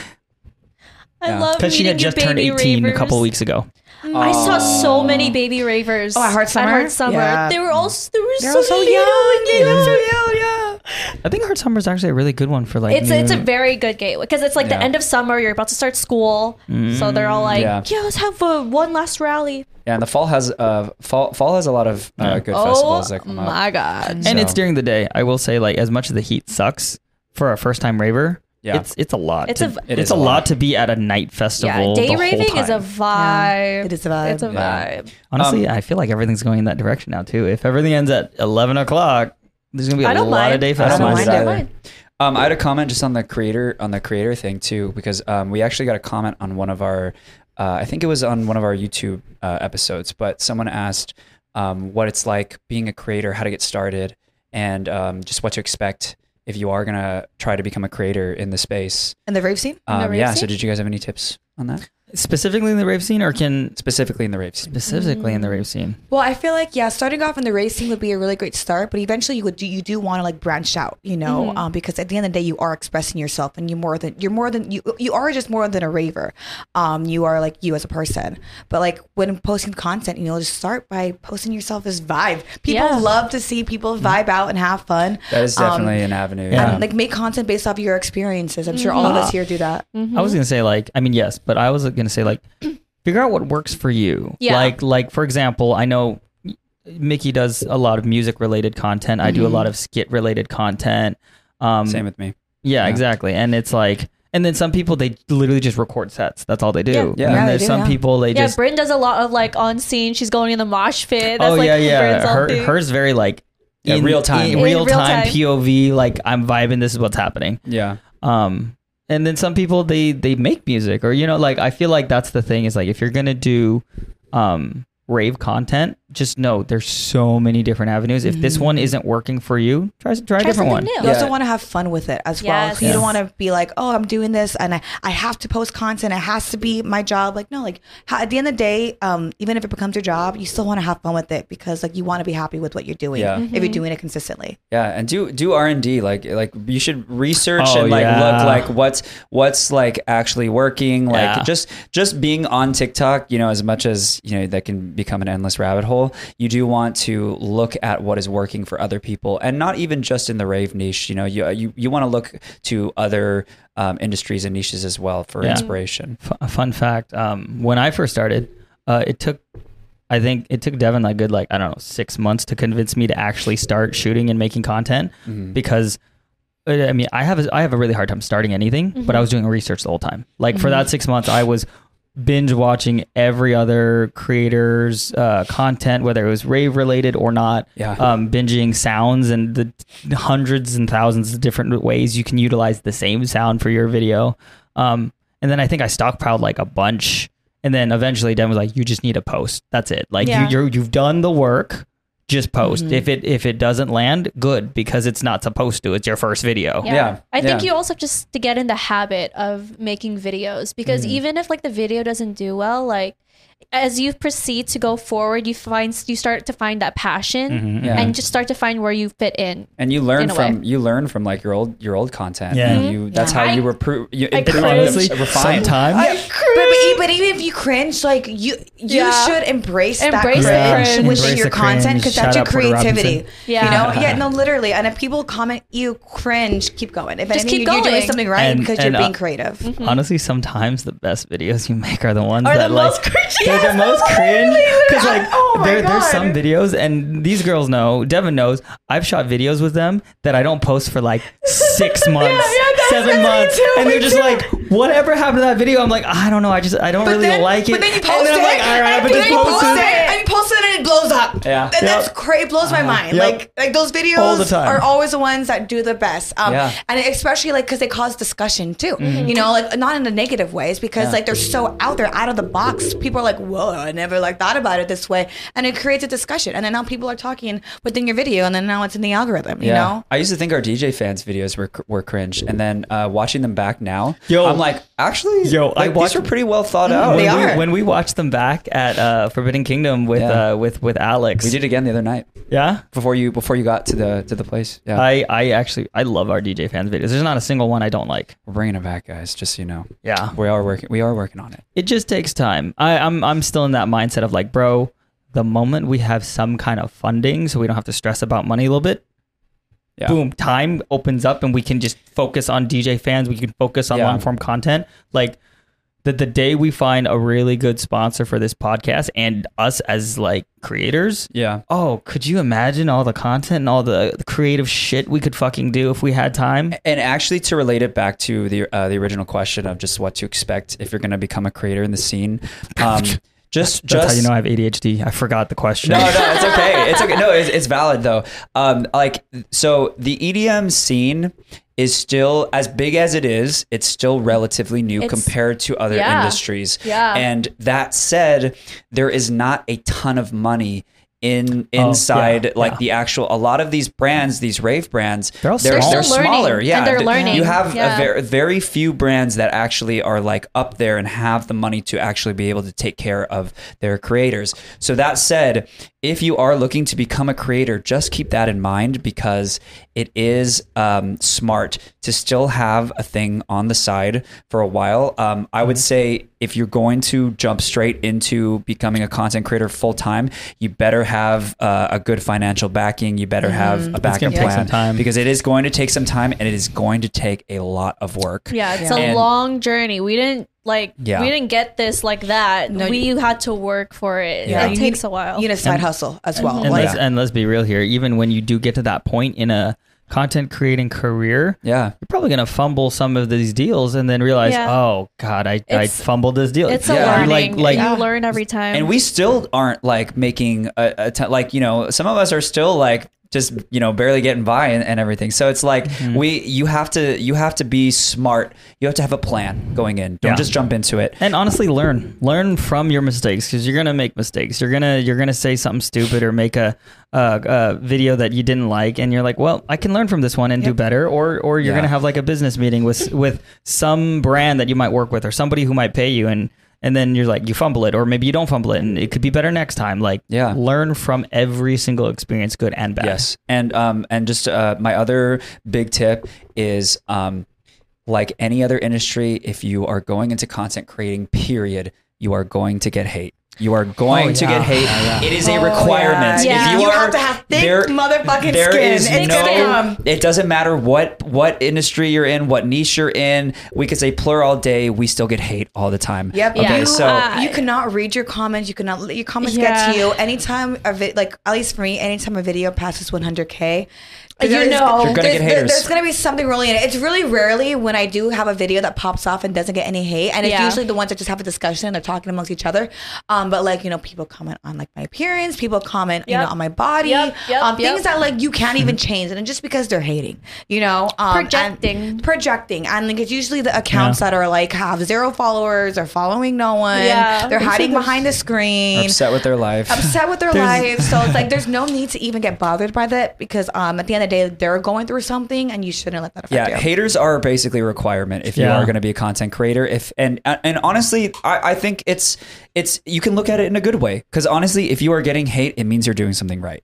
[SPEAKER 1] I love
[SPEAKER 4] Because she had just turned 18 a couple weeks ago.
[SPEAKER 1] I saw so many baby ravers.
[SPEAKER 2] Oh, at Hard Summer?
[SPEAKER 1] Hard Summer.
[SPEAKER 2] Yeah.
[SPEAKER 1] They were all they were
[SPEAKER 2] They're
[SPEAKER 1] so,
[SPEAKER 2] all so
[SPEAKER 1] little
[SPEAKER 2] young,
[SPEAKER 1] and young.
[SPEAKER 4] I think Hard Summer is actually a really good one for like.
[SPEAKER 1] It's a, it's a
[SPEAKER 4] new-
[SPEAKER 1] very good gateway because it's like
[SPEAKER 3] Yeah.
[SPEAKER 1] the end of summer. You're about to start school, so they're all like,
[SPEAKER 3] Yeah.
[SPEAKER 1] yeah. let's have a, one last rally."
[SPEAKER 3] Yeah, and the fall has uh fall fall has a lot of uh, good festivals
[SPEAKER 1] Oh
[SPEAKER 3] that come up.
[SPEAKER 1] god!
[SPEAKER 4] and
[SPEAKER 3] so-
[SPEAKER 4] it's during the day. I will say, like, as much as the heat sucks for a first time raver,
[SPEAKER 3] Yeah.
[SPEAKER 4] it's it's a lot.
[SPEAKER 1] It's
[SPEAKER 4] to-
[SPEAKER 1] a-
[SPEAKER 3] It is
[SPEAKER 4] it's a
[SPEAKER 3] a lot.
[SPEAKER 4] lot to be at a night festival.
[SPEAKER 1] Yeah,
[SPEAKER 4] the
[SPEAKER 1] day
[SPEAKER 4] whole
[SPEAKER 1] raving is a um,
[SPEAKER 4] time.
[SPEAKER 1] vibe.
[SPEAKER 2] it is a vibe.
[SPEAKER 1] It's a
[SPEAKER 3] Yeah.
[SPEAKER 1] vibe.
[SPEAKER 4] honestly. I feel like everything's going in that direction now too. If everything ends at eleven o'clock, there's gonna be a
[SPEAKER 1] I don't
[SPEAKER 4] lot of
[SPEAKER 1] mind.
[SPEAKER 4] day
[SPEAKER 1] I
[SPEAKER 3] I
[SPEAKER 4] festivals.
[SPEAKER 3] don't
[SPEAKER 2] I don't
[SPEAKER 3] mind it
[SPEAKER 2] mind it.
[SPEAKER 3] either. Um, I had a comment just on the creator on the creator thing too, because um, we actually got a comment on one of our, uh, I think it was on one of our YouTube uh, episodes, but someone asked um, what it's like being a creator, how to get started, and um, just what to expect if you are gonna try to become a creator in the space.
[SPEAKER 2] in the rave scene.
[SPEAKER 1] the
[SPEAKER 3] Um,
[SPEAKER 1] rave
[SPEAKER 3] yeah. So
[SPEAKER 1] scene?
[SPEAKER 3] did you guys have any tips on that,
[SPEAKER 4] Specifically in the rave scene, or can
[SPEAKER 3] specifically in the rave scene?
[SPEAKER 4] specifically in the rave scene?
[SPEAKER 2] Well, I feel like yeah, starting off in the racing would be a really great start, but eventually you would do, you do want to like branch out, you know,
[SPEAKER 1] Mm-hmm.
[SPEAKER 2] um, because at the end of the day you are expressing yourself and you more than you're more than you you are just more than a raver, um, you are like you as a person. But like when posting content, you know, just start by posting yourself as vibe. People
[SPEAKER 1] Yeah. Mm-hmm.
[SPEAKER 2] love to see people vibe out and have fun.
[SPEAKER 3] That is
[SPEAKER 2] Um,
[SPEAKER 3] definitely an avenue.
[SPEAKER 4] Yeah.
[SPEAKER 2] and, like make content based off your experiences. I'm sure all of us here do that.
[SPEAKER 4] I was gonna say like I mean yes, but I was gonna say like (clears throat) figure out what works for you.
[SPEAKER 1] Yeah.
[SPEAKER 4] Like like for example, I know Mickey does a lot of music related content. I do a lot of skit related content. Um,
[SPEAKER 3] Same with me.
[SPEAKER 4] yeah,
[SPEAKER 3] yeah.
[SPEAKER 4] exactly. And it's like and then some people they literally just record sets. That's all they do.
[SPEAKER 1] Yeah.
[SPEAKER 4] And
[SPEAKER 3] Yeah.
[SPEAKER 4] then
[SPEAKER 3] Yeah,
[SPEAKER 2] they
[SPEAKER 4] there's
[SPEAKER 2] do,
[SPEAKER 4] some
[SPEAKER 2] yeah.
[SPEAKER 4] people they
[SPEAKER 1] Yeah,
[SPEAKER 4] just
[SPEAKER 1] Brynn does a lot of like on scene. She's going in the mosh pit. That's
[SPEAKER 4] oh
[SPEAKER 1] like
[SPEAKER 4] yeah yeah.
[SPEAKER 1] Brynn's
[SPEAKER 4] Her,
[SPEAKER 1] thing.
[SPEAKER 4] hers very like
[SPEAKER 3] Yeah, real time.
[SPEAKER 4] in
[SPEAKER 1] In
[SPEAKER 4] real
[SPEAKER 1] real
[SPEAKER 4] time
[SPEAKER 1] time.
[SPEAKER 4] POV. Like I'm vibing. This is what's happening.
[SPEAKER 3] Yeah.
[SPEAKER 4] um and then some people they they make music or you know like i feel like that's the thing is like if you're gonna do um rave content just know there's so many different avenues. If this one isn't working for you, try try a different
[SPEAKER 1] Mm-hmm. something
[SPEAKER 4] one.
[SPEAKER 1] new.
[SPEAKER 2] You
[SPEAKER 3] Yeah.
[SPEAKER 2] also want to have fun with it as well.
[SPEAKER 1] Yes.
[SPEAKER 2] So you don't
[SPEAKER 4] Yes.
[SPEAKER 2] want to be like, oh, I'm doing this and I, I have to post content. It has to be my job. Like, no, like ha- at the end of the day, um, even if it becomes your job, you still want to have fun with it because like you want to be happy with what you're doing
[SPEAKER 3] Yeah.
[SPEAKER 2] if you're doing it consistently.
[SPEAKER 3] Yeah, and do do R and D like like you should research
[SPEAKER 4] Oh,
[SPEAKER 3] and like
[SPEAKER 4] yeah.
[SPEAKER 3] look like what's what's like actually working. Like
[SPEAKER 4] Yeah.
[SPEAKER 3] just just being on TikTok, you know, as much as you know that can become an endless rabbit hole. You do want to look at what is working for other people, and not even just in the rave niche. You know, you you, you want to look to other um, industries and niches as well for
[SPEAKER 4] Yeah.
[SPEAKER 3] inspiration.
[SPEAKER 4] F- a fun fact: um, when I first started, uh, it took, I think it took Devin like good like I don't know six months to convince me to actually start shooting and making content because. uh, I mean, I have a, I have a really hard time starting anything, but I was doing research the whole time. Like for that six months, I was binge watching every other creator's uh, content, whether it was rave related or not.
[SPEAKER 3] Yeah.
[SPEAKER 4] Um, binging sounds and the t- hundreds and thousands of different ways you can utilize the same sound for your video. Um, and then I think I stockpiled like a bunch. And then eventually, Dan was like, "You just need a post. That's it. Like
[SPEAKER 1] Yeah. Mm-hmm.
[SPEAKER 4] you, you're you've done the work. Just post. If it if it doesn't land, good because it's not supposed to. It's your first video.
[SPEAKER 1] Yeah.
[SPEAKER 3] Yeah,
[SPEAKER 1] I think
[SPEAKER 3] yeah.
[SPEAKER 1] you also just to get in the habit of making videos because
[SPEAKER 4] Mm-hmm.
[SPEAKER 1] even if like the video doesn't do well, like as you proceed to go forward, you find you start to find that passion
[SPEAKER 4] Mm-hmm.
[SPEAKER 3] yeah.
[SPEAKER 1] and just start to find where you fit in.
[SPEAKER 3] And you
[SPEAKER 1] In
[SPEAKER 3] learn
[SPEAKER 1] a
[SPEAKER 3] from
[SPEAKER 1] way.
[SPEAKER 3] you learn from like your old your old content.
[SPEAKER 4] Yeah.
[SPEAKER 3] And you that's how
[SPEAKER 1] I-
[SPEAKER 3] you repro- you
[SPEAKER 1] I
[SPEAKER 3] improve
[SPEAKER 1] cringe.
[SPEAKER 3] honestly, refine.
[SPEAKER 4] sometimes
[SPEAKER 2] But, but, e- but even if you cringe, like you you
[SPEAKER 1] Yeah.
[SPEAKER 2] should embrace,
[SPEAKER 1] Embrace the
[SPEAKER 2] that cringe,
[SPEAKER 1] cringe.
[SPEAKER 2] within
[SPEAKER 4] Embrace
[SPEAKER 2] your
[SPEAKER 4] the cringe.
[SPEAKER 2] content because that's your
[SPEAKER 4] Shout out Porter
[SPEAKER 2] creativity.
[SPEAKER 4] Robinson.
[SPEAKER 1] Yeah.
[SPEAKER 2] You know? Yeah, no, literally. And if people comment you cringe, keep going. If anything,
[SPEAKER 1] keep
[SPEAKER 2] you're doing
[SPEAKER 1] going.
[SPEAKER 2] something right
[SPEAKER 4] And-
[SPEAKER 2] because
[SPEAKER 4] and,
[SPEAKER 2] you're
[SPEAKER 4] uh,
[SPEAKER 2] being creative.
[SPEAKER 4] Honestly, sometimes the best videos you make are the ones
[SPEAKER 1] Are the
[SPEAKER 4] that like
[SPEAKER 1] most cringy.
[SPEAKER 4] they're the
[SPEAKER 1] Yes,
[SPEAKER 4] most cringe because
[SPEAKER 2] literally,
[SPEAKER 4] like
[SPEAKER 2] oh my
[SPEAKER 4] there,
[SPEAKER 2] God.
[SPEAKER 4] there's some videos and these girls know Devin knows I've shot videos with them that I don't post for
[SPEAKER 2] (laughs)
[SPEAKER 4] like six months,
[SPEAKER 2] that's- that's
[SPEAKER 4] seven
[SPEAKER 2] me
[SPEAKER 4] months,
[SPEAKER 2] too,
[SPEAKER 4] and
[SPEAKER 2] me
[SPEAKER 4] they're just
[SPEAKER 2] too.
[SPEAKER 4] like whatever happened to that video. I'm like I don't know. I just I don't really
[SPEAKER 2] then-
[SPEAKER 4] like it.
[SPEAKER 2] But then you
[SPEAKER 4] And (laughs)
[SPEAKER 2] post
[SPEAKER 4] I'm
[SPEAKER 2] it.
[SPEAKER 4] like, all right,
[SPEAKER 2] and
[SPEAKER 4] but
[SPEAKER 2] then
[SPEAKER 4] just
[SPEAKER 2] you
[SPEAKER 4] post it.
[SPEAKER 2] And you post it and it blows up.
[SPEAKER 3] Yeah.
[SPEAKER 2] And that's
[SPEAKER 4] Yep. Uh-huh.
[SPEAKER 2] crazy. It blows my mind.
[SPEAKER 4] Yep.
[SPEAKER 2] Like like those videos
[SPEAKER 4] All the time.
[SPEAKER 2] are always the ones that do the best. Um,
[SPEAKER 3] Yeah.
[SPEAKER 2] And especially like because they cause discussion too.
[SPEAKER 4] Mm-hmm.
[SPEAKER 2] You know, like not in the negative ways because like they're so out there, out of the box. People are like, whoa, I never like thought about it this way. And it creates a discussion. And then now people are talking within your video and then now it's in the algorithm, you know?
[SPEAKER 3] I used to think our DJ fans videos were were cringe, and then uh, watching them back now,
[SPEAKER 4] Yo.
[SPEAKER 3] I'm like, actually,
[SPEAKER 4] Yo, I
[SPEAKER 3] like,
[SPEAKER 4] watch-
[SPEAKER 3] these are pretty well thought out.
[SPEAKER 4] Oh, When
[SPEAKER 2] Mm, They
[SPEAKER 4] we,
[SPEAKER 2] are.
[SPEAKER 4] when we watched them back at uh, Forbidden Kingdom with
[SPEAKER 3] Yeah.
[SPEAKER 4] uh, with with Alex,
[SPEAKER 3] We did again the other night
[SPEAKER 4] yeah.
[SPEAKER 3] before you before you got to the to the place. Yeah,
[SPEAKER 4] I I actually I love our DJ fans videos. There's not a single one I don't like.
[SPEAKER 3] we're bringing it back, guys. Just so you know,
[SPEAKER 4] Yeah.
[SPEAKER 3] we are working. We are working on it.
[SPEAKER 4] it just takes time. I, I'm I'm still in that mindset of like, bro, the moment we have some kind of funding, so we don't have to stress about money a little bit.
[SPEAKER 3] Yeah.
[SPEAKER 4] Boom, time opens up, and we can just focus on DJ fans. We can focus on
[SPEAKER 3] Yeah.
[SPEAKER 4] long form content. Like the the day we find a really good sponsor for this podcast and us as like creators.
[SPEAKER 3] Yeah,
[SPEAKER 4] Oh, could you imagine all the content and all the creative shit we could fucking do if we had time?
[SPEAKER 3] and actually to relate it back to the uh, the original question of just what to expect if you're going to become a creator in the
[SPEAKER 4] (laughs)
[SPEAKER 3] scene. Um, just
[SPEAKER 4] That's
[SPEAKER 3] just
[SPEAKER 4] how you know I have ADHD. I forgot the question.
[SPEAKER 3] No, no, it's okay. It's okay. No, it's, it's valid though. Um, like so, the EDM scene is still as big as it is. It's still relatively new
[SPEAKER 1] It's-
[SPEAKER 3] compared to other
[SPEAKER 1] yeah.
[SPEAKER 3] industries.
[SPEAKER 1] Yeah.
[SPEAKER 3] And that said, there is not a ton of money. In inside
[SPEAKER 4] Oh, yeah,
[SPEAKER 3] like
[SPEAKER 4] yeah.
[SPEAKER 3] the actual a lot of these brands these rave brands
[SPEAKER 4] They're all small.
[SPEAKER 1] They're still learning,
[SPEAKER 3] smaller
[SPEAKER 1] and
[SPEAKER 3] yeah
[SPEAKER 1] they're
[SPEAKER 3] Th-
[SPEAKER 1] learning,
[SPEAKER 3] you have
[SPEAKER 1] yeah.
[SPEAKER 3] a very, very few brands that actually are like up there and have the money to actually be able to take care of their creators. So that said, if you are looking to become a creator, just keep that in mind because it is um, smart to still have a thing on the side for a while. Um, I
[SPEAKER 4] Mm-hmm.
[SPEAKER 3] would say if you're going to jump straight into becoming a content creator full time, you better have uh, a good financial backing. You better have a backup
[SPEAKER 4] Mm-hmm. gonna take
[SPEAKER 3] plan
[SPEAKER 4] some time.
[SPEAKER 3] because it is going to take some time and it is going to take a lot of work.
[SPEAKER 1] Yeah, it's a
[SPEAKER 3] And-
[SPEAKER 1] long journey. We didn't like
[SPEAKER 3] Yeah.
[SPEAKER 1] we didn't get this like that.
[SPEAKER 2] No,
[SPEAKER 1] we had to work for it.
[SPEAKER 3] Yeah.
[SPEAKER 1] It
[SPEAKER 2] You
[SPEAKER 1] takes
[SPEAKER 2] need-
[SPEAKER 1] a while.
[SPEAKER 2] You need a side hustle as well.
[SPEAKER 4] and
[SPEAKER 2] Like,
[SPEAKER 4] let's and let's be real here. Even when you do get to that point in a content creating career,
[SPEAKER 3] Yeah.
[SPEAKER 4] you're probably gonna fumble some of these deals and then realize,
[SPEAKER 1] Yeah.
[SPEAKER 4] oh god, I, I
[SPEAKER 1] It's-
[SPEAKER 4] fumbled this deal.
[SPEAKER 1] it's a
[SPEAKER 3] Yeah.
[SPEAKER 4] You
[SPEAKER 1] learning.
[SPEAKER 4] Like like
[SPEAKER 1] you learn every time.
[SPEAKER 3] And we still aren't like making a, a ton, like, you know, some of us are still like just you know barely getting by and, and everything so it's like we you have to you have to be smart you have to have a plan going in don't
[SPEAKER 4] Yeah.
[SPEAKER 3] just jump into it
[SPEAKER 4] and honestly learn learn from your mistakes because you're gonna make mistakes you're gonna you're gonna say something stupid or make a, a, a video that you didn't like and you're like well i can learn from this one and do better or or you're
[SPEAKER 3] Yeah.
[SPEAKER 4] gonna have like a business meeting with with some brand that you might work with or somebody who might pay you and and then you're like you fumble it or maybe you don't fumble it and it could be better next time like
[SPEAKER 3] Yeah.
[SPEAKER 4] learn from every single experience good and bad
[SPEAKER 3] Yes, and um, and just uh, my other big tip is um, like any other industry, if you are going into content creating, period, you are going to get hate. You are going to
[SPEAKER 4] Oh, yeah.
[SPEAKER 3] get hate. It is a
[SPEAKER 2] Oh,
[SPEAKER 3] requirement.
[SPEAKER 1] yeah.
[SPEAKER 3] If you,
[SPEAKER 2] You
[SPEAKER 3] are,
[SPEAKER 2] have to have thick motherfucking
[SPEAKER 3] there
[SPEAKER 2] skin.
[SPEAKER 3] is
[SPEAKER 2] Thick
[SPEAKER 3] no.
[SPEAKER 2] skin.
[SPEAKER 3] It doesn't matter what what industry you're in, what niche you're in. We could say plural all day. We still get hate all the time.
[SPEAKER 2] Yep.
[SPEAKER 3] Okay.
[SPEAKER 1] Yeah.
[SPEAKER 2] You,
[SPEAKER 3] So
[SPEAKER 1] uh,
[SPEAKER 2] you cannot read your comments. You cannot let your comments
[SPEAKER 1] Yeah.
[SPEAKER 2] get to you. Anytime a vi- like at least for me, anytime a video passes 100k,
[SPEAKER 1] You
[SPEAKER 2] there is-
[SPEAKER 1] know. You're
[SPEAKER 3] gonna get
[SPEAKER 2] Uh, there's- there-
[SPEAKER 3] haters.
[SPEAKER 2] There's gonna be something rolling in it. It's really rarely when I do have a video that pops off and doesn't get any hate, and it's
[SPEAKER 1] Yeah.
[SPEAKER 2] usually the ones that just have a discussion. They're talking amongst each other. Um, but like you know, people comment on like my appearance. People comment you
[SPEAKER 1] Yep.
[SPEAKER 2] know on my body.
[SPEAKER 1] Yep, yep,
[SPEAKER 2] um,
[SPEAKER 1] yep.
[SPEAKER 2] Things that like you can't even change, and just because they're hating, you know, um, and-
[SPEAKER 1] Projecting.
[SPEAKER 2] projecting, and like it's usually the accounts that are like have zero followers or following no one.
[SPEAKER 1] Yeah.
[SPEAKER 2] They're
[SPEAKER 1] It's
[SPEAKER 2] hiding
[SPEAKER 1] like-
[SPEAKER 2] behind the screen.
[SPEAKER 3] upset with their life.
[SPEAKER 2] (laughs) Upset with their
[SPEAKER 4] There's-
[SPEAKER 2] lives, so it's like there's
[SPEAKER 3] (laughs)
[SPEAKER 2] no need to even get bothered by that because um, at the end of the day, they're going through something, and you shouldn't let that affect
[SPEAKER 3] yeah,
[SPEAKER 2] you.
[SPEAKER 3] haters are basically a requirement if you
[SPEAKER 4] Yeah.
[SPEAKER 3] are going to be a content creator. If and uh, and honestly, I, I think it's it's you can look at it in a good way because honestly, if you are getting hate, it means you're doing something right.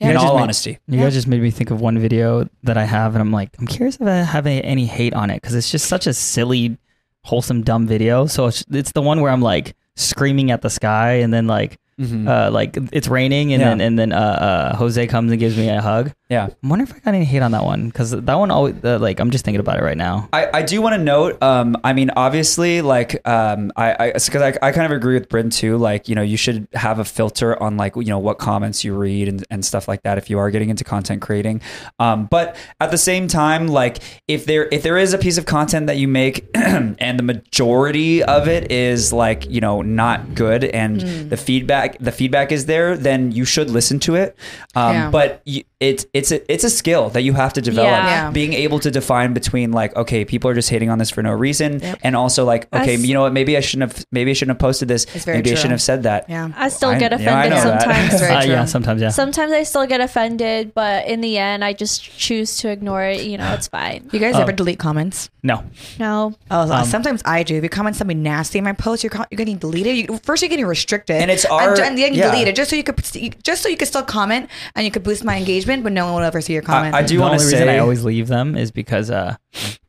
[SPEAKER 4] You
[SPEAKER 3] in
[SPEAKER 4] guys just
[SPEAKER 3] all
[SPEAKER 4] made-
[SPEAKER 3] honesty,
[SPEAKER 4] You guys just made me think of one video that I have, and I'm like, I'm curious if I have any, any hate on it because it's just such a silly, wholesome, dumb video. So it's, it's the one where I'm like screaming at the sky, and then like, uh, like it's raining, and
[SPEAKER 3] Mm-hmm. Yeah.
[SPEAKER 4] then and then uh, uh, Jose comes and gives me a hug.
[SPEAKER 3] yeah.
[SPEAKER 4] I wonder if I got any hate on that one because that one always uh, like I'm just thinking about it right now.
[SPEAKER 3] I, I do want to note. Um, I mean, obviously, like, um, I, I, because I, I kind of agree with Bryn too. Like, you know, you should have a filter on like, you know, what comments you read and, and stuff like that if you are getting into content creating. Um, but at the same time, like, if there if there is a piece of content that you make (clears throat) and the majority of it is like, you know, not good and the feedback the feedback is there, then you should listen to it. Um,
[SPEAKER 2] Yeah.
[SPEAKER 3] but you, it's it's a it's a skill that you have to develop
[SPEAKER 1] Yeah.
[SPEAKER 2] Yeah.
[SPEAKER 3] being able to define between like okay people are just hating on this for no reason and also like okay
[SPEAKER 1] Us-
[SPEAKER 3] you know what maybe i shouldn't have maybe i shouldn't have posted this
[SPEAKER 2] It's very
[SPEAKER 3] maybe i
[SPEAKER 2] true.
[SPEAKER 3] shouldn't have said that
[SPEAKER 2] Yeah.
[SPEAKER 1] I still
[SPEAKER 3] I-
[SPEAKER 1] get
[SPEAKER 3] yeah, I
[SPEAKER 1] offended
[SPEAKER 3] know that.
[SPEAKER 1] sometimes.
[SPEAKER 3] (laughs)
[SPEAKER 2] That's very
[SPEAKER 4] Uh, yeah,
[SPEAKER 2] true.
[SPEAKER 4] sometimes yeah.
[SPEAKER 1] Sometimes I still get offended, but in the end, I just choose to ignore it. You
[SPEAKER 3] (sighs)
[SPEAKER 1] know, it's fine.
[SPEAKER 2] You guys
[SPEAKER 3] uh,
[SPEAKER 2] ever delete comments?
[SPEAKER 4] no,
[SPEAKER 1] No,
[SPEAKER 2] Oh,
[SPEAKER 3] Um,
[SPEAKER 2] sometimes I do. If you comment something nasty in my post, you're, co- you're getting deleted. You, first, you're getting restricted,
[SPEAKER 3] And it's our-
[SPEAKER 2] and, then
[SPEAKER 3] yeah.
[SPEAKER 2] deleted just so you could just so you could still comment and you could boost my engagement, but no one will ever see your comment.
[SPEAKER 3] I, I do
[SPEAKER 4] the
[SPEAKER 3] want
[SPEAKER 4] only
[SPEAKER 3] to say
[SPEAKER 4] reason I always leave them is because uh,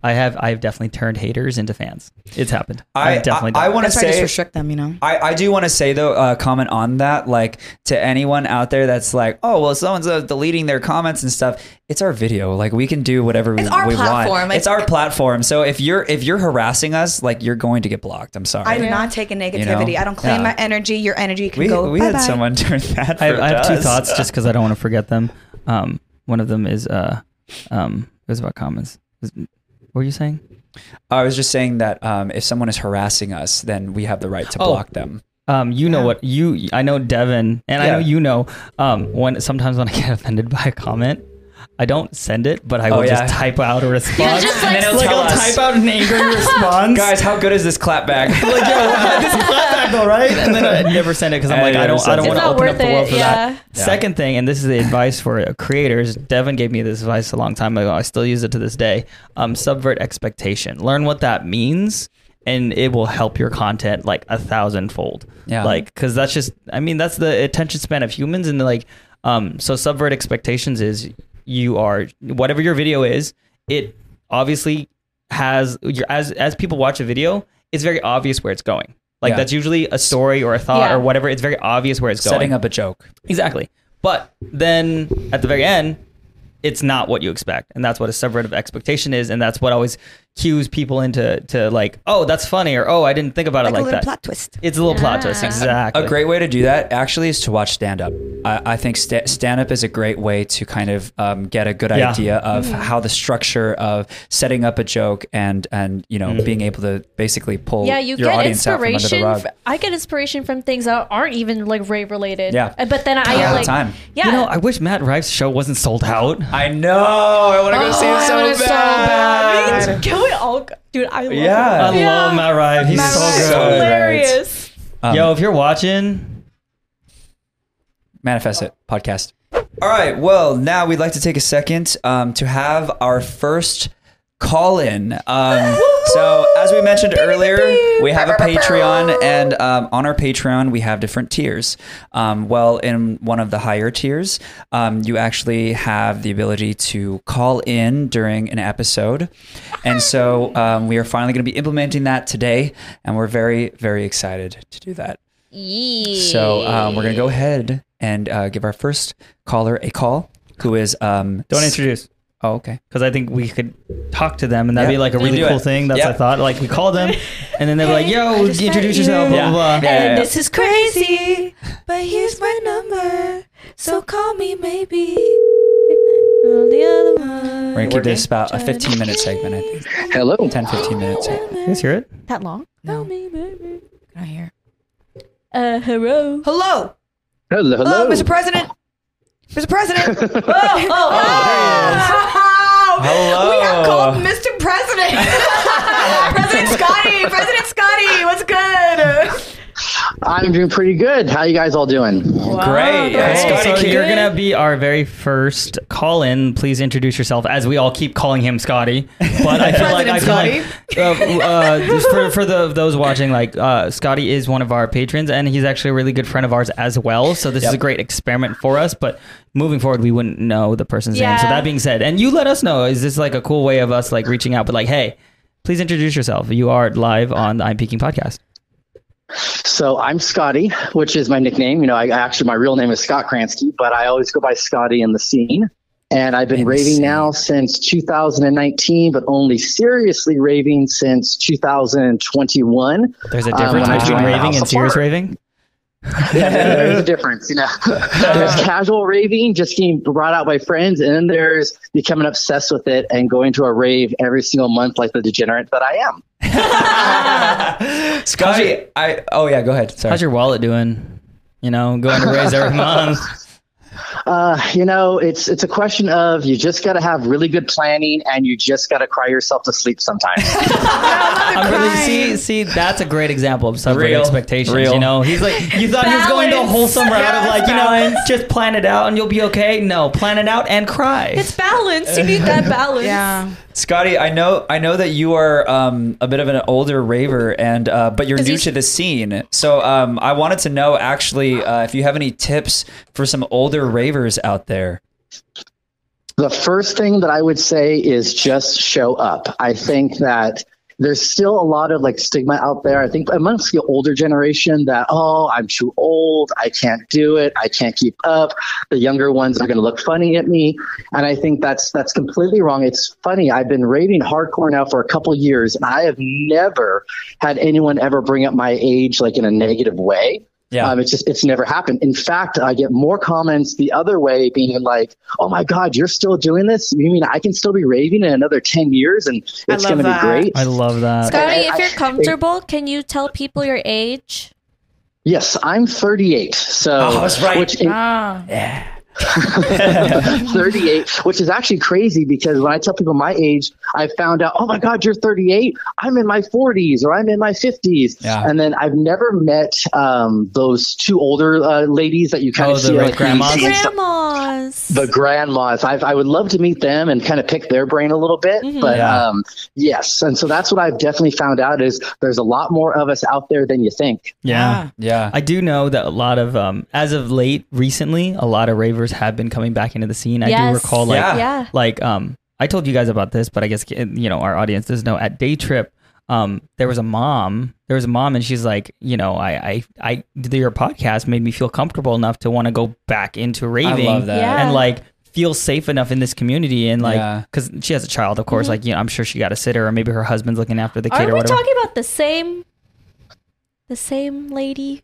[SPEAKER 4] I have I've definitely turned haters into fans. It's happened.
[SPEAKER 3] I,
[SPEAKER 4] I've definitely.
[SPEAKER 3] I,
[SPEAKER 4] done it.
[SPEAKER 3] want to
[SPEAKER 2] That's why I just
[SPEAKER 3] say
[SPEAKER 2] restrict them, you know.
[SPEAKER 3] I, I do want to say though, uh, comment on that, like to anyone out there that's like, oh well, someone's uh, deleting their comments and stuff. It's our video, like we can do whatever we,
[SPEAKER 2] It's our
[SPEAKER 3] we want.
[SPEAKER 2] platform, like-
[SPEAKER 3] it's our platform. So if you're if you're harassing us, like you're going to get blocked. I'm sorry.
[SPEAKER 2] I do not take a negativity. I don't claim
[SPEAKER 3] Yeah.
[SPEAKER 2] my energy. Your energy can
[SPEAKER 3] we
[SPEAKER 2] go.
[SPEAKER 3] we
[SPEAKER 2] bye
[SPEAKER 3] had someone (laughs) turn that.
[SPEAKER 4] I,
[SPEAKER 3] for
[SPEAKER 4] I have two
[SPEAKER 3] us.
[SPEAKER 4] thoughts just because I
[SPEAKER 3] (laughs)
[SPEAKER 4] don't want to forget them. Um, one of them is uh, um, it was about comments. Was- What were you saying?
[SPEAKER 3] I was just saying that um, if someone is harassing us, then we have the right to
[SPEAKER 4] Oh.
[SPEAKER 3] block them.
[SPEAKER 4] Um, you know what you? I know Devin, and I know
[SPEAKER 3] Yeah.
[SPEAKER 4] you know. Um, when sometimes when I get offended by a comment, I don't send it, but I
[SPEAKER 3] Oh,
[SPEAKER 4] will
[SPEAKER 3] yeah.
[SPEAKER 4] just type
[SPEAKER 1] (laughs)
[SPEAKER 4] out a response.
[SPEAKER 1] just, like, And it'll
[SPEAKER 3] tell
[SPEAKER 4] I'll
[SPEAKER 3] us.
[SPEAKER 4] type out an angry
[SPEAKER 1] (laughs)
[SPEAKER 4] response.
[SPEAKER 3] (laughs) Guys, how good is this clapback?
[SPEAKER 4] (laughs) like yo, this is clapback though, right? And then I never send it because I'm
[SPEAKER 3] And
[SPEAKER 4] like,
[SPEAKER 3] I
[SPEAKER 4] I don't,
[SPEAKER 3] never
[SPEAKER 4] I don't
[SPEAKER 3] send
[SPEAKER 1] It's
[SPEAKER 3] it.
[SPEAKER 4] want to open
[SPEAKER 1] not
[SPEAKER 4] up the
[SPEAKER 1] worth
[SPEAKER 4] world
[SPEAKER 1] it,
[SPEAKER 4] for
[SPEAKER 1] yeah.
[SPEAKER 4] that. Second thing, and this is the advice for uh, creators. Devin gave me this advice a long time ago. I still use it to this day. Um, subvert expectation. Learn what that means, and it will help your content like a thousandfold.
[SPEAKER 3] Yeah.
[SPEAKER 4] Like because that's just i mean that's the attention span of humans and like um so subvert expectations is you are whatever your video is it obviously has your as as people watch a video it's very obvious where it's going like
[SPEAKER 3] Yeah.
[SPEAKER 4] that's usually a story or a thought
[SPEAKER 1] Yeah.
[SPEAKER 4] or whatever it's very obvious where it's going
[SPEAKER 3] (laughs) Setting up a joke.
[SPEAKER 4] Exactly. But then at the very end, it's not what you expect. And that's what a subvert of expectation is. And that's what always cues people into to like, oh, that's funny, or oh, I didn't think about
[SPEAKER 2] like,
[SPEAKER 4] it
[SPEAKER 2] a
[SPEAKER 4] like
[SPEAKER 2] little
[SPEAKER 4] that.
[SPEAKER 2] plot twist.
[SPEAKER 4] It's a little plot twist,
[SPEAKER 1] Ah.
[SPEAKER 4] exactly.
[SPEAKER 3] A great way to do that actually is to watch stand up. I, I think sta stand up is a great way to kind of um, get a good
[SPEAKER 4] Yeah. Mm.
[SPEAKER 3] idea of how the structure of setting up a joke and and you know
[SPEAKER 4] Mm.
[SPEAKER 3] being able to basically pull
[SPEAKER 1] yeah, you
[SPEAKER 3] your
[SPEAKER 1] get
[SPEAKER 3] audience out from under the
[SPEAKER 1] inspiration.
[SPEAKER 3] rug.
[SPEAKER 1] f- I get inspiration from things that aren't even like rave related.
[SPEAKER 3] Yeah.
[SPEAKER 1] Uh, But then I
[SPEAKER 3] All the
[SPEAKER 1] like
[SPEAKER 3] time.
[SPEAKER 1] Yeah.
[SPEAKER 4] You know, I wish Matt Rife's show wasn't sold out.
[SPEAKER 3] I know. I want to go see
[SPEAKER 1] Oh, I
[SPEAKER 3] it so
[SPEAKER 1] wanna
[SPEAKER 3] bad.
[SPEAKER 1] so bad. Me too. (laughs) Can we all go? Dude, I love
[SPEAKER 3] Yeah.
[SPEAKER 4] I
[SPEAKER 1] him.
[SPEAKER 4] love Matt Rife. He's
[SPEAKER 2] Matt
[SPEAKER 4] so
[SPEAKER 2] Rife.
[SPEAKER 4] good.
[SPEAKER 3] So good.
[SPEAKER 1] hilarious.
[SPEAKER 3] Um,
[SPEAKER 4] Yo, if you're watching,
[SPEAKER 3] Manifest It podcast. All right. Well, now we'd like to take a second um, to have our first call in. Um, so, as we mentioned earlier, we have a Patreon, and um, on our Patreon, we have different tiers. Um, well, in one of the higher tiers, um, you actually have the ability to call in during an episode. And so, um, we are finally going to be implementing that today, and we're very, very excited to do that. So um, we're gonna go ahead and uh, give our first caller a call, who is um,
[SPEAKER 4] don't introduce.
[SPEAKER 3] Oh, okay.
[SPEAKER 4] Because I think we could talk to them, and that'd
[SPEAKER 3] Yeah.
[SPEAKER 4] be like a
[SPEAKER 3] You
[SPEAKER 4] really
[SPEAKER 3] do
[SPEAKER 4] cool
[SPEAKER 3] it.
[SPEAKER 4] thing. That's
[SPEAKER 3] Yeah.
[SPEAKER 4] I thought. Like we call them, and then they're like,
[SPEAKER 1] Hey,
[SPEAKER 4] "Yo,
[SPEAKER 1] I just
[SPEAKER 4] introduce
[SPEAKER 1] met you."
[SPEAKER 4] yourself." Blah blah blah.
[SPEAKER 3] Yeah, yeah,
[SPEAKER 1] and
[SPEAKER 3] yeah.
[SPEAKER 1] this is crazy.
[SPEAKER 2] But here's my number, so call me maybe.
[SPEAKER 1] The other one.
[SPEAKER 3] We're gonna keep this about a 15 minute segment, I think.
[SPEAKER 5] Hello.
[SPEAKER 3] 10, 15 minutes.
[SPEAKER 4] You guys hear it?
[SPEAKER 1] That long?
[SPEAKER 2] No.
[SPEAKER 1] Tell me, baby.
[SPEAKER 2] Not here.
[SPEAKER 1] Uh, hello.
[SPEAKER 2] Hello,
[SPEAKER 5] Hello.
[SPEAKER 2] hello,
[SPEAKER 5] Hello.
[SPEAKER 2] Mr. President. Mr.
[SPEAKER 4] (laughs)
[SPEAKER 2] President.
[SPEAKER 1] Oh, oh,
[SPEAKER 3] Hello.
[SPEAKER 2] We have called Mr. President. (laughs) President Scotty. President Scotty. What's good?
[SPEAKER 5] I'm doing pretty good. How you guys all doing?
[SPEAKER 3] Great. Yeah,
[SPEAKER 4] Hey,
[SPEAKER 3] Scotty
[SPEAKER 4] so
[SPEAKER 3] King.
[SPEAKER 4] you're gonna be our very first call in. Please introduce yourself, as we all keep calling him Scotty. But I feel like I feel
[SPEAKER 2] President
[SPEAKER 4] like uh, uh, just for for the, those watching, like uh, Scotty is one of our patrons, and he's actually a really good friend of ours as well. So this is
[SPEAKER 3] Yep.
[SPEAKER 4] a great experiment for us. But moving forward, we wouldn't know the person's name. So
[SPEAKER 1] Yeah.
[SPEAKER 4] that being said, and you let us know, is this like a cool way of us like reaching out? But like, hey. Please introduce yourself. You are live on the I'm Peaking podcast.
[SPEAKER 5] So I'm Scotty, which is my nickname. You know, I I actually my real name is Scott Kransky, but I always go by Scotty in the scene. And I've been
[SPEAKER 3] In the
[SPEAKER 5] raving
[SPEAKER 3] scene.
[SPEAKER 5] now since 2019, but only seriously raving since 2021.
[SPEAKER 4] There's a
[SPEAKER 5] Um,
[SPEAKER 4] difference
[SPEAKER 5] I
[SPEAKER 4] between
[SPEAKER 5] joined
[SPEAKER 4] raving
[SPEAKER 5] House
[SPEAKER 4] and
[SPEAKER 5] of
[SPEAKER 4] serious
[SPEAKER 5] Horror.
[SPEAKER 4] raving.
[SPEAKER 5] there's a difference,
[SPEAKER 3] (laughs)
[SPEAKER 5] you know. there's casual raving, just getting brought out by friends, and then there's becoming obsessed with it and going to a rave every single month, like the degenerate that I am.
[SPEAKER 3] Scotty, I. Oh yeah, go ahead. Sorry.
[SPEAKER 4] How's your wallet doing? You know, going to raise every month.
[SPEAKER 5] Uh, you know, it's it's a question of you just got to have really good planning, and you just got to cry yourself to sleep sometimes.
[SPEAKER 4] I'm really see see that's a great example of separate
[SPEAKER 3] Real.
[SPEAKER 4] expectations.
[SPEAKER 3] Real.
[SPEAKER 4] You know, he's like you thought he was going the
[SPEAKER 1] Balance.
[SPEAKER 4] wholesome route of like you know just plan it out and you'll be okay. No, plan it out and cry.
[SPEAKER 1] It's balanced. You need that balance.
[SPEAKER 2] Yeah.
[SPEAKER 3] Scotty, I know, I know that you are um, a bit of an older raver, and uh, but you're new
[SPEAKER 1] he's-
[SPEAKER 3] to the scene. So um, I wanted to know actually uh, if you have any tips for some older ravers out there.
[SPEAKER 5] The first thing that I would say is just show up. I think that there's still a lot of like stigma out there. I think amongst the older generation that, oh, I'm too old. I can't do it. I can't keep up. The younger ones are going to look funny at me. And I think that's, that's completely wrong. It's funny. I've been raving hardcore now for a couple years and I have never had anyone ever bring up my age like in a negative way.
[SPEAKER 3] Yeah.
[SPEAKER 5] Um, it's just it's never happened. In fact, I get more comments the other way, being like, "Oh my God, you're still doing this? You mean I can still be raving in another ten years, and
[SPEAKER 2] I
[SPEAKER 5] it's
[SPEAKER 2] love
[SPEAKER 5] going to be
[SPEAKER 2] that.
[SPEAKER 5] great?"
[SPEAKER 4] Uh, I love that.
[SPEAKER 1] Scotty,
[SPEAKER 5] I-
[SPEAKER 1] if
[SPEAKER 5] I-
[SPEAKER 1] you're comfortable, can you tell people your age?
[SPEAKER 5] Yes, I'm 38. So
[SPEAKER 3] Oh, that's right.
[SPEAKER 5] Which in,
[SPEAKER 2] Ah.
[SPEAKER 5] 38, which is actually crazy because when I tell people my age, I found out, oh my God, you're 38. I'm in my 40s or I'm in my 50s.
[SPEAKER 3] Yeah.
[SPEAKER 5] And then I've never met um, those two older uh, ladies that you kind
[SPEAKER 4] Oh,
[SPEAKER 5] of
[SPEAKER 4] the
[SPEAKER 5] see
[SPEAKER 4] like
[SPEAKER 5] like you
[SPEAKER 4] grandmas?
[SPEAKER 5] see and stuff.
[SPEAKER 1] Grandmas.
[SPEAKER 5] the grandmas. I've, I would love to meet them and kind of pick their brain a little bit. But
[SPEAKER 3] Yeah.
[SPEAKER 5] um, yes, and so that's what I've definitely found out is there's a lot more of us out there than you think.
[SPEAKER 4] Yeah.
[SPEAKER 3] Yeah,
[SPEAKER 4] I do know that a lot of um as of late recently, a lot of ravers have been coming back into the scene. I
[SPEAKER 1] Yes.
[SPEAKER 4] do recall like
[SPEAKER 3] Yeah.
[SPEAKER 1] yeah.
[SPEAKER 4] like um i told you guys about this but i guess eh, you know our audience doesn't know at day trip um there was a mom there was a mom and she's like you know i i i did your podcast made me feel comfortable enough to want to go back into raving
[SPEAKER 3] I love that.
[SPEAKER 1] Yeah.
[SPEAKER 4] and like feel safe enough in this community and
[SPEAKER 3] Yeah.
[SPEAKER 4] like because she has a child, of course. Like you know, I'm sure she got a sitter or maybe her husband's looking after the kid
[SPEAKER 1] Mm-hmm. Are
[SPEAKER 4] or
[SPEAKER 1] we
[SPEAKER 4] whatever.
[SPEAKER 1] talking about the same, the same lady?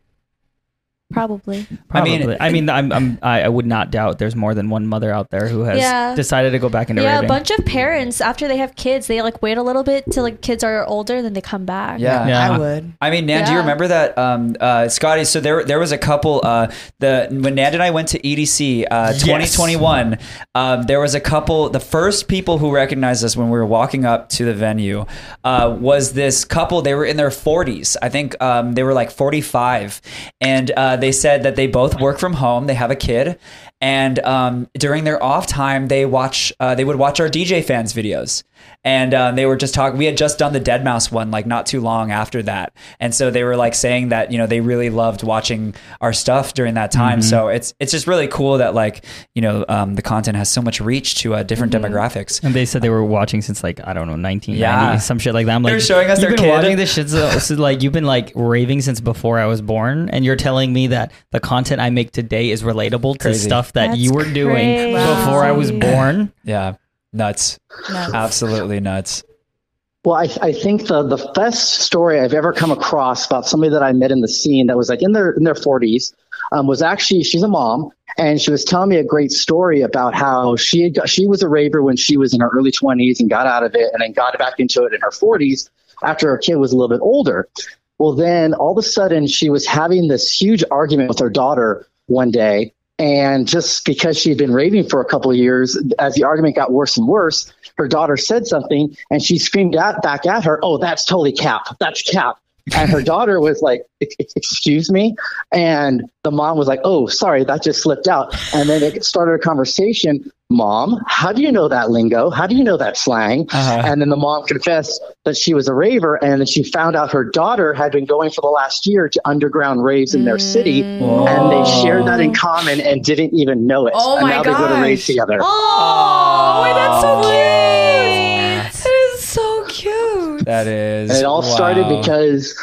[SPEAKER 1] Probably.
[SPEAKER 4] I mean,
[SPEAKER 3] Probably.
[SPEAKER 4] I mean, I'm, I'm I I would not doubt there's more than one mother out there who has
[SPEAKER 1] Yeah.
[SPEAKER 4] decided to go back into
[SPEAKER 1] yeah,
[SPEAKER 4] raving.
[SPEAKER 1] a bunch of parents after they have kids, they like wait a little bit till like kids are older, then they come back.
[SPEAKER 3] Yeah.
[SPEAKER 4] Yeah.
[SPEAKER 2] I would.
[SPEAKER 3] I mean, Nan, do you
[SPEAKER 1] Yeah.
[SPEAKER 3] remember that, um, uh, Scotty? So there, there was a couple. Uh, the when Nan and I went to EDC uh, 2021, um, there was a couple. The first people who recognized us when we were walking up to the venue uh, was this couple. They were in their 40s. I think um, they were like 45, and uh, they said that they both work from home. They have a kid, and um, during their off time, they watch. Uh, they would watch our DJ fans videos and um, they were just talking. We had just done the Dead Mouse one, like not too long after that, and so they were like saying that you know they really loved watching our stuff during that time.
[SPEAKER 5] Mm-hmm.
[SPEAKER 3] So it's it's just really cool that like you know um, the content has so much reach to uh, different
[SPEAKER 5] Mm-hmm.
[SPEAKER 3] demographics.
[SPEAKER 4] And they said they were watching since like I don't know 1990
[SPEAKER 3] Yeah.
[SPEAKER 4] some shit like that. I'm like
[SPEAKER 3] They're showing us
[SPEAKER 4] you've
[SPEAKER 3] their
[SPEAKER 4] been
[SPEAKER 3] kid."
[SPEAKER 4] watching this shit so, so, like you've been like raving since before I was born, and you're telling me that the content I make today is relatable to
[SPEAKER 3] Crazy.
[SPEAKER 4] stuff that
[SPEAKER 1] That's
[SPEAKER 4] you were doing
[SPEAKER 1] crazy.
[SPEAKER 4] before I was
[SPEAKER 1] Wow.
[SPEAKER 4] born.
[SPEAKER 3] Yeah, nuts, absolutely nuts.
[SPEAKER 5] Well, I, I think the, the best story I've ever come across about somebody that I met in the scene that was like in their in their 40s um, was actually she's a mom and she was telling me a great story about how she had got, she was a raver when she was in her early 20s and got out of it and then got back into it in her 40s after her kid was a little bit older. Well, then all of a sudden she was having this huge argument with her daughter one day. And just because she had been raving for a couple of years, as the argument got worse and worse, her daughter said something and she screamed out back at her, Oh, that's totally cap. That's cap. And her daughter was like, "Ex- ex- Excuse me. And the mom was like, Oh, sorry, that just slipped out. And then it started a conversation. Mom, how do you know that lingo? How do you know that slang?
[SPEAKER 3] Uh-huh.
[SPEAKER 5] And then the mom confessed that she was a raver and then she found out her daughter had been going for the last year to underground raves in their city. And they shared that in common and didn't even know it.
[SPEAKER 2] Oh
[SPEAKER 5] and
[SPEAKER 2] my
[SPEAKER 5] now they go to rave
[SPEAKER 2] gosh.
[SPEAKER 5] together.
[SPEAKER 1] Oh, wait, that's so cute.
[SPEAKER 2] That is so cute.
[SPEAKER 3] (laughs) That is.
[SPEAKER 5] And it all started
[SPEAKER 3] wow.
[SPEAKER 5] because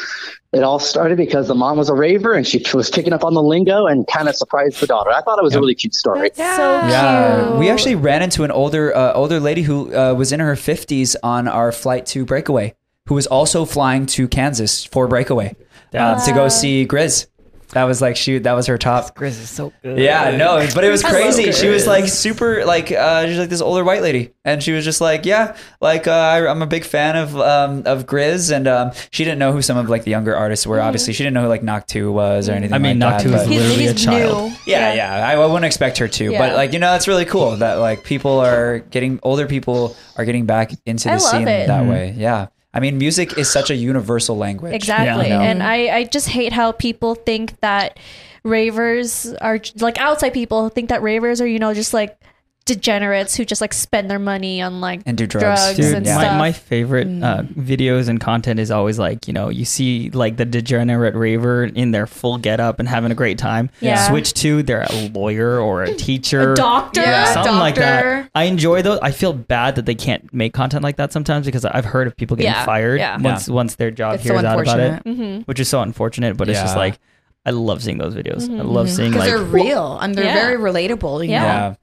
[SPEAKER 5] it all started because the mom was a raver and she was picking up on the lingo and kind of surprised the daughter. I thought it was a really cute story.
[SPEAKER 1] That's so cute.
[SPEAKER 3] Yeah, we actually ran into an older uh, older lady who uh, was in her fifties on our flight to Breakaway, who was also flying to Kansas for Breakaway um, to go see Grizz. That was like she that was her top.
[SPEAKER 4] Chris is so good.
[SPEAKER 3] Yeah, no, but it
[SPEAKER 4] (laughs)
[SPEAKER 3] was
[SPEAKER 1] I love
[SPEAKER 3] crazy. She was
[SPEAKER 4] Grizz.
[SPEAKER 3] like super like uh, she was like this older white lady, and she was just like, yeah, like uh, I, I'm a big fan of um, of Grizz, and um, she didn't know who some of like the younger artists were. Obviously, she didn't know who like Noctu was or anything.
[SPEAKER 4] Mm-hmm. I mean,
[SPEAKER 3] like
[SPEAKER 4] Noctu
[SPEAKER 3] that,
[SPEAKER 4] is
[SPEAKER 3] but-
[SPEAKER 4] He's- Literally a
[SPEAKER 2] he's
[SPEAKER 4] child.
[SPEAKER 2] new.
[SPEAKER 3] yeah, yeah. I, I wouldn't expect her to, but
[SPEAKER 1] Yeah.
[SPEAKER 3] like you know, that's really cool that like people are getting older people are getting back into
[SPEAKER 1] I
[SPEAKER 3] the
[SPEAKER 1] love
[SPEAKER 3] scene
[SPEAKER 1] it.
[SPEAKER 3] that way. Yeah, I mean, music is such a universal language.
[SPEAKER 1] Exactly.
[SPEAKER 3] Yeah.
[SPEAKER 1] And I, I just hate how people think that ravers are like outside people think that ravers are, you know, just like degenerates who just like spend their money on like
[SPEAKER 3] And do drugs.
[SPEAKER 4] Dude,
[SPEAKER 1] and
[SPEAKER 3] Yeah.
[SPEAKER 1] stuff. Mm.
[SPEAKER 4] my, my favorite uh, videos and content is always like you know you see like the degenerate raver in their full getup and having a great time.
[SPEAKER 1] Yeah.
[SPEAKER 4] Switch to they're a lawyer or a teacher,
[SPEAKER 1] A doctor?
[SPEAKER 4] Yeah,
[SPEAKER 1] Yeah,
[SPEAKER 4] something like that.
[SPEAKER 1] doctor.
[SPEAKER 4] I enjoy those. I feel bad that they can't make content like that sometimes because I've heard of people getting
[SPEAKER 1] Yeah,
[SPEAKER 4] fired
[SPEAKER 1] yeah.
[SPEAKER 4] once once their job
[SPEAKER 2] It's so
[SPEAKER 4] hears out about it,
[SPEAKER 2] unfortunate.
[SPEAKER 1] mm-hmm.
[SPEAKER 4] which is so unfortunate. But it's just
[SPEAKER 3] Yeah.
[SPEAKER 4] like I love seeing those videos. I love
[SPEAKER 1] Mm-hmm.
[SPEAKER 4] seeing
[SPEAKER 2] Because
[SPEAKER 4] like
[SPEAKER 2] they're real and they're
[SPEAKER 1] Yeah.
[SPEAKER 2] very relatable. You
[SPEAKER 1] Yeah.
[SPEAKER 2] Know?
[SPEAKER 3] Yeah.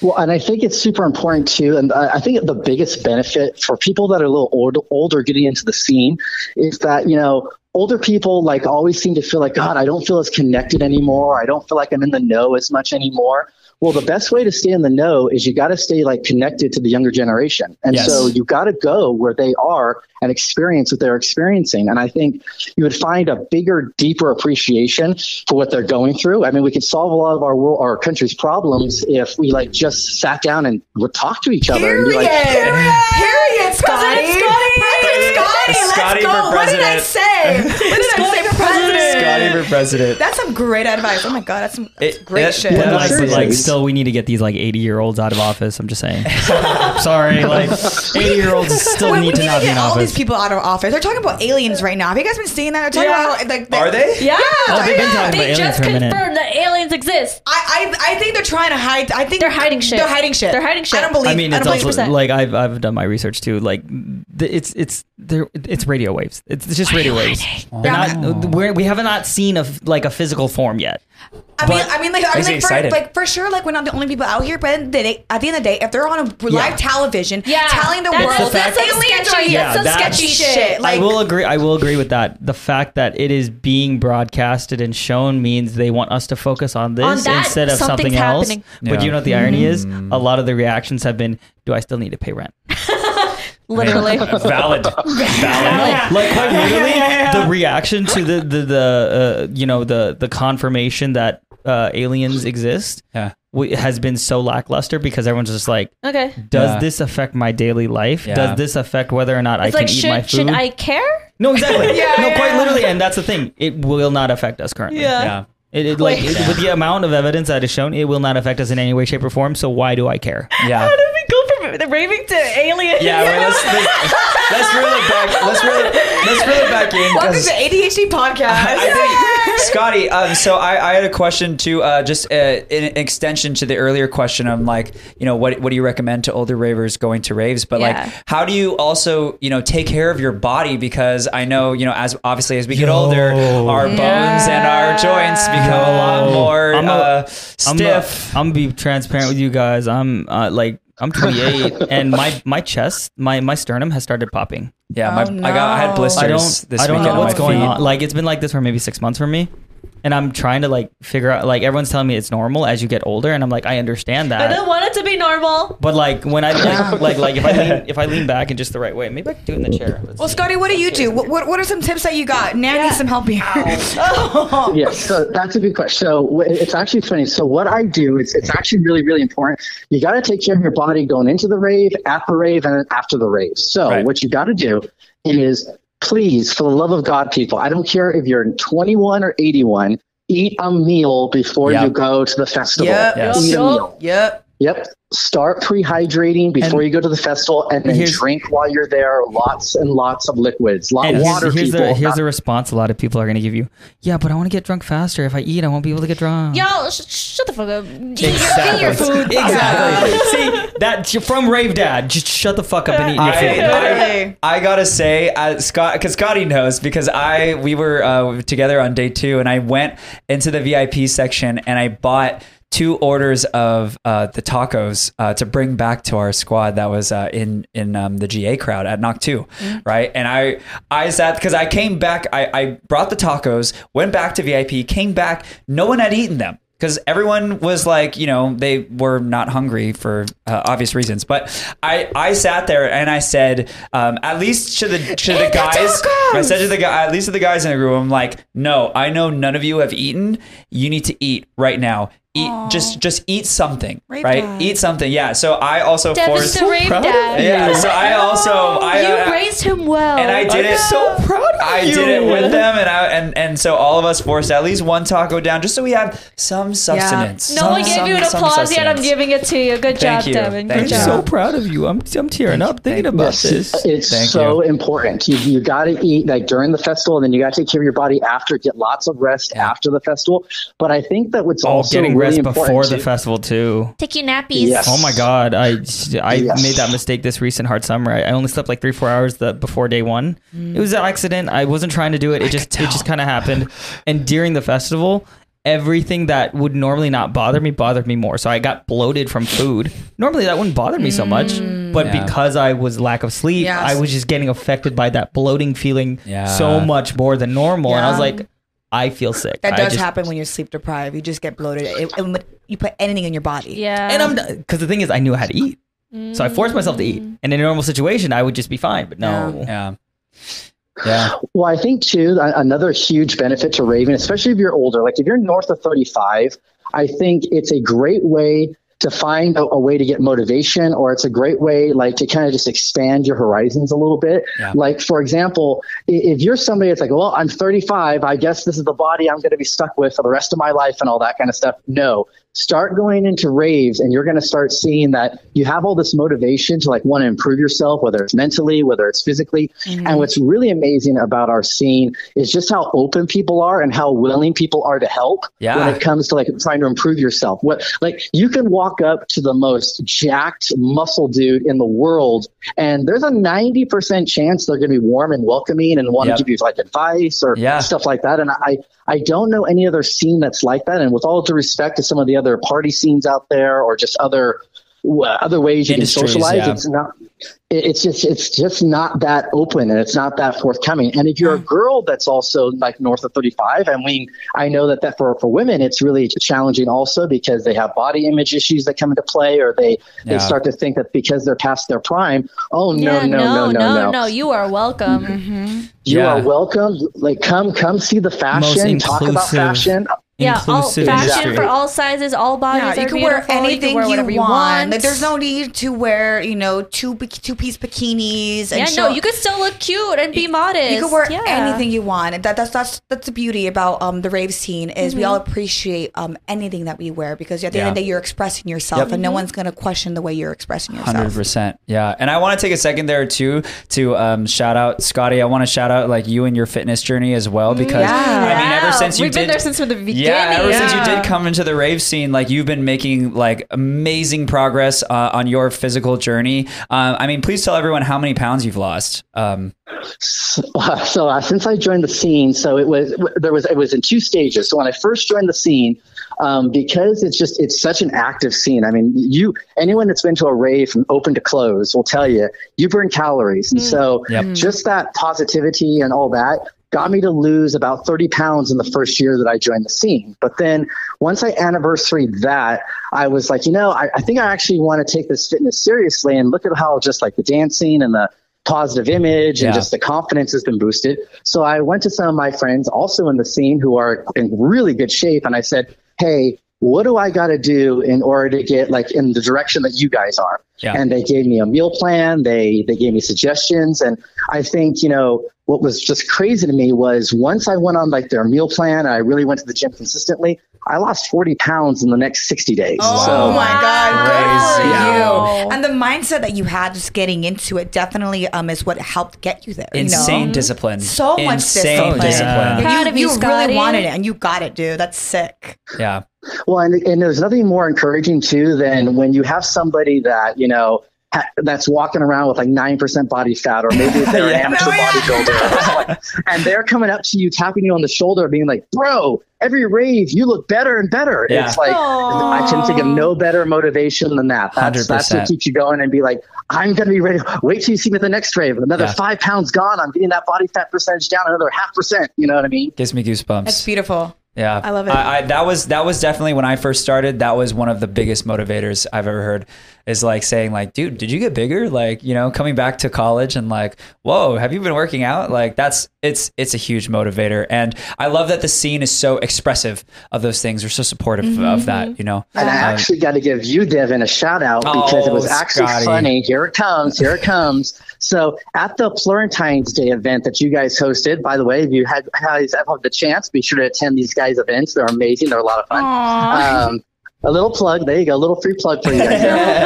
[SPEAKER 5] Well, and I think it's super important too. And I I think the biggest benefit for people that are a little old, older getting into the scene is that, you know, older people like always seem to feel like, God, I don't feel as connected anymore. I don't feel like I'm in the know as much anymore. Well, the best way to stay in the know is you got to stay like connected to the younger generation. And
[SPEAKER 3] Yes.
[SPEAKER 5] so you got to go where they are and experience what they're experiencing. And I think you would find a bigger, deeper appreciation for what they're going through. I mean, we could solve a lot of our world, our country's problems if we like just sat down and would talk to each other and be like,
[SPEAKER 2] Period, Scotty. President Scotty, let's
[SPEAKER 3] Scotty for
[SPEAKER 2] go. What did I
[SPEAKER 3] president.
[SPEAKER 2] say? What did I say, president?
[SPEAKER 3] Scotty for president.
[SPEAKER 2] That's some great advice. Oh my god, that's some that's
[SPEAKER 3] It-
[SPEAKER 2] great
[SPEAKER 3] that-
[SPEAKER 2] shit.
[SPEAKER 3] that-
[SPEAKER 4] But,
[SPEAKER 5] Yeah,
[SPEAKER 4] like,
[SPEAKER 5] seriously.
[SPEAKER 4] like, still, we need to get these like eighty-year-olds out of office. I'm just saying. Sorry, like eighty-year-olds still
[SPEAKER 2] Wait,
[SPEAKER 4] need
[SPEAKER 2] we
[SPEAKER 4] to
[SPEAKER 2] need
[SPEAKER 4] not
[SPEAKER 2] to
[SPEAKER 4] be in
[SPEAKER 2] get all
[SPEAKER 4] office.
[SPEAKER 2] these people out of office. They're talking about aliens right now. Have you guys been seeing that? They're talking
[SPEAKER 1] Yeah.
[SPEAKER 2] about how, like,
[SPEAKER 3] Are they?
[SPEAKER 1] Yeah.
[SPEAKER 4] Oh, they've been talking about
[SPEAKER 1] they
[SPEAKER 4] aliens
[SPEAKER 1] just
[SPEAKER 4] for a minute.
[SPEAKER 1] confirmed that aliens exist.
[SPEAKER 2] I, I I think they're trying to hide. I think
[SPEAKER 1] They're hiding shit.
[SPEAKER 2] They're hiding shit.
[SPEAKER 1] They're hiding shit.
[SPEAKER 2] I don't believe.
[SPEAKER 4] I mean,
[SPEAKER 2] I
[SPEAKER 4] it's
[SPEAKER 2] don't believe.
[SPEAKER 4] also
[SPEAKER 1] 100%.
[SPEAKER 4] like I've I've done my research too. Like, th- it's it's they're, it's radio waves. It's, it's just radio waves. They're
[SPEAKER 2] Yeah,
[SPEAKER 4] not. We're, we have not seen a f- like a physical form yet.
[SPEAKER 2] I mean,
[SPEAKER 3] But-
[SPEAKER 2] I mean, like, I mean,
[SPEAKER 3] Makes me
[SPEAKER 2] like, for,
[SPEAKER 3] excited.
[SPEAKER 2] like for sure, like we're not the only people out here. But at the day- at the end of the day, if they're on a live
[SPEAKER 4] Yeah.
[SPEAKER 2] television,
[SPEAKER 1] Yeah.
[SPEAKER 2] telling the
[SPEAKER 1] That's
[SPEAKER 2] world,
[SPEAKER 1] the fact-
[SPEAKER 2] that's
[SPEAKER 1] That's
[SPEAKER 2] like
[SPEAKER 1] some
[SPEAKER 2] sketchy,
[SPEAKER 1] Yeah,
[SPEAKER 2] that's some
[SPEAKER 4] that's-
[SPEAKER 2] sketchy shit. Like,
[SPEAKER 4] I will agree. I will agree with that. The fact that it is being broadcasted and shown means they want us to focus on this
[SPEAKER 1] On that,
[SPEAKER 4] instead of
[SPEAKER 1] something's
[SPEAKER 4] something else.
[SPEAKER 1] happening.
[SPEAKER 4] But
[SPEAKER 3] Yeah.
[SPEAKER 4] you know what the irony is? A lot of the reactions have been, "Do I still need to pay rent?"
[SPEAKER 1] Literally.
[SPEAKER 3] (laughs) Valid. Valid.
[SPEAKER 4] Like quite literally, the reaction to the the the uh, you know the the confirmation that uh, aliens exist
[SPEAKER 3] Yeah.
[SPEAKER 4] w- has been so lackluster because everyone's just like,
[SPEAKER 1] (laughs) okay.
[SPEAKER 4] does
[SPEAKER 3] Yeah.
[SPEAKER 4] this affect my daily life?
[SPEAKER 3] Yeah.
[SPEAKER 4] Does this affect whether or not I
[SPEAKER 1] It's
[SPEAKER 4] can
[SPEAKER 1] like
[SPEAKER 4] eat my
[SPEAKER 1] should
[SPEAKER 4] food?
[SPEAKER 1] should I care?
[SPEAKER 4] No,
[SPEAKER 1] (laughs)
[SPEAKER 4] exactly.
[SPEAKER 2] Yeah,
[SPEAKER 4] no, quite
[SPEAKER 2] yeah.
[SPEAKER 4] literally, and that's the thing. It will not affect us currently.
[SPEAKER 3] Yeah.
[SPEAKER 4] It, it like it- with the amount of evidence that is shown, it will not affect us in any way, shape, or form. So why do I care?
[SPEAKER 3] Yeah.
[SPEAKER 1] we go from the raving to alien?
[SPEAKER 3] Yeah, well, let's, let's, let's reel it back. Let's reel it, let's reel it back in.
[SPEAKER 2] welcome
[SPEAKER 3] 'cause-
[SPEAKER 2] to ADHD podcast.
[SPEAKER 3] I think, Scotty, um, so I, I had a question too, uh, just uh, in an extension to the earlier question on like, you know, what, what do you recommend to older ravers going to raves? But
[SPEAKER 1] Yeah.
[SPEAKER 3] like, how do you also, you know, take care of your body? Because I know, you know, as obviously as we get older, our bones and our joints become a lot more
[SPEAKER 4] I'm a-
[SPEAKER 3] uh,
[SPEAKER 4] I'm
[SPEAKER 3] stiff.
[SPEAKER 4] A, I'm gonna be transparent with you guys. I'm uh, like
[SPEAKER 3] (laughs)
[SPEAKER 4] I'm 28, and my my chest, my my sternum has started popping.
[SPEAKER 3] yeah, my,
[SPEAKER 2] Oh,
[SPEAKER 3] I got, I
[SPEAKER 2] no.
[SPEAKER 3] had blisters
[SPEAKER 4] I don't
[SPEAKER 3] this
[SPEAKER 4] I don't
[SPEAKER 3] weekend
[SPEAKER 4] know
[SPEAKER 3] on my
[SPEAKER 4] what's going
[SPEAKER 3] feet.
[SPEAKER 4] on. Like it's been like this for maybe six months for me. And I'm trying to like figure out like everyone's telling me it's normal as you get older, and I'm like I understand that.
[SPEAKER 1] I don't want it to be normal.
[SPEAKER 4] But like when I like like, like if I lean, if I lean back in just the right way, maybe I can do it in the chair. Let's
[SPEAKER 2] well,
[SPEAKER 4] see.
[SPEAKER 2] Scotty, what do you do? What, what, what are some tips that you got? Nan needs some help here. (laughs)
[SPEAKER 5] Yes, so that's a good question. So wh- it's actually funny. So what I do is it's actually really really important. You got to take care of your body going into the rave, at the rave, and then after the rave. So
[SPEAKER 3] Right.
[SPEAKER 5] what you got to do is please, for the love of God, people, I don't care if you're 21 or 81, eat a meal before
[SPEAKER 3] Yeah.
[SPEAKER 5] you go to the festival.
[SPEAKER 2] Yep.
[SPEAKER 3] Yes.
[SPEAKER 5] Eat a
[SPEAKER 1] Yup.
[SPEAKER 5] meal.
[SPEAKER 2] Yep.
[SPEAKER 5] Yep. Start prehydrating before
[SPEAKER 4] And-
[SPEAKER 5] you go to the festival, and then
[SPEAKER 4] Here's-
[SPEAKER 5] drink while you're there. Lots and lots of liquids, lot
[SPEAKER 4] And here's,
[SPEAKER 5] water.
[SPEAKER 4] here's
[SPEAKER 5] people.
[SPEAKER 4] the here's the response a lot of people are gonna give you. Yeah, but I want to get drunk faster. If I eat, I won't be able to get drunk.
[SPEAKER 1] Y'all, sh- shut the fuck up. Eat your-
[SPEAKER 4] Mm-hmm. Exactly.
[SPEAKER 1] Eat your food.
[SPEAKER 4] (laughs) Exactly. See that you're from Rave Dad. Just shut the fuck up and eat your food.
[SPEAKER 3] I,
[SPEAKER 2] Literally.
[SPEAKER 3] I, I gotta say, uh, Scott, because Scotty knows, because I we were uh, together on day two, and I went into the VIP section and I bought two orders of uh, the tacos uh, to bring back to our squad that was uh, in in um, the GA crowd at Knock Two, right? And I I sat because I came back, I, I brought the tacos, went back to VIP, came back, no one had eaten them because everyone was like, you know, they were not hungry for uh, obvious reasons. But I, I sat there and I said, um, at least to the to the guys, I said to the guy, at least to the guys in the room, I'm like, no, I know none of you have eaten. You need to eat right now. Eat just just eat something,
[SPEAKER 2] Rave
[SPEAKER 3] right?
[SPEAKER 2] dad.
[SPEAKER 3] Eat something. Yeah. So I also
[SPEAKER 1] Devin's
[SPEAKER 3] forced.
[SPEAKER 1] the
[SPEAKER 3] (laughs)
[SPEAKER 1] rave dad.
[SPEAKER 3] yeah. So I also I
[SPEAKER 1] You
[SPEAKER 3] I-
[SPEAKER 1] raised him well.
[SPEAKER 3] and I did
[SPEAKER 4] I'm
[SPEAKER 3] it (laughs)
[SPEAKER 4] so proud of
[SPEAKER 3] I
[SPEAKER 4] you.
[SPEAKER 3] did it with them, and I and and so all of us forced at least one taco down, just so we have some sustenance.
[SPEAKER 1] no
[SPEAKER 3] Some-
[SPEAKER 1] one gave
[SPEAKER 3] some-
[SPEAKER 1] you an
[SPEAKER 3] some
[SPEAKER 1] applause yet. I'm
[SPEAKER 3] sustenance.
[SPEAKER 1] giving it to you. Good
[SPEAKER 3] Thank
[SPEAKER 1] job,
[SPEAKER 3] you.
[SPEAKER 1] Devin.
[SPEAKER 3] Thank
[SPEAKER 1] Good
[SPEAKER 3] you.
[SPEAKER 1] job.
[SPEAKER 4] So proud of you. I'm I'm tearing up thinking about this.
[SPEAKER 5] It's
[SPEAKER 3] Thank
[SPEAKER 5] so
[SPEAKER 3] you.
[SPEAKER 5] important. You, you got to eat like during the festival, and then you got to take care of your body after. Get lots of rest after the festival. But I think that what's
[SPEAKER 4] Oh,
[SPEAKER 5] also
[SPEAKER 4] getting rest
[SPEAKER 5] really important
[SPEAKER 4] before the
[SPEAKER 5] too-
[SPEAKER 4] festival too.
[SPEAKER 1] Take your nappies.
[SPEAKER 5] Yes.
[SPEAKER 4] Oh my god, I I
[SPEAKER 5] Yes.
[SPEAKER 4] made that mistake this recent hard summer. I, I only slept like three four hours the before day one. It was an accident. I wasn't trying to do it. It just it just kind of happened. And during the festival, everything that would normally not bother me bothered me more. So I got bloated from food. Normally that wouldn't bother me so much, but
[SPEAKER 3] Yeah.
[SPEAKER 4] because I was lack of sleep,
[SPEAKER 2] Yes.
[SPEAKER 4] I was just getting affected by that bloating feeling
[SPEAKER 3] Yeah.
[SPEAKER 4] so much more than normal. And I was
[SPEAKER 2] Yeah.
[SPEAKER 4] like, I feel sick.
[SPEAKER 2] That
[SPEAKER 4] I
[SPEAKER 2] does
[SPEAKER 4] just-
[SPEAKER 2] happen when you're sleep deprived. You just get bloated. It- and you put anything in your body.
[SPEAKER 1] Yeah.
[SPEAKER 4] and I'm because the thing is, I knew how to eat, so I forced myself to
[SPEAKER 1] Mm.
[SPEAKER 4] eat. And in a normal situation, I would just be fine. But no,
[SPEAKER 3] Yeah. Yeah.
[SPEAKER 5] Well, I think too a- another huge benefit to Raven, especially if you're older, like if you're north of 35, I think it's a great way to find a, a way to get motivation, or it's a great way like to kind of just expand your horizons a little bit.
[SPEAKER 3] Yeah.
[SPEAKER 5] Like for example, i- if you're somebody that's like, well, I'm 35, I guess this is the body I'm going to be stuck with for the rest of my life and all that kind of stuff. No, start going into raves and you're going to start seeing that you have all this motivation to like want to improve yourself whether it's mentally whether it's physically and what's really amazing about our scene is just how open people are and how willing people are to help
[SPEAKER 3] Yeah.
[SPEAKER 5] when it comes to like trying to improve yourself what like you can walk walk up to the most jacked muscle dude in the world, and there's a 90% chance they're going to be warm and welcoming and want
[SPEAKER 3] Yep.
[SPEAKER 5] to give you like advice or
[SPEAKER 3] Yeah.
[SPEAKER 5] stuff like that. And I, I don't know any other scene that's like that. And with all due respect to some of the other party scenes out there or just other other ways you
[SPEAKER 3] Industries,
[SPEAKER 5] can socialize,
[SPEAKER 3] yeah.
[SPEAKER 5] it's not it- it's just it's just not that open and it's not that forthcoming. And if you're a
[SPEAKER 3] Mm.
[SPEAKER 5] girl that's also like north of 35, I mean, I know that that for for women it's really challenging also because they have body image issues that come into play or they
[SPEAKER 3] Yeah.
[SPEAKER 5] they start to think that because they're past their prime, oh no,
[SPEAKER 1] yeah,
[SPEAKER 5] no, no, no, no,
[SPEAKER 1] You are welcome.
[SPEAKER 3] Mm-hmm.
[SPEAKER 5] You
[SPEAKER 3] Yeah.
[SPEAKER 5] are welcome. Like come come see the fashion, talk about
[SPEAKER 4] inclusive.
[SPEAKER 5] fashion.
[SPEAKER 1] yeah, all
[SPEAKER 4] Inclusive
[SPEAKER 1] fashion
[SPEAKER 4] industry.
[SPEAKER 1] for all sizes, all bodies
[SPEAKER 2] Yeah, you
[SPEAKER 1] are
[SPEAKER 2] can wear
[SPEAKER 1] beautiful.
[SPEAKER 2] anything
[SPEAKER 1] you can wear whatever you want.
[SPEAKER 2] Like, there's no need to wear, you know, two two piece bikinis. And
[SPEAKER 1] Yeah,
[SPEAKER 2] show,
[SPEAKER 1] no, you could still look cute and be modest.
[SPEAKER 2] you can wear
[SPEAKER 1] Yeah.
[SPEAKER 2] anything you want. And That that's that's that's the beauty about um the rave scene is we all appreciate um anything that we wear because at the end of
[SPEAKER 3] Yeah.
[SPEAKER 2] the day you're expressing yourself and no one's gonna question the way you're expressing
[SPEAKER 3] Hundred
[SPEAKER 2] yourself.
[SPEAKER 3] percent, yeah. And I want to take a second there too to um, shout out Scotty. I want to shout out like you and your fitness journey as well because I mean, ever
[SPEAKER 1] Mm, Yeah.
[SPEAKER 3] since you
[SPEAKER 1] We've
[SPEAKER 3] did,
[SPEAKER 1] been there since from the beginning.
[SPEAKER 3] yeah, ever since you
[SPEAKER 1] Yeah.
[SPEAKER 3] did come into the rave scene, like you've been making like amazing progress uh, on your physical journey. Uh, I mean, please tell everyone how many pounds you've lost. Um,
[SPEAKER 5] (laughs) so uh, since I joined the scene, so it was there was it was in two stages. So when I first joined the scene, um, because it's just it's such an active scene. I mean, you anyone that's been to a rave from open to close will tell you you burn calories, and so
[SPEAKER 3] Mm. Yep.
[SPEAKER 5] just that positivity and all that got me to lose about 30 pounds in the first year that I joined the scene. But then once I anniversary that, I was like, you know, I, I think I actually want to take this fitness seriously and look at how just like the dancing and the positive image and
[SPEAKER 3] Yeah.
[SPEAKER 5] just the confidence has been boosted. So I went to some of my friends also in the scene who are in really good shape and I said, hey, what do I got to do in order to get like in the direction that you guys are?
[SPEAKER 3] Yeah.
[SPEAKER 5] And they gave me a meal plan. They they gave me suggestions, and I think you know what was just crazy to me was once I went on like their meal plan, and I really went to the gym consistently. I lost forty pounds in the next sixty days.
[SPEAKER 2] Oh
[SPEAKER 5] so,
[SPEAKER 2] my God! Good
[SPEAKER 3] Crazy.
[SPEAKER 2] for
[SPEAKER 1] Wow.
[SPEAKER 2] you. And the mindset that you had just getting into it definitely um is what helped get you there. you know?
[SPEAKER 3] insane discipline,
[SPEAKER 2] so much
[SPEAKER 3] insane
[SPEAKER 2] discipline.
[SPEAKER 4] discipline.
[SPEAKER 2] Yeah,
[SPEAKER 1] Proud of you,
[SPEAKER 2] you really
[SPEAKER 1] Scotty.
[SPEAKER 2] wanted it, and you got it, dude. That's sick.
[SPEAKER 3] yeah.
[SPEAKER 5] Well, and, and there's nothing more encouraging too than when you have somebody that you know ha- that's walking around with like nine percent body fat, or maybe they're
[SPEAKER 3] Yeah.
[SPEAKER 5] an amateur
[SPEAKER 2] Oh, yeah.
[SPEAKER 5] bodybuilder, or something. and they're coming up to you, tapping you on the shoulder, being like, "Bro, every rave you look better and better."
[SPEAKER 3] Yeah.
[SPEAKER 5] It's like I can think of no better motivation than that. That's, that's
[SPEAKER 3] 100%.
[SPEAKER 5] what keeps you going and be like, "I'm gonna be ready." Wait till you see me at the next rave. Another
[SPEAKER 3] Yeah.
[SPEAKER 5] five pounds gone. I'm getting that body fat percentage down another half percent. You know what I mean?
[SPEAKER 3] Gives me goosebumps.
[SPEAKER 2] That's beautiful.
[SPEAKER 3] Yeah,
[SPEAKER 2] I love it.
[SPEAKER 3] I, that was that was definitely when I first started. That was one of the biggest motivators I've ever heard. Is like saying like, dude, did you get bigger? Like, you know, coming back to college and like, whoa, have you been working out? Like, that's it's it's a huge motivator, and I love that the scene is so expressive of those things. We're so supportive
[SPEAKER 2] Mm-hmm.
[SPEAKER 3] of that, you know.
[SPEAKER 5] And I
[SPEAKER 3] Um,
[SPEAKER 5] actually got to give you, Devin, a shout out because it
[SPEAKER 3] Oh,
[SPEAKER 5] was actually
[SPEAKER 3] Scotty.
[SPEAKER 5] funny. Here it comes. Here it comes. So at the Florentine's Day event that you guys hosted, by the way, if you had guys have the chance, be sure to attend these guys' events. They're amazing. They're a lot of fun. Um, a little plug. There you go. A little free plug for you guys.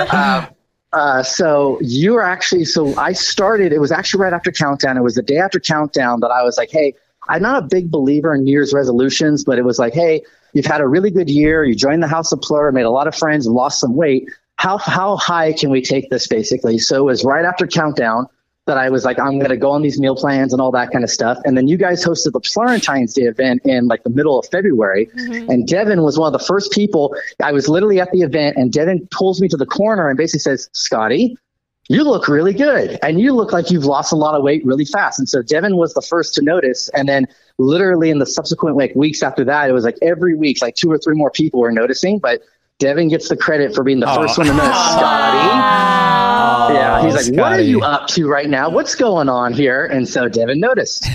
[SPEAKER 5] there. um, uh, so you were actually so I started. It was actually right after countdown. It was the day after countdown that I was like, hey. I'm not a big believer in New Year's resolutions, but it was like, hey, you've had a really good year. You joined the House of Plur, made a lot of friends, and lost some weight. How how high can we take this basically? So it was right after countdown that I was like, I'm gonna go on these meal plans and all that kind of stuff. And then you guys hosted the Florentine's Day event in like the middle of February, and Devin was one of the first people. I was literally at the event, and Devin pulls me to the corner and basically says, Scotty. You look really good, and you look like you've lost a lot of weight really fast. And so Devin was the first to notice, and then literally in the subsequent like weeks after that, it was like every week, like two or three more people were noticing. But Devin gets the credit for being the
[SPEAKER 3] Aw.
[SPEAKER 5] first one to notice. Scotty,
[SPEAKER 1] Wow.
[SPEAKER 5] yeah, he's like, "What are
[SPEAKER 3] Oh, Scotty.
[SPEAKER 5] you up to right now? What's going on here?" And so
[SPEAKER 3] (laughs)
[SPEAKER 5] Devin noticed.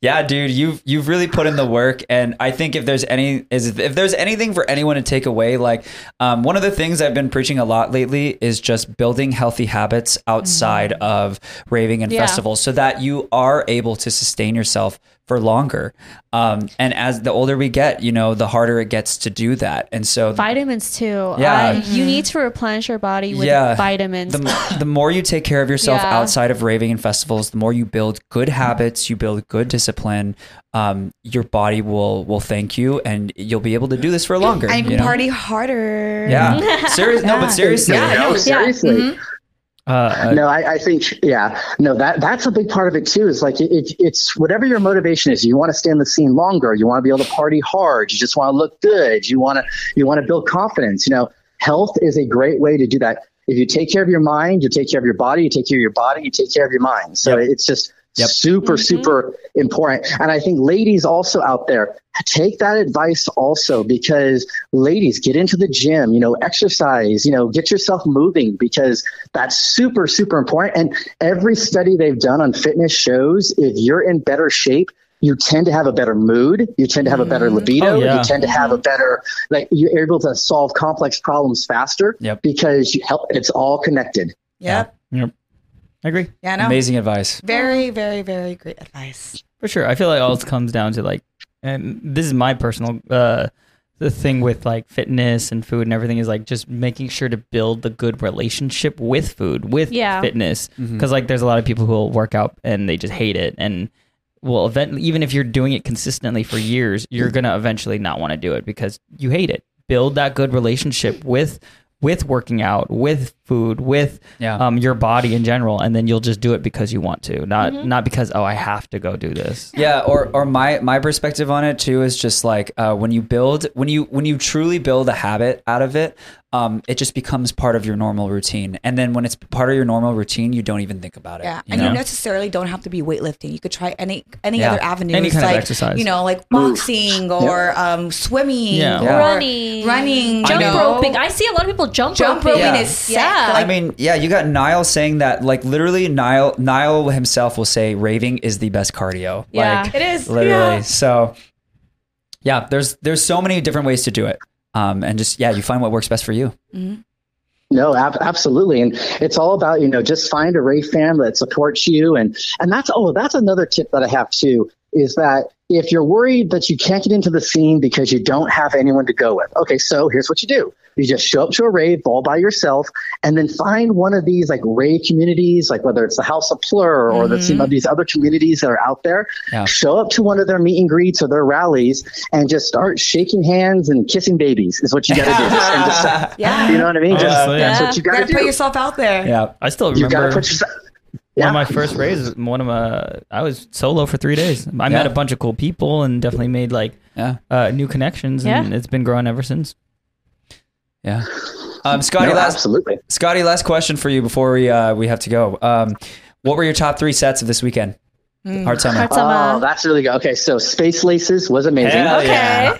[SPEAKER 3] yeah, dude, you've you've really put in the work, and I think if there's any is if there's anything for anyone to take away, like um, one of the things I've been preaching a lot lately is just building healthy habits outside of raving and
[SPEAKER 1] Yeah.
[SPEAKER 3] festivals, so that you are able to sustain yourself for longer. Um, and as the older we get, you know, the harder it gets to do that, and so
[SPEAKER 1] Vitamins too.
[SPEAKER 3] Yeah.
[SPEAKER 1] I-
[SPEAKER 2] Mm-hmm.
[SPEAKER 1] you need to replenish your body with
[SPEAKER 3] Yeah.
[SPEAKER 1] vitamins.
[SPEAKER 3] the, the more you take care of yourself
[SPEAKER 1] Yeah.
[SPEAKER 3] outside of raving and festivals, the more you build good habits, you build good discipline, um, your body will will thank you, and you'll be able to do this for longer.
[SPEAKER 2] I can
[SPEAKER 3] you know?
[SPEAKER 2] party harder. (laughs)
[SPEAKER 3] Yeah, seriously. No,
[SPEAKER 2] Yeah.
[SPEAKER 3] but seriously.
[SPEAKER 2] Yeah,
[SPEAKER 5] Yeah,
[SPEAKER 2] no,
[SPEAKER 5] no,
[SPEAKER 2] yeah.
[SPEAKER 5] seriously.
[SPEAKER 2] Mhm.
[SPEAKER 4] Uh,
[SPEAKER 5] no, I, I think yeah, no that that's a big part of it too. Is like it, it, it's whatever your motivation is. You want to stay in the scene longer. You want to be able to party hard. You just want to look good. You want to you want to build confidence. You know, health is a great way to do that. If you take care of your mind, you take care of your body. You take care of your body. You take care of your mind. So it's just
[SPEAKER 3] Yep.
[SPEAKER 5] super super important. And I think ladies also out there take that advice also because ladies get into the gym. You know, exercise. You know, get yourself moving because that's super, super important. And every study they've done on fitness shows if you're in better shape, you tend to have a better mood, you tend to have a better libido,
[SPEAKER 4] Oh, yeah.
[SPEAKER 5] you tend to have a better like you're able to solve complex problems faster
[SPEAKER 3] Yep.
[SPEAKER 5] because you help it's all connected.
[SPEAKER 2] Yep.
[SPEAKER 4] I agree
[SPEAKER 2] Yeah, no.
[SPEAKER 3] Amazing advice.
[SPEAKER 2] Very, very, very great advice.
[SPEAKER 4] for sure. I feel like all it comes down to like, and this is my personal uh, the thing with like fitness and food and everything is like just making sure to build the good relationship with food with
[SPEAKER 1] Yeah.
[SPEAKER 4] fitness because like there's a lot of people who will work out and they just hate it and will eventually even if you're doing it consistently for years you're gonna eventually not want to do it because you hate it build that good relationship with with working out with food with
[SPEAKER 3] Yeah.
[SPEAKER 4] um, your body in general and then you'll just do it because you want to not
[SPEAKER 5] Mm-hmm.
[SPEAKER 4] not because oh i have to go do this
[SPEAKER 3] yeah or or my my perspective on it too is just like uh, when you build when you when you truly build a habit out of it um, it just becomes part of your normal routine and then when it's part of your normal routine you don't even think about it
[SPEAKER 2] Yeah,
[SPEAKER 3] you
[SPEAKER 2] and
[SPEAKER 3] know?
[SPEAKER 2] you necessarily don't have to be weightlifting. You could try any any
[SPEAKER 3] Yeah.
[SPEAKER 2] other avenue,
[SPEAKER 4] Any kind of
[SPEAKER 2] like
[SPEAKER 4] exercise.
[SPEAKER 2] you know, like boxing or um, swimming,
[SPEAKER 4] Yeah.
[SPEAKER 2] or
[SPEAKER 1] running,
[SPEAKER 2] running,
[SPEAKER 1] jump
[SPEAKER 2] you know?
[SPEAKER 1] roping. I see a lot of people jump,
[SPEAKER 2] Jump
[SPEAKER 1] roping.
[SPEAKER 2] roping
[SPEAKER 3] Yeah.
[SPEAKER 2] is sick.
[SPEAKER 1] Yeah.
[SPEAKER 2] Like,
[SPEAKER 3] I mean, yeah, you got Niall saying that, like literally, Niall Niall himself will say raving is the best cardio.
[SPEAKER 1] Yeah.
[SPEAKER 3] like,
[SPEAKER 2] it is
[SPEAKER 3] literally.
[SPEAKER 2] yeah.
[SPEAKER 3] So, yeah, there's there's so many different ways to do it, um, and just yeah, you find what works best for you.
[SPEAKER 5] No, ab- absolutely, and it's all about you know just find a Ray fan that supports you, and and that's oh that's another tip that I have too is that if you're worried that you can't get into the scene because you don't have anyone to go with, okay, so here's what you do: you just show up to a rave all by yourself, and then find one of these like rave communities, like whether it's the House of Plur or the, some of these other communities that are out there.
[SPEAKER 3] Yeah.
[SPEAKER 5] Show up to one of their meet and greets or their rallies, and just start shaking hands and kissing babies is what you got to do. And just-
[SPEAKER 2] yeah.
[SPEAKER 5] you know what I mean? Just,
[SPEAKER 4] Honestly.
[SPEAKER 5] That's
[SPEAKER 1] Yeah.
[SPEAKER 5] what you
[SPEAKER 2] you
[SPEAKER 5] got to
[SPEAKER 2] gotta
[SPEAKER 5] do.
[SPEAKER 2] put yourself out there.
[SPEAKER 3] Yeah,
[SPEAKER 4] i still
[SPEAKER 5] you
[SPEAKER 4] remember
[SPEAKER 5] got to put yourself.
[SPEAKER 4] one of
[SPEAKER 5] Yeah.
[SPEAKER 4] my first raises one of my i was solo for three days i met
[SPEAKER 3] Yeah.
[SPEAKER 4] a bunch of cool people and definitely made like
[SPEAKER 3] yeah,
[SPEAKER 4] uh, new connections and
[SPEAKER 1] Yeah.
[SPEAKER 4] it's been growing ever since
[SPEAKER 3] yeah. Um, Scotty,
[SPEAKER 5] No,
[SPEAKER 3] last
[SPEAKER 5] absolutely.
[SPEAKER 3] Scotty, last question for you before we uh, we have to go. Um, what were your top three sets of this weekend? Hard summer.
[SPEAKER 5] (laughs)
[SPEAKER 1] Some, uh,
[SPEAKER 5] oh, that's really good. Okay, so Space Laces was amazing.
[SPEAKER 3] Hell
[SPEAKER 1] Okay.
[SPEAKER 3] Oh, yeah.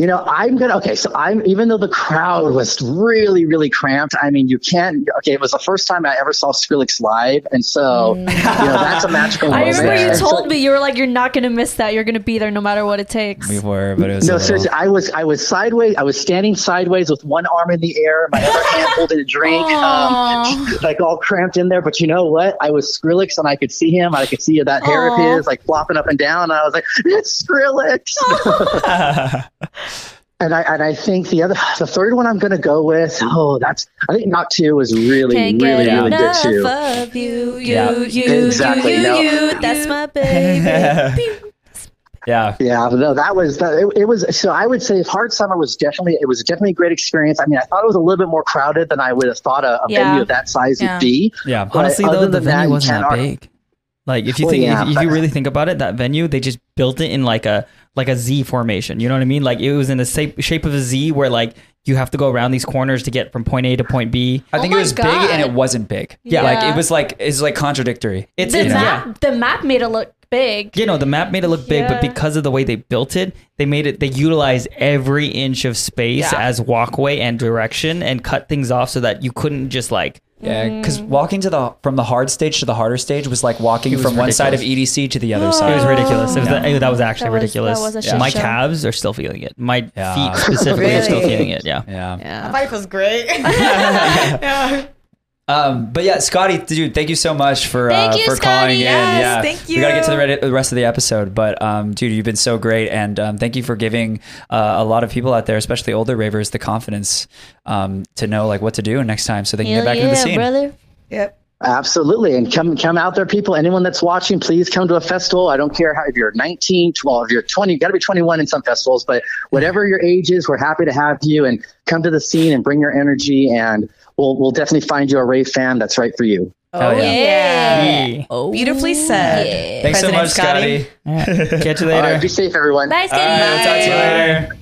[SPEAKER 5] You know, I'm gonna okay. So I'm even though the crowd was really, really cramped. I mean, you can't. Okay, it was the first time I ever saw Skrillex live, and so you know that's a magical
[SPEAKER 1] Mm. (laughs) I
[SPEAKER 5] moment.
[SPEAKER 1] remember you
[SPEAKER 5] And so-
[SPEAKER 1] told me you were like, you're not gonna miss that. You're gonna be there no matter what it takes.
[SPEAKER 3] We were, but it was a
[SPEAKER 5] No,
[SPEAKER 3] little-
[SPEAKER 5] seriously, I was I was sideways. I was standing sideways with one arm in the air, my other
[SPEAKER 1] (laughs)
[SPEAKER 5] hand holding a drink, um, like all cramped in there. But you know what? I was Skrillex, and I could see him. I could see that hair
[SPEAKER 1] Aw.
[SPEAKER 5] of his, like flopping up and down. And I was like, "It's Skrillex."
[SPEAKER 1] (laughs)
[SPEAKER 5] and I and I think the other, the third one, I'm going to go with. Oh, that's I think Not Two was really,
[SPEAKER 1] Can't
[SPEAKER 5] really,
[SPEAKER 1] get
[SPEAKER 5] really good
[SPEAKER 1] enough
[SPEAKER 5] too.
[SPEAKER 1] of you, you,
[SPEAKER 3] Yeah.
[SPEAKER 1] you,
[SPEAKER 5] Exactly,
[SPEAKER 1] you,
[SPEAKER 5] no.
[SPEAKER 1] you. That's my
[SPEAKER 3] (laughs)
[SPEAKER 1] baby. Pew.
[SPEAKER 3] (laughs) yeah,
[SPEAKER 5] Yeah, no, that was that. It, it was so. I would say Hard Summer was definitely it was definitely a great experience. I mean, I thought it was a little bit more crowded than I would have thought a, a
[SPEAKER 1] Yeah.
[SPEAKER 5] venue of that size
[SPEAKER 2] Yeah.
[SPEAKER 5] would be.
[SPEAKER 3] yeah.
[SPEAKER 5] But
[SPEAKER 4] Honestly,
[SPEAKER 5] other
[SPEAKER 4] though, the
[SPEAKER 5] than that,
[SPEAKER 4] venue
[SPEAKER 5] you
[SPEAKER 4] wasn't that
[SPEAKER 5] cannot-
[SPEAKER 4] big. Like, if you
[SPEAKER 5] Well,
[SPEAKER 4] think,
[SPEAKER 5] yeah,
[SPEAKER 4] if, if
[SPEAKER 5] but-
[SPEAKER 4] you really think about it, that venue they just built it in like a like a Z formation. You know what I mean? Like it was in the shape shape of a Z, where like you have to go around these corners to get from point A to point B.
[SPEAKER 3] I think
[SPEAKER 1] Oh
[SPEAKER 3] it
[SPEAKER 1] my
[SPEAKER 3] was
[SPEAKER 1] God.
[SPEAKER 3] big and it wasn't big.
[SPEAKER 1] Yeah.
[SPEAKER 3] like it was like it's like contradictory.
[SPEAKER 4] It's,
[SPEAKER 1] The
[SPEAKER 4] it's yeah.
[SPEAKER 1] map, the map made it look big.
[SPEAKER 4] You know, the map made it look big, but
[SPEAKER 1] Yeah.
[SPEAKER 4] because of the way they built it, they made it, they utilized every inch of space
[SPEAKER 2] Yeah.
[SPEAKER 4] as walkway and direction and cut things off so that you couldn't just like,
[SPEAKER 3] Yeah, because walking to the from the hard stage to the harder stage was like walking
[SPEAKER 4] was
[SPEAKER 3] from one side of
[SPEAKER 4] ridiculous.
[SPEAKER 3] EDC to the other
[SPEAKER 4] it was
[SPEAKER 3] side.
[SPEAKER 4] ridiculous. It was that, that was actually
[SPEAKER 1] That was- that
[SPEAKER 4] ridiculous.
[SPEAKER 1] was a
[SPEAKER 4] Yeah.
[SPEAKER 1] shit
[SPEAKER 4] My
[SPEAKER 1] show.
[SPEAKER 4] calves are still feeling it. My
[SPEAKER 3] Yeah.
[SPEAKER 4] feet
[SPEAKER 5] (laughs)
[SPEAKER 4] specifically are still
[SPEAKER 2] Really?
[SPEAKER 4] feeling it. Yeah.
[SPEAKER 3] Yeah.
[SPEAKER 2] My Life was great. yeah.
[SPEAKER 3] Um. But yeah, Scotty, dude, thank you so much for
[SPEAKER 1] Thank
[SPEAKER 3] uh,
[SPEAKER 1] you,
[SPEAKER 3] for
[SPEAKER 1] Scotty.
[SPEAKER 3] calling in.
[SPEAKER 2] Yes,
[SPEAKER 3] Yeah,
[SPEAKER 2] thank
[SPEAKER 3] We gotta get to
[SPEAKER 2] you.
[SPEAKER 3] the red- the rest of the episode, but um, dude, you've been so great, and um, thank you for giving uh, a lot of people out there, especially older ravers, the confidence um to know like what to do next time so they can
[SPEAKER 1] Hell
[SPEAKER 3] get back into the scene.
[SPEAKER 1] brother.
[SPEAKER 2] Yep.
[SPEAKER 5] Absolutely. And come come out there, people. Anyone that's watching, please come to a festival. I don't care how if you're 19, 12, if you're 20, you gotta be 21 in some festivals, but whatever your age is, we're happy to have you and come to the scene and bring your energy and we'll we'll definitely find you a rave fan that's right for you.
[SPEAKER 4] Oh, yeah. Yeah.
[SPEAKER 1] Oh,
[SPEAKER 2] Beautifully said.
[SPEAKER 1] yeah.
[SPEAKER 3] Thanks
[SPEAKER 2] President
[SPEAKER 3] so much, Scotty.
[SPEAKER 4] Catch you
[SPEAKER 5] All right,
[SPEAKER 4] later.
[SPEAKER 5] be safe, everyone.
[SPEAKER 1] Bye, Skinny.
[SPEAKER 3] All right, we'll talk to you
[SPEAKER 2] Bye.
[SPEAKER 3] later.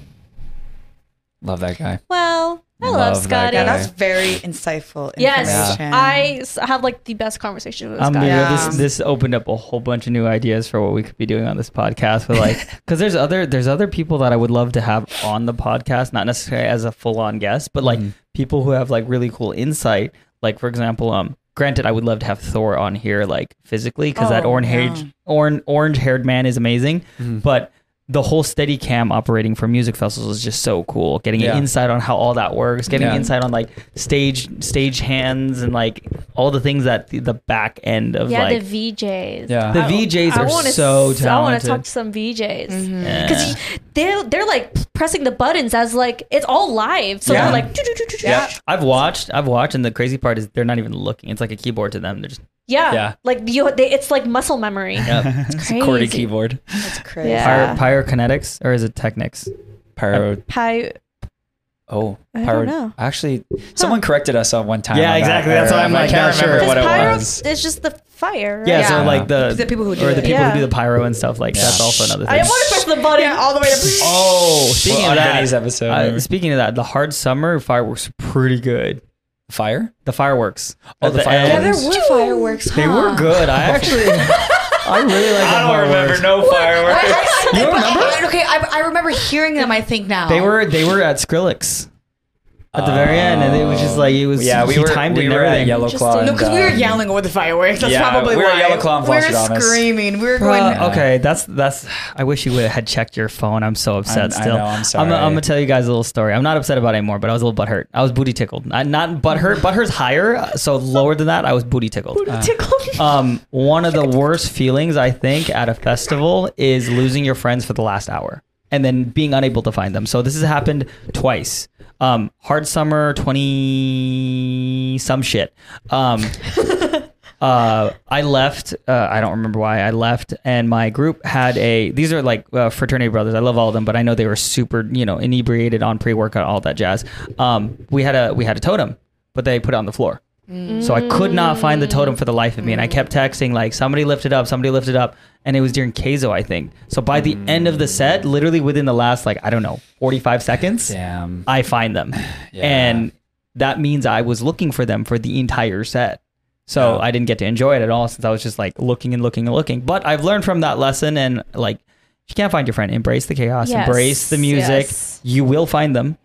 [SPEAKER 3] Love that guy.
[SPEAKER 1] Well, I love,
[SPEAKER 3] Love that
[SPEAKER 1] Scotty.
[SPEAKER 2] Yeah,
[SPEAKER 3] guy.
[SPEAKER 2] that's very insightful.
[SPEAKER 1] Yes,
[SPEAKER 2] information.
[SPEAKER 1] I s- have like the best conversation with
[SPEAKER 4] I'm
[SPEAKER 1] Scotty.
[SPEAKER 4] real.
[SPEAKER 2] Yeah.
[SPEAKER 4] This this opened up a whole bunch of new ideas for what we could be doing on this podcast. But like, because there's other there's other people that I would love to have on the podcast, not necessarily as a full on guest, but like people who have like really cool insight. Like for example, um, granted, I would love to have Thor on here, like physically, because that
[SPEAKER 2] Oh,
[SPEAKER 4] orange haired orange orange haired man is amazing. But the whole steady cam operating for music festivals is just so cool. Getting
[SPEAKER 3] Yeah.
[SPEAKER 4] an insight on how all that works, getting
[SPEAKER 3] Yeah.
[SPEAKER 4] insight on like stage stage hands and like all the things that the, the back end of
[SPEAKER 1] yeah,
[SPEAKER 4] like
[SPEAKER 1] the VJs.
[SPEAKER 3] Yeah.
[SPEAKER 4] The
[SPEAKER 1] I-
[SPEAKER 4] VJs
[SPEAKER 1] I
[SPEAKER 4] are
[SPEAKER 1] wanna
[SPEAKER 4] so
[SPEAKER 1] s- I want
[SPEAKER 4] talented.
[SPEAKER 1] to talk to some VJs because
[SPEAKER 4] Yeah.
[SPEAKER 1] they're they're like pressing the buttons as like it's all live, so
[SPEAKER 3] Yeah.
[SPEAKER 1] they're like, "Doo-doo-doo-doo-doo."
[SPEAKER 3] Yeah.
[SPEAKER 4] I've watched, I've watched, and the crazy part is they're not even looking. It's like a keyboard to them. They're just
[SPEAKER 1] yeah,
[SPEAKER 3] Yeah.
[SPEAKER 1] like you, they, it's like muscle memory. (laughs)
[SPEAKER 4] yep.
[SPEAKER 1] It's
[SPEAKER 3] It's a
[SPEAKER 1] crazy.
[SPEAKER 3] QWERTY keyboard.
[SPEAKER 2] That's crazy.
[SPEAKER 1] Yeah.
[SPEAKER 4] Pyro, pyrokinetics or is it technics?
[SPEAKER 3] Pyro.
[SPEAKER 1] Pi-
[SPEAKER 3] Oh,
[SPEAKER 1] I don't
[SPEAKER 3] pyro.
[SPEAKER 1] know.
[SPEAKER 3] Actually, someone corrected us on one time.
[SPEAKER 4] Yeah,
[SPEAKER 3] on that
[SPEAKER 4] exactly. That's
[SPEAKER 3] error.
[SPEAKER 4] why I'm
[SPEAKER 3] I
[SPEAKER 4] like,
[SPEAKER 3] can't
[SPEAKER 4] not
[SPEAKER 3] remember
[SPEAKER 4] sure.
[SPEAKER 3] what it
[SPEAKER 1] Because pyro
[SPEAKER 3] was.
[SPEAKER 1] It's just the fire. Right?
[SPEAKER 4] Yeah,
[SPEAKER 2] Yeah.
[SPEAKER 4] so like the
[SPEAKER 2] The people who do
[SPEAKER 4] Uh, or
[SPEAKER 2] it.
[SPEAKER 4] the people
[SPEAKER 1] Yeah.
[SPEAKER 4] who do the pyro and stuff like that's also another thing.
[SPEAKER 1] I want to press the button
[SPEAKER 2] Yeah, all the way to.
[SPEAKER 4] oh, speaking
[SPEAKER 3] Well,
[SPEAKER 4] of
[SPEAKER 3] on
[SPEAKER 4] that,
[SPEAKER 3] Vinny's episode,
[SPEAKER 4] uh,
[SPEAKER 3] maybe.
[SPEAKER 4] speaking of that, the hard summer fireworks were pretty good.
[SPEAKER 3] Fire?
[SPEAKER 4] The fireworks.
[SPEAKER 3] Oh,
[SPEAKER 4] At
[SPEAKER 3] the fireworks.
[SPEAKER 2] Yeah,
[SPEAKER 4] end,
[SPEAKER 2] there were fireworks.
[SPEAKER 4] They were
[SPEAKER 2] (laughs)
[SPEAKER 4] good. (laughs) I actually, I really like. the fireworks.
[SPEAKER 3] no fireworks.
[SPEAKER 2] you remember? Okay, I, I remember hearing them. I think now
[SPEAKER 4] They were they were at Skrillex at the very end, and it was just like it was.
[SPEAKER 3] Yeah, we
[SPEAKER 4] he
[SPEAKER 3] were
[SPEAKER 4] timed it
[SPEAKER 3] we
[SPEAKER 4] and
[SPEAKER 3] were at
[SPEAKER 4] everything.
[SPEAKER 3] Yellow Claw.
[SPEAKER 2] No,
[SPEAKER 3] and,
[SPEAKER 2] because we were
[SPEAKER 3] um,
[SPEAKER 2] yelling over the fireworks. That's
[SPEAKER 3] yeah,
[SPEAKER 2] probably
[SPEAKER 3] we were
[SPEAKER 2] why.
[SPEAKER 3] Yellow Claw and
[SPEAKER 2] We
[SPEAKER 3] Flostradamus.
[SPEAKER 2] were screaming. We were going.
[SPEAKER 4] Bruh, okay, that's that's. I wish you would had checked your phone. I'm so
[SPEAKER 3] I'm-
[SPEAKER 4] upset
[SPEAKER 3] I
[SPEAKER 4] still.
[SPEAKER 3] know, I'm
[SPEAKER 4] I'm,
[SPEAKER 3] sorry.
[SPEAKER 4] gonna tell you guys a little story. I'm not upset about it anymore, but I was a little butthurt. I was booty tickled. I, not butthurt. butthurt's higher, uh, so lower than that. I was booty tickled.
[SPEAKER 1] tickled.
[SPEAKER 4] Um, one of the worst feelings I think at a festival is losing your friends for the last hour and then being unable to find them. So this has happened twice. Um, hard summer twenty some shit. Um, uh, I left. Uh, I don't remember why I left, and my group had a. These are like uh, fraternity brothers. I love all of them, but I know they were super, you know, inebriated on pre-workout, all that jazz. Um, we had a we had a totem, but they put it on the floor. So I could not find the totem for the life of me, and I kept texting like somebody lift it up, somebody lift it up, and it was during Keizo, I think. So by the end of the set, literally within the last like I don't know forty five seconds,
[SPEAKER 3] Damn.
[SPEAKER 4] I
[SPEAKER 3] (sighs)
[SPEAKER 4] find them. And that means I was looking for them for the entire set. So
[SPEAKER 3] Yeah.
[SPEAKER 4] I didn't get to enjoy it at all since I was just like looking and looking and looking. But I've learned from that lesson and like if you can't find your friend, embrace the chaos,
[SPEAKER 1] Yes,
[SPEAKER 4] embrace the music.
[SPEAKER 1] yes.
[SPEAKER 4] You will find them.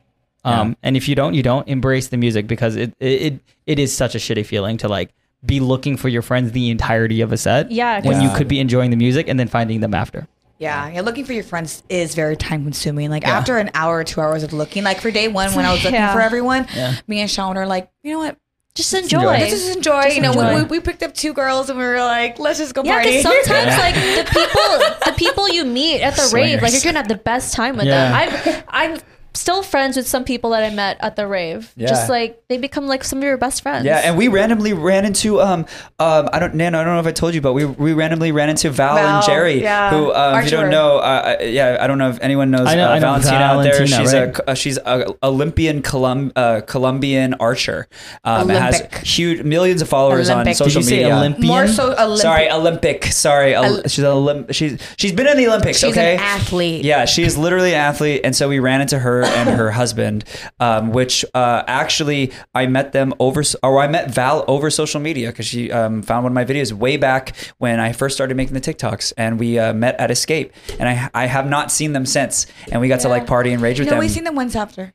[SPEAKER 4] Um, and if you don't, you don't embrace the music because it, it it it is such a shitty feeling to like be looking for your friends the entirety of a set.
[SPEAKER 1] Yeah,
[SPEAKER 4] When you
[SPEAKER 3] Yeah.
[SPEAKER 4] could be enjoying the music and then finding them after.
[SPEAKER 2] Yeah, yeah. Looking for your friends is very time consuming. Like after an hour or two hours of looking, like for day one when I was looking
[SPEAKER 1] Yeah.
[SPEAKER 2] for everyone, me and Sean were like, you know what?
[SPEAKER 1] just enjoy.
[SPEAKER 2] Let's just enjoy. you know,
[SPEAKER 4] enjoy.
[SPEAKER 2] We, we picked up two girls and we were like, let's just go
[SPEAKER 1] Yeah,
[SPEAKER 2] party.
[SPEAKER 1] because sometimes like the people, the people you meet at the rave, like you're
[SPEAKER 3] Swingers.
[SPEAKER 1] gonna have the best time with
[SPEAKER 4] Yeah.
[SPEAKER 1] them. I'm, I'm still friends with some people that I met at the rave.
[SPEAKER 3] Yeah.
[SPEAKER 1] Just like they become like some of your best friends.
[SPEAKER 3] Yeah, and we randomly ran into um um I don't Nano I don't know if I told you but we we randomly ran into Val,
[SPEAKER 2] Val,
[SPEAKER 3] and Jerry
[SPEAKER 2] yeah.
[SPEAKER 3] who um, if
[SPEAKER 2] Archer.
[SPEAKER 3] you don't know uh, uh, yeah I don't know if anyone knows
[SPEAKER 4] I know-
[SPEAKER 3] uh,
[SPEAKER 4] I know
[SPEAKER 3] Valentina, out there
[SPEAKER 4] Valentina,
[SPEAKER 3] she's
[SPEAKER 4] right.
[SPEAKER 3] a uh, she's a Olympian Colum, uh, Colombian archer um and
[SPEAKER 2] Olympic.
[SPEAKER 3] has huge millions of followers
[SPEAKER 2] Olympic.
[SPEAKER 3] on
[SPEAKER 4] Did
[SPEAKER 3] social
[SPEAKER 4] you say
[SPEAKER 3] media
[SPEAKER 2] (laughs)
[SPEAKER 4] Olympian?
[SPEAKER 2] more so Olympic.
[SPEAKER 3] Sorry, Olympic. Sorry, Ol- she's an Olymp- She's she's been in the Olympics.
[SPEAKER 2] She's
[SPEAKER 3] okay,
[SPEAKER 2] an athlete.
[SPEAKER 3] Yeah, she is literally an athlete. And so we ran into her and her (coughs) husband, um, which uh, actually I met them over, or I met Val over social media because she um, found one of my videos way back when I first started making the TikToks, and we uh, met at Escape, and I I have not seen them since, and we got to like party and rage with
[SPEAKER 2] no,
[SPEAKER 3] them.
[SPEAKER 2] we've seen them once after.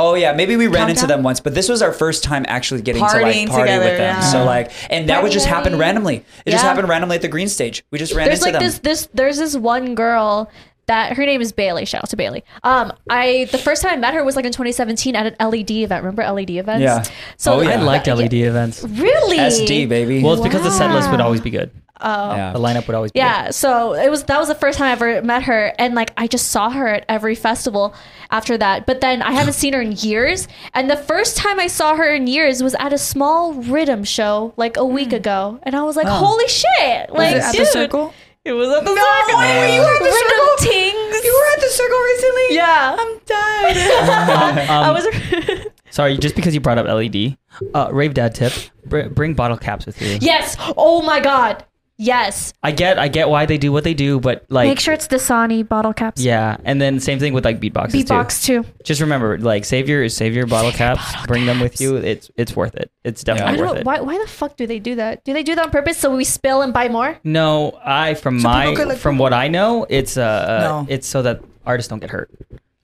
[SPEAKER 3] Oh yeah, maybe we ran into
[SPEAKER 2] Countdown?
[SPEAKER 3] them once, but this was our first time actually getting to like
[SPEAKER 2] Partying
[SPEAKER 3] party
[SPEAKER 2] together,
[SPEAKER 3] with them.
[SPEAKER 2] yeah.
[SPEAKER 3] So like, and that would just happen
[SPEAKER 1] Party.
[SPEAKER 3] randomly. It just
[SPEAKER 2] Yeah.
[SPEAKER 3] happened randomly at the green stage. We just ran
[SPEAKER 1] there's
[SPEAKER 3] into
[SPEAKER 1] like
[SPEAKER 3] them.
[SPEAKER 1] this this there's this one girl that her name is Bailey. Shout out to Bailey. Um, I the first time I met her was like in 2017 at an LED event. Remember LED events?
[SPEAKER 3] Yeah.
[SPEAKER 1] So
[SPEAKER 3] Oh, yeah.
[SPEAKER 4] I liked LED events.
[SPEAKER 1] Really?
[SPEAKER 3] SD baby.
[SPEAKER 4] Well, it's because the set list would always be good.
[SPEAKER 1] Um,
[SPEAKER 3] Yeah.
[SPEAKER 4] The lineup would always be
[SPEAKER 1] yeah so it was that was the first time i ever met her and like i just saw her at every festival after that but then i haven't seen her in years and the first time i saw her in years was at a small rhythm show like a week ago and i was like holy shit like
[SPEAKER 2] Mm. Oh. it at the
[SPEAKER 1] dude,
[SPEAKER 2] circle?
[SPEAKER 1] it was at the
[SPEAKER 2] No
[SPEAKER 1] circle
[SPEAKER 2] way, you were at the
[SPEAKER 1] Rhythm
[SPEAKER 2] circle?
[SPEAKER 1] Tings.
[SPEAKER 2] You were at the circle recently.
[SPEAKER 1] (laughs) Yeah.
[SPEAKER 2] I'm done.
[SPEAKER 1] i
[SPEAKER 4] (laughs) Um,
[SPEAKER 1] was (laughs)
[SPEAKER 4] Sorry, just because you brought up LED, uh, rave dad tip: br- bring bottle caps with you.
[SPEAKER 1] yes oh my god yes
[SPEAKER 4] I get, I get why they do what they do, but like,
[SPEAKER 1] make sure it's Dasani bottle caps
[SPEAKER 4] yeah. And then same thing with like beatboxes
[SPEAKER 1] beatbox too
[SPEAKER 4] too. Just remember, like, save your save your bottle caps, bring them with you. It's it's worth it. It's
[SPEAKER 1] I
[SPEAKER 4] definitely
[SPEAKER 1] don't
[SPEAKER 4] worth
[SPEAKER 1] know
[SPEAKER 4] it.
[SPEAKER 1] why. Why the fuck do they do that? Do they do that on purpose so we spill and buy more?
[SPEAKER 4] No, I from
[SPEAKER 2] Some
[SPEAKER 4] my
[SPEAKER 2] people could, like-
[SPEAKER 4] from what I know, it's uh,
[SPEAKER 2] No.
[SPEAKER 4] it's so that artists don't get hurt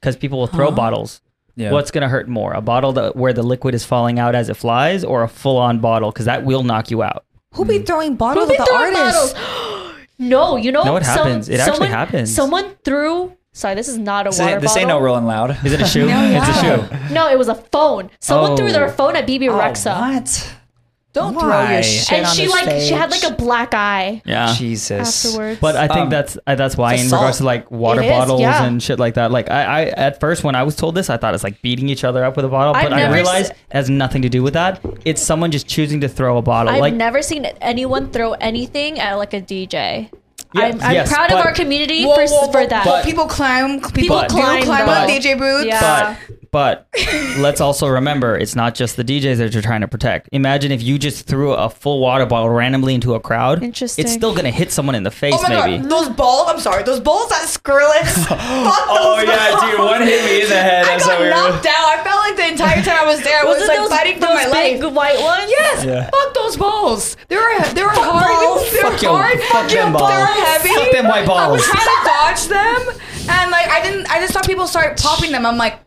[SPEAKER 4] because people will throw bottles.
[SPEAKER 3] Yeah.
[SPEAKER 4] What's gonna hurt more, a bottle that, where the liquid is falling out as it flies, or a full-on bottle? Because that will knock you out.
[SPEAKER 2] Who be throwing bottles
[SPEAKER 1] Who be
[SPEAKER 2] at the
[SPEAKER 1] throwing
[SPEAKER 2] artists?
[SPEAKER 1] bottles? (gasps) no, you know.
[SPEAKER 4] No, it
[SPEAKER 1] some-
[SPEAKER 4] happens. It actually
[SPEAKER 1] someone,
[SPEAKER 4] happens.
[SPEAKER 1] Someone threw. Sorry, this is not a
[SPEAKER 3] This
[SPEAKER 1] water
[SPEAKER 3] ain't, this
[SPEAKER 1] bottle.
[SPEAKER 3] ain't no rolling loud.
[SPEAKER 4] Is it a shoe? it's a
[SPEAKER 2] wow.
[SPEAKER 4] shoe.
[SPEAKER 1] No, it was a phone. Someone
[SPEAKER 4] Oh.
[SPEAKER 1] threw their phone at BB Rexa,
[SPEAKER 3] What?
[SPEAKER 2] Don't
[SPEAKER 3] Why?
[SPEAKER 2] throw your shit
[SPEAKER 1] and
[SPEAKER 2] on
[SPEAKER 1] she
[SPEAKER 2] the
[SPEAKER 1] like she had
[SPEAKER 2] stage.
[SPEAKER 1] like a black eye
[SPEAKER 4] Yeah.
[SPEAKER 3] Uh, Jesus.
[SPEAKER 1] afterwards.
[SPEAKER 4] But I think
[SPEAKER 3] Um,
[SPEAKER 4] that's uh, that's why
[SPEAKER 2] it's
[SPEAKER 4] in
[SPEAKER 2] assault.
[SPEAKER 4] regards to like water
[SPEAKER 1] It is,
[SPEAKER 4] bottles
[SPEAKER 1] yeah.
[SPEAKER 4] and shit like that. Like I, I at first when I was told this, I thought it's like beating each other up with a bottle,
[SPEAKER 1] I've
[SPEAKER 4] but
[SPEAKER 1] never
[SPEAKER 4] I
[SPEAKER 1] s-
[SPEAKER 4] realized it has nothing to do with that. It's someone just choosing to throw a bottle.
[SPEAKER 1] I've
[SPEAKER 4] like
[SPEAKER 1] never seen anyone throw anything at like a DJ.
[SPEAKER 4] Yeah,
[SPEAKER 1] I'm, I'm
[SPEAKER 4] yes,
[SPEAKER 1] proud
[SPEAKER 4] but-
[SPEAKER 1] of our community
[SPEAKER 2] Whoa,
[SPEAKER 1] for,
[SPEAKER 2] whoa, whoa,
[SPEAKER 1] for that.
[SPEAKER 2] whoa, people climb. People
[SPEAKER 4] But-
[SPEAKER 2] climb, climb
[SPEAKER 1] But-
[SPEAKER 2] on DJ booths.
[SPEAKER 1] Yeah.
[SPEAKER 4] but
[SPEAKER 1] (laughs)
[SPEAKER 4] but let's also remember it's not just the DJs that you're trying to protect. Imagine if you just threw a full water bottle randomly into a crowd.
[SPEAKER 1] Interesting.
[SPEAKER 4] It's still gonna hit someone in the face
[SPEAKER 2] Oh my
[SPEAKER 4] maybe.
[SPEAKER 2] god, those balls! I'm sorry, those balls at Skrillex.
[SPEAKER 4] (laughs)
[SPEAKER 2] (laughs) Fuck
[SPEAKER 3] Oh
[SPEAKER 2] those
[SPEAKER 3] yeah,
[SPEAKER 2] balls.
[SPEAKER 3] dude. One hit me in the head.
[SPEAKER 2] I
[SPEAKER 3] That's so
[SPEAKER 2] got
[SPEAKER 3] weird.
[SPEAKER 2] knocked out. I felt like the entire time I was there, I was,
[SPEAKER 1] Wasn't
[SPEAKER 2] like
[SPEAKER 1] those,
[SPEAKER 2] fighting for
[SPEAKER 1] those
[SPEAKER 2] my
[SPEAKER 1] big
[SPEAKER 2] life.
[SPEAKER 1] white ones?
[SPEAKER 2] Yes,
[SPEAKER 3] Yeah.
[SPEAKER 2] fuck those balls. They were they were hard.
[SPEAKER 4] balls.
[SPEAKER 2] They were
[SPEAKER 4] Fuck your-
[SPEAKER 2] hard.
[SPEAKER 4] fuck
[SPEAKER 2] fucking
[SPEAKER 4] them
[SPEAKER 2] They were
[SPEAKER 4] balls.
[SPEAKER 2] heavy.
[SPEAKER 4] Fuck them white
[SPEAKER 2] I was
[SPEAKER 4] balls.
[SPEAKER 2] trying to dodge them, and like I didn't. I just saw people start popping them. I'm like,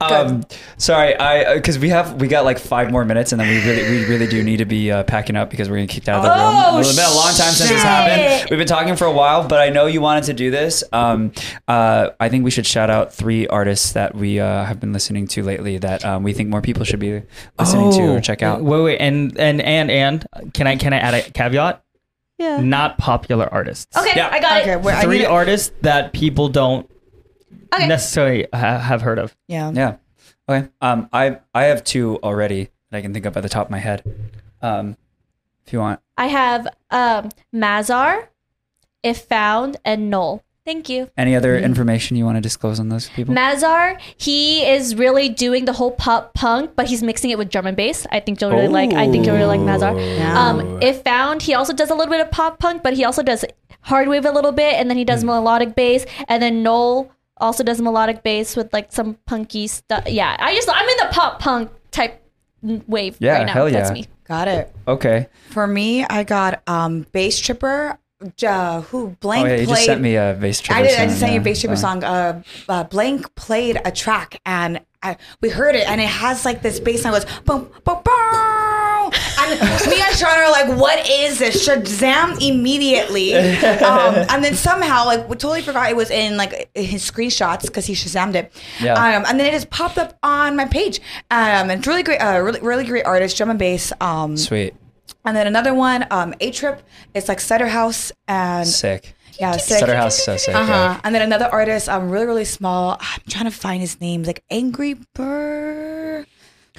[SPEAKER 3] Um, sorry, I because we have we got like five more minutes, and then we really we really do need to be uh, packing up because we're gonna kicked out of the
[SPEAKER 1] Oh,
[SPEAKER 3] room. It's been a long time since this happened.
[SPEAKER 1] shit.
[SPEAKER 3] We've been talking for a while, but I know you wanted to do this. Um, uh, I think we should shout out three artists that we uh, have been listening to lately that um, we think more people should be listening to or check out.
[SPEAKER 4] Oh, Wait, wait, and and and and can I can I add a caveat?
[SPEAKER 1] Yeah.
[SPEAKER 4] Not popular artists.
[SPEAKER 1] Okay,
[SPEAKER 3] Yeah.
[SPEAKER 1] I got
[SPEAKER 2] okay,
[SPEAKER 1] it.
[SPEAKER 2] where I
[SPEAKER 4] three
[SPEAKER 2] need to-
[SPEAKER 4] artists that people don't
[SPEAKER 1] Okay.
[SPEAKER 4] necessarily ha- have heard of.
[SPEAKER 2] Yeah.
[SPEAKER 3] Yeah. Okay. Um, I I have two already that I can think of at the top of my head. Um, if you want.
[SPEAKER 1] I have um, Mazar, If Found, and Null. Thank you.
[SPEAKER 3] Any other
[SPEAKER 2] Mm-hmm.
[SPEAKER 3] information you want to disclose on those people?
[SPEAKER 1] Mazar, he is really doing the whole pop punk, but he's mixing it with drum and bass. I think you'll really like. I think you'll really like Mazar.
[SPEAKER 2] Oh.
[SPEAKER 1] Um, if found, he also does a little bit of pop punk, but he also does hard wave a little bit, and then he
[SPEAKER 2] Hmm.
[SPEAKER 1] does melodic bass, and then Noel also does melodic bass with like some punky stuff. Yeah, I just I'm in the pop punk type mm, wave
[SPEAKER 3] Yeah,
[SPEAKER 1] right now.
[SPEAKER 3] hell yeah.
[SPEAKER 1] That's me.
[SPEAKER 2] Got it.
[SPEAKER 3] Okay.
[SPEAKER 2] For me, I got um bass tripper. Uh, who
[SPEAKER 3] Oh
[SPEAKER 2] blank
[SPEAKER 3] yeah, you
[SPEAKER 2] played?
[SPEAKER 3] just sent me a bass tripper
[SPEAKER 2] I did.
[SPEAKER 3] Song,
[SPEAKER 2] I just sang
[SPEAKER 3] yeah,
[SPEAKER 2] a bass tripper song. Uh, uh, Blank played a track, and I, we heard it, and it has like this bass line goes boom, boom, boom. And me and Sean are like, "What is this?" Shazam
[SPEAKER 3] (laughs)
[SPEAKER 2] immediately. Um, and then somehow, like, we totally forgot it was in like his screenshots because he Shazammed it.
[SPEAKER 3] Yeah.
[SPEAKER 2] Um, and then it just popped up on my page. Um, and it's really great. Uh, really, really great artist, drum and bass. Um,
[SPEAKER 3] Sweet,
[SPEAKER 2] and then another one, um, A Trip. It's like Sutter House and
[SPEAKER 3] sick.
[SPEAKER 2] yeah, sick.
[SPEAKER 3] Sutter House, is so sick.
[SPEAKER 2] Uh-huh.
[SPEAKER 3] yeah.
[SPEAKER 2] And then another artist, um, really, really small. I'm trying to find his name. Like Angry Bird.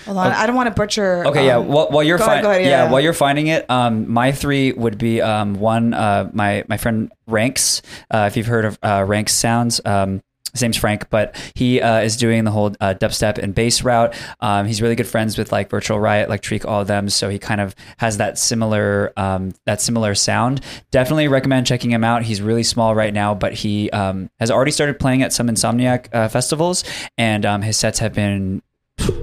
[SPEAKER 2] Hold on, I don't want to butcher.
[SPEAKER 3] Okay, yeah.
[SPEAKER 2] um,
[SPEAKER 3] While, while you're
[SPEAKER 2] go ahead,
[SPEAKER 3] finding,
[SPEAKER 2] go ahead,
[SPEAKER 3] yeah.
[SPEAKER 2] yeah.
[SPEAKER 3] while you're finding it, um, my three would be um, one, uh, my my friend Ranks. Uh, if you've heard of uh, Ranks Sounds, um, his name's Frank, but he uh, is doing the whole uh, dubstep and bass route. Um, he's really good friends with like Virtual Riot, Electrique, all of them. So he kind of has that similar um, that similar sound. Definitely recommend checking him out. He's really small right now, but he um, has already started playing at some Insomniac uh, festivals, and um, his sets have been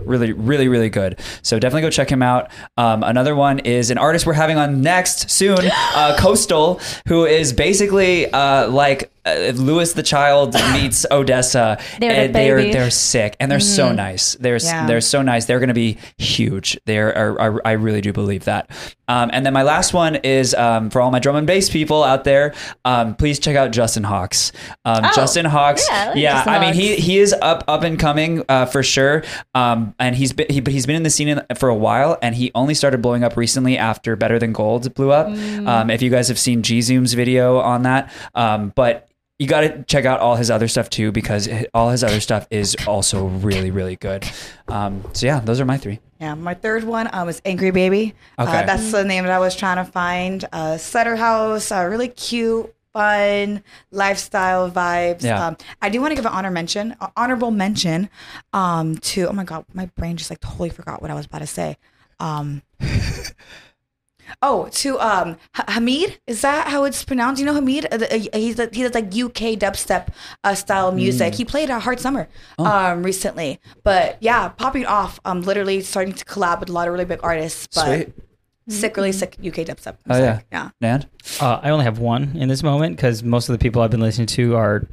[SPEAKER 3] really really really good so definitely go check him out um, another one is an artist we're having on next soon
[SPEAKER 1] (gasps)
[SPEAKER 3] uh, coastal who is basically uh, like uh, lewis
[SPEAKER 1] (laughs)
[SPEAKER 3] the child meets odessa
[SPEAKER 1] They're the
[SPEAKER 3] and they're
[SPEAKER 1] baby. Mm-hmm.
[SPEAKER 3] they're sick and they're so nice they're
[SPEAKER 2] Yeah.
[SPEAKER 3] they're so nice they're gonna be huge they are, are i really do believe that um, and then my last one is um, for all my drum and bass people out there um, please check out justin hawks um,
[SPEAKER 1] Oh,
[SPEAKER 3] justin hawks
[SPEAKER 1] yeah, I like
[SPEAKER 3] yeah
[SPEAKER 1] Justin
[SPEAKER 3] i mean
[SPEAKER 1] Hawks.
[SPEAKER 3] he he is up up and coming uh, for sure. Um, and he's been he, but he's been in the scene in- for a while, and he only started blowing up recently after Better Than Gold blew up.
[SPEAKER 1] Mm.
[SPEAKER 3] Um, if you guys have seen G Zoom's video on that, um, but you got to check out all his other stuff too because hi- all his other stuff is also really really good. Um, so yeah, those are my three.
[SPEAKER 2] Yeah, my third one um, is Angry Baby.
[SPEAKER 3] Okay.
[SPEAKER 2] Uh, that's the name that I was trying to find. Uh, Sutter House, uh, really cute, fun, lifestyle vibes.
[SPEAKER 3] Yeah.
[SPEAKER 2] Um, I do want to give an honor mention, uh, honorable mention um, to, oh my God, my brain just like totally forgot what I was about to say. Um, oh, to um, H- Hamid. Is that how it's pronounced? You know Hamid? Uh, the- uh, he's a, he does like UK dubstep uh, style music.
[SPEAKER 3] Mm.
[SPEAKER 2] He played uh, Hard Summer
[SPEAKER 3] Oh.
[SPEAKER 2] um, recently. But yeah, popping off, um, literally starting to collab with a lot of really big artists. But
[SPEAKER 3] Sweet.
[SPEAKER 2] sick, really sick UK dubstep.
[SPEAKER 3] Oh, yeah.
[SPEAKER 2] music. Yeah.
[SPEAKER 3] Nan?
[SPEAKER 4] Uh, I only have one in this moment because most of the people I've been listening to are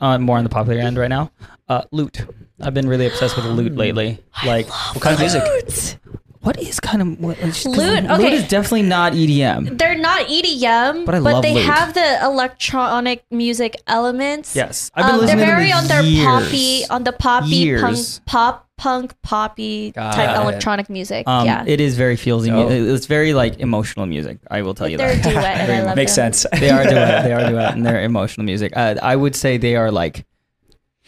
[SPEAKER 4] uh, more on the popular end right now. Uh, loot. I've been really obsessed with loot lately. Like,
[SPEAKER 3] What kind of music?
[SPEAKER 4] what is kind of what, it's just-
[SPEAKER 1] Loot,
[SPEAKER 4] Loot
[SPEAKER 1] okay.
[SPEAKER 4] is definitely not E EDM.
[SPEAKER 1] They're not EDM,
[SPEAKER 4] But
[SPEAKER 1] but,
[SPEAKER 4] I love
[SPEAKER 1] they
[SPEAKER 4] Lude.
[SPEAKER 1] have the electronic music elements.
[SPEAKER 4] Yes, I've been
[SPEAKER 1] Um,
[SPEAKER 4] listening
[SPEAKER 1] they're very
[SPEAKER 4] to them
[SPEAKER 1] on their
[SPEAKER 4] years.
[SPEAKER 1] poppy, on the poppy punk,
[SPEAKER 4] Years.
[SPEAKER 1] pop punk poppy
[SPEAKER 3] Got
[SPEAKER 1] type
[SPEAKER 3] it.
[SPEAKER 1] electronic music.
[SPEAKER 4] Um,
[SPEAKER 1] yeah,
[SPEAKER 4] It is very feelsy. mu-
[SPEAKER 3] Dope.
[SPEAKER 4] It's very like emotional music. I will tell you
[SPEAKER 1] they're a
[SPEAKER 4] that.
[SPEAKER 1] duet, and I love
[SPEAKER 3] Makes
[SPEAKER 1] them.
[SPEAKER 3] sense.
[SPEAKER 4] they
[SPEAKER 3] (laughs)
[SPEAKER 4] are duet. They are
[SPEAKER 2] (laughs)
[SPEAKER 4] duet, and they're emotional music. Uh, I would say they are like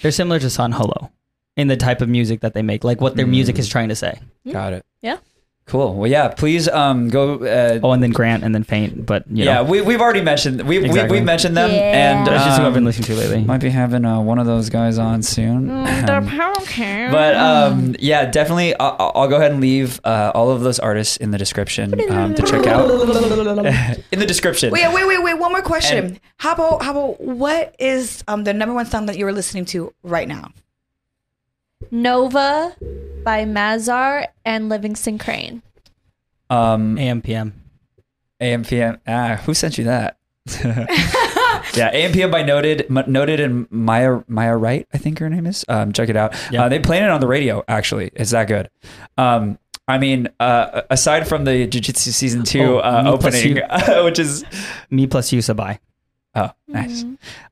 [SPEAKER 4] they're similar to San Holo in the type of music that they make, like what their
[SPEAKER 3] Mm.
[SPEAKER 4] music is trying to say.
[SPEAKER 3] Got it.
[SPEAKER 1] Yeah.
[SPEAKER 3] Cool. Well, yeah. Please um, go. Uh,
[SPEAKER 4] Oh, and then Grant, and then Faint. But you know,
[SPEAKER 3] yeah, we, we've already mentioned we, we
[SPEAKER 4] Exactly.
[SPEAKER 3] we mentioned them,
[SPEAKER 1] Yeah.
[SPEAKER 3] and
[SPEAKER 4] that's just who I've been
[SPEAKER 3] um,
[SPEAKER 4] listening to lately.
[SPEAKER 3] Might be having uh, one of those guys on soon.
[SPEAKER 1] Mm, they're okay.
[SPEAKER 3] but
[SPEAKER 4] uh,
[SPEAKER 3] um, yeah, definitely, I- I'll, I'll go ahead and leave uh, all of those artists in the description um, to check out. (laughs) in the description.
[SPEAKER 2] Wait, wait, wait, wait. One more question.
[SPEAKER 3] And-
[SPEAKER 2] how about how about what is um, the number one song that you are listening to right now?
[SPEAKER 1] Nova by Mazar and Livingston Crane.
[SPEAKER 3] Um,
[SPEAKER 4] AM PM.
[SPEAKER 3] AM PM. Ah, who sent you that? (laughs) yeah, AM PM by Noted, M- Noted, and Maya Maya Wright. I think her name is. Um, check it out.
[SPEAKER 4] Yeah.
[SPEAKER 3] Uh, they played it on the radio. Actually, it's that good. Um, I mean, uh, aside from the Jiu Jitsu season two
[SPEAKER 4] Oh,
[SPEAKER 3] uh,
[SPEAKER 4] Me Plus
[SPEAKER 3] opening, (laughs) which is
[SPEAKER 4] Me plus you, Sabai.
[SPEAKER 3] Oh, nice.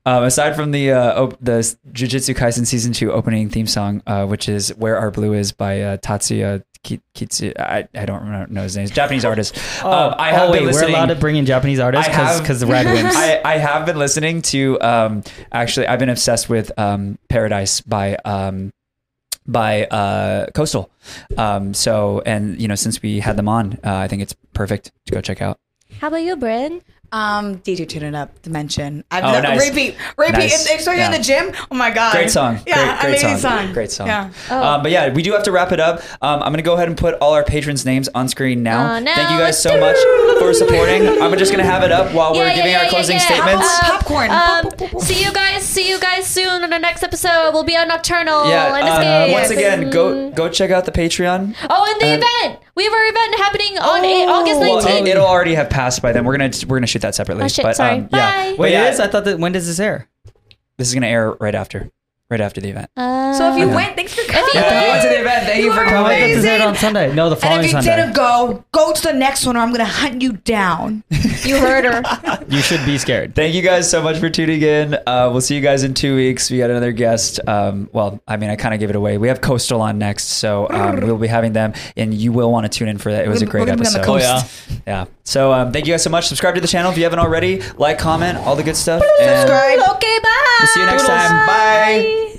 [SPEAKER 3] Um, aside from the uh, op- the s- Jujutsu Kaisen season two opening theme song, uh, which is "Where Our Blue Is" by uh, Tatsuya Ki- Kitsu, I, I don't remember- know his name. He's a Japanese artist. um, I have
[SPEAKER 4] oh wait,
[SPEAKER 3] been
[SPEAKER 4] we're
[SPEAKER 3] listening.
[SPEAKER 4] allowed to bring in Japanese artists
[SPEAKER 3] I have-
[SPEAKER 4] because the
[SPEAKER 1] (laughs)
[SPEAKER 4] Rad
[SPEAKER 3] (laughs)
[SPEAKER 4] Wimps.
[SPEAKER 3] I, I have been listening to um, actually. I've been obsessed with um, "Paradise" by um, by uh, Coastal. Um, so, and you know, since we had them on, uh, I think it's perfect to go check out.
[SPEAKER 1] How about you, Bryn?
[SPEAKER 2] Um, DJ Tune It Up, Dimension. I've
[SPEAKER 3] Oh,
[SPEAKER 2] oh,
[SPEAKER 3] nice.
[SPEAKER 2] Repeat, repeat.
[SPEAKER 3] Nice.
[SPEAKER 2] If- if so you're in
[SPEAKER 3] Yeah.
[SPEAKER 2] the gym, oh my god,
[SPEAKER 3] Great song.
[SPEAKER 2] Yeah,
[SPEAKER 3] great, great
[SPEAKER 2] amazing
[SPEAKER 3] song.
[SPEAKER 2] song.
[SPEAKER 3] Great song.
[SPEAKER 2] Yeah.
[SPEAKER 1] Oh.
[SPEAKER 3] Um, but yeah, we do have to wrap it up. Um, I'm gonna go ahead and put all our patrons' names on screen now.
[SPEAKER 1] Oh, no.
[SPEAKER 3] Thank you guys so much for supporting. I'm just gonna have it up
[SPEAKER 4] Oh,
[SPEAKER 3] while we're
[SPEAKER 1] Yeah, yeah,
[SPEAKER 3] giving
[SPEAKER 1] yeah,
[SPEAKER 3] our
[SPEAKER 1] yeah,
[SPEAKER 3] closing
[SPEAKER 1] yeah.
[SPEAKER 3] statements.
[SPEAKER 2] How about popcorn?
[SPEAKER 1] Um, see you guys. See you guys soon on the next episode. We'll be on Nocturnal
[SPEAKER 3] yeah.
[SPEAKER 1] and
[SPEAKER 3] uh,
[SPEAKER 1] Escape.
[SPEAKER 3] once again, go go check out the Patreon.
[SPEAKER 1] Oh, and the
[SPEAKER 3] and- Oh,
[SPEAKER 1] event. We have our event happening on a- August
[SPEAKER 3] Well, it,
[SPEAKER 1] 19th.
[SPEAKER 3] it'll already have passed by then. We're gonna we're gonna shoot that separately.
[SPEAKER 1] Oh, shit,
[SPEAKER 3] but
[SPEAKER 1] sorry.
[SPEAKER 3] um, yeah.
[SPEAKER 1] Bye.
[SPEAKER 3] But
[SPEAKER 4] wait,
[SPEAKER 3] yeah,
[SPEAKER 4] it is. I thought that. When does this air?
[SPEAKER 3] this is gonna air right after, right after the event.
[SPEAKER 2] So if you
[SPEAKER 1] Uh,
[SPEAKER 2] went, thanks for coming.
[SPEAKER 1] you Yeah, went
[SPEAKER 3] to the event. Thank you for
[SPEAKER 4] Oh, I thought this
[SPEAKER 2] Amazing.
[SPEAKER 4] aired on Sunday. No, the following
[SPEAKER 2] And if you
[SPEAKER 4] Sunday.
[SPEAKER 2] didn't go, go to the next one, or I'm gonna hunt you down.
[SPEAKER 1] you heard her.
[SPEAKER 2] (laughs)
[SPEAKER 4] You should be scared.
[SPEAKER 3] Thank you guys so much for tuning in. Uh, we'll see you guys in two weeks. We got another guest. Um, well, I mean, I kind of gave it away. We have Coastal on next, so
[SPEAKER 2] (laughs)
[SPEAKER 3] um, we'll be having them, and you will want to tune in for that. It was a
[SPEAKER 2] We're gonna-
[SPEAKER 3] great
[SPEAKER 2] we're gonna be on
[SPEAKER 3] episode. Oh,
[SPEAKER 2] the
[SPEAKER 4] coast.
[SPEAKER 3] yeah. So um, thank you guys so much. Subscribe to the channel if you haven't already. Like, comment, all the good stuff. and
[SPEAKER 2] Subscribe.
[SPEAKER 1] okay, bye.
[SPEAKER 3] We'll see you next time. Bye.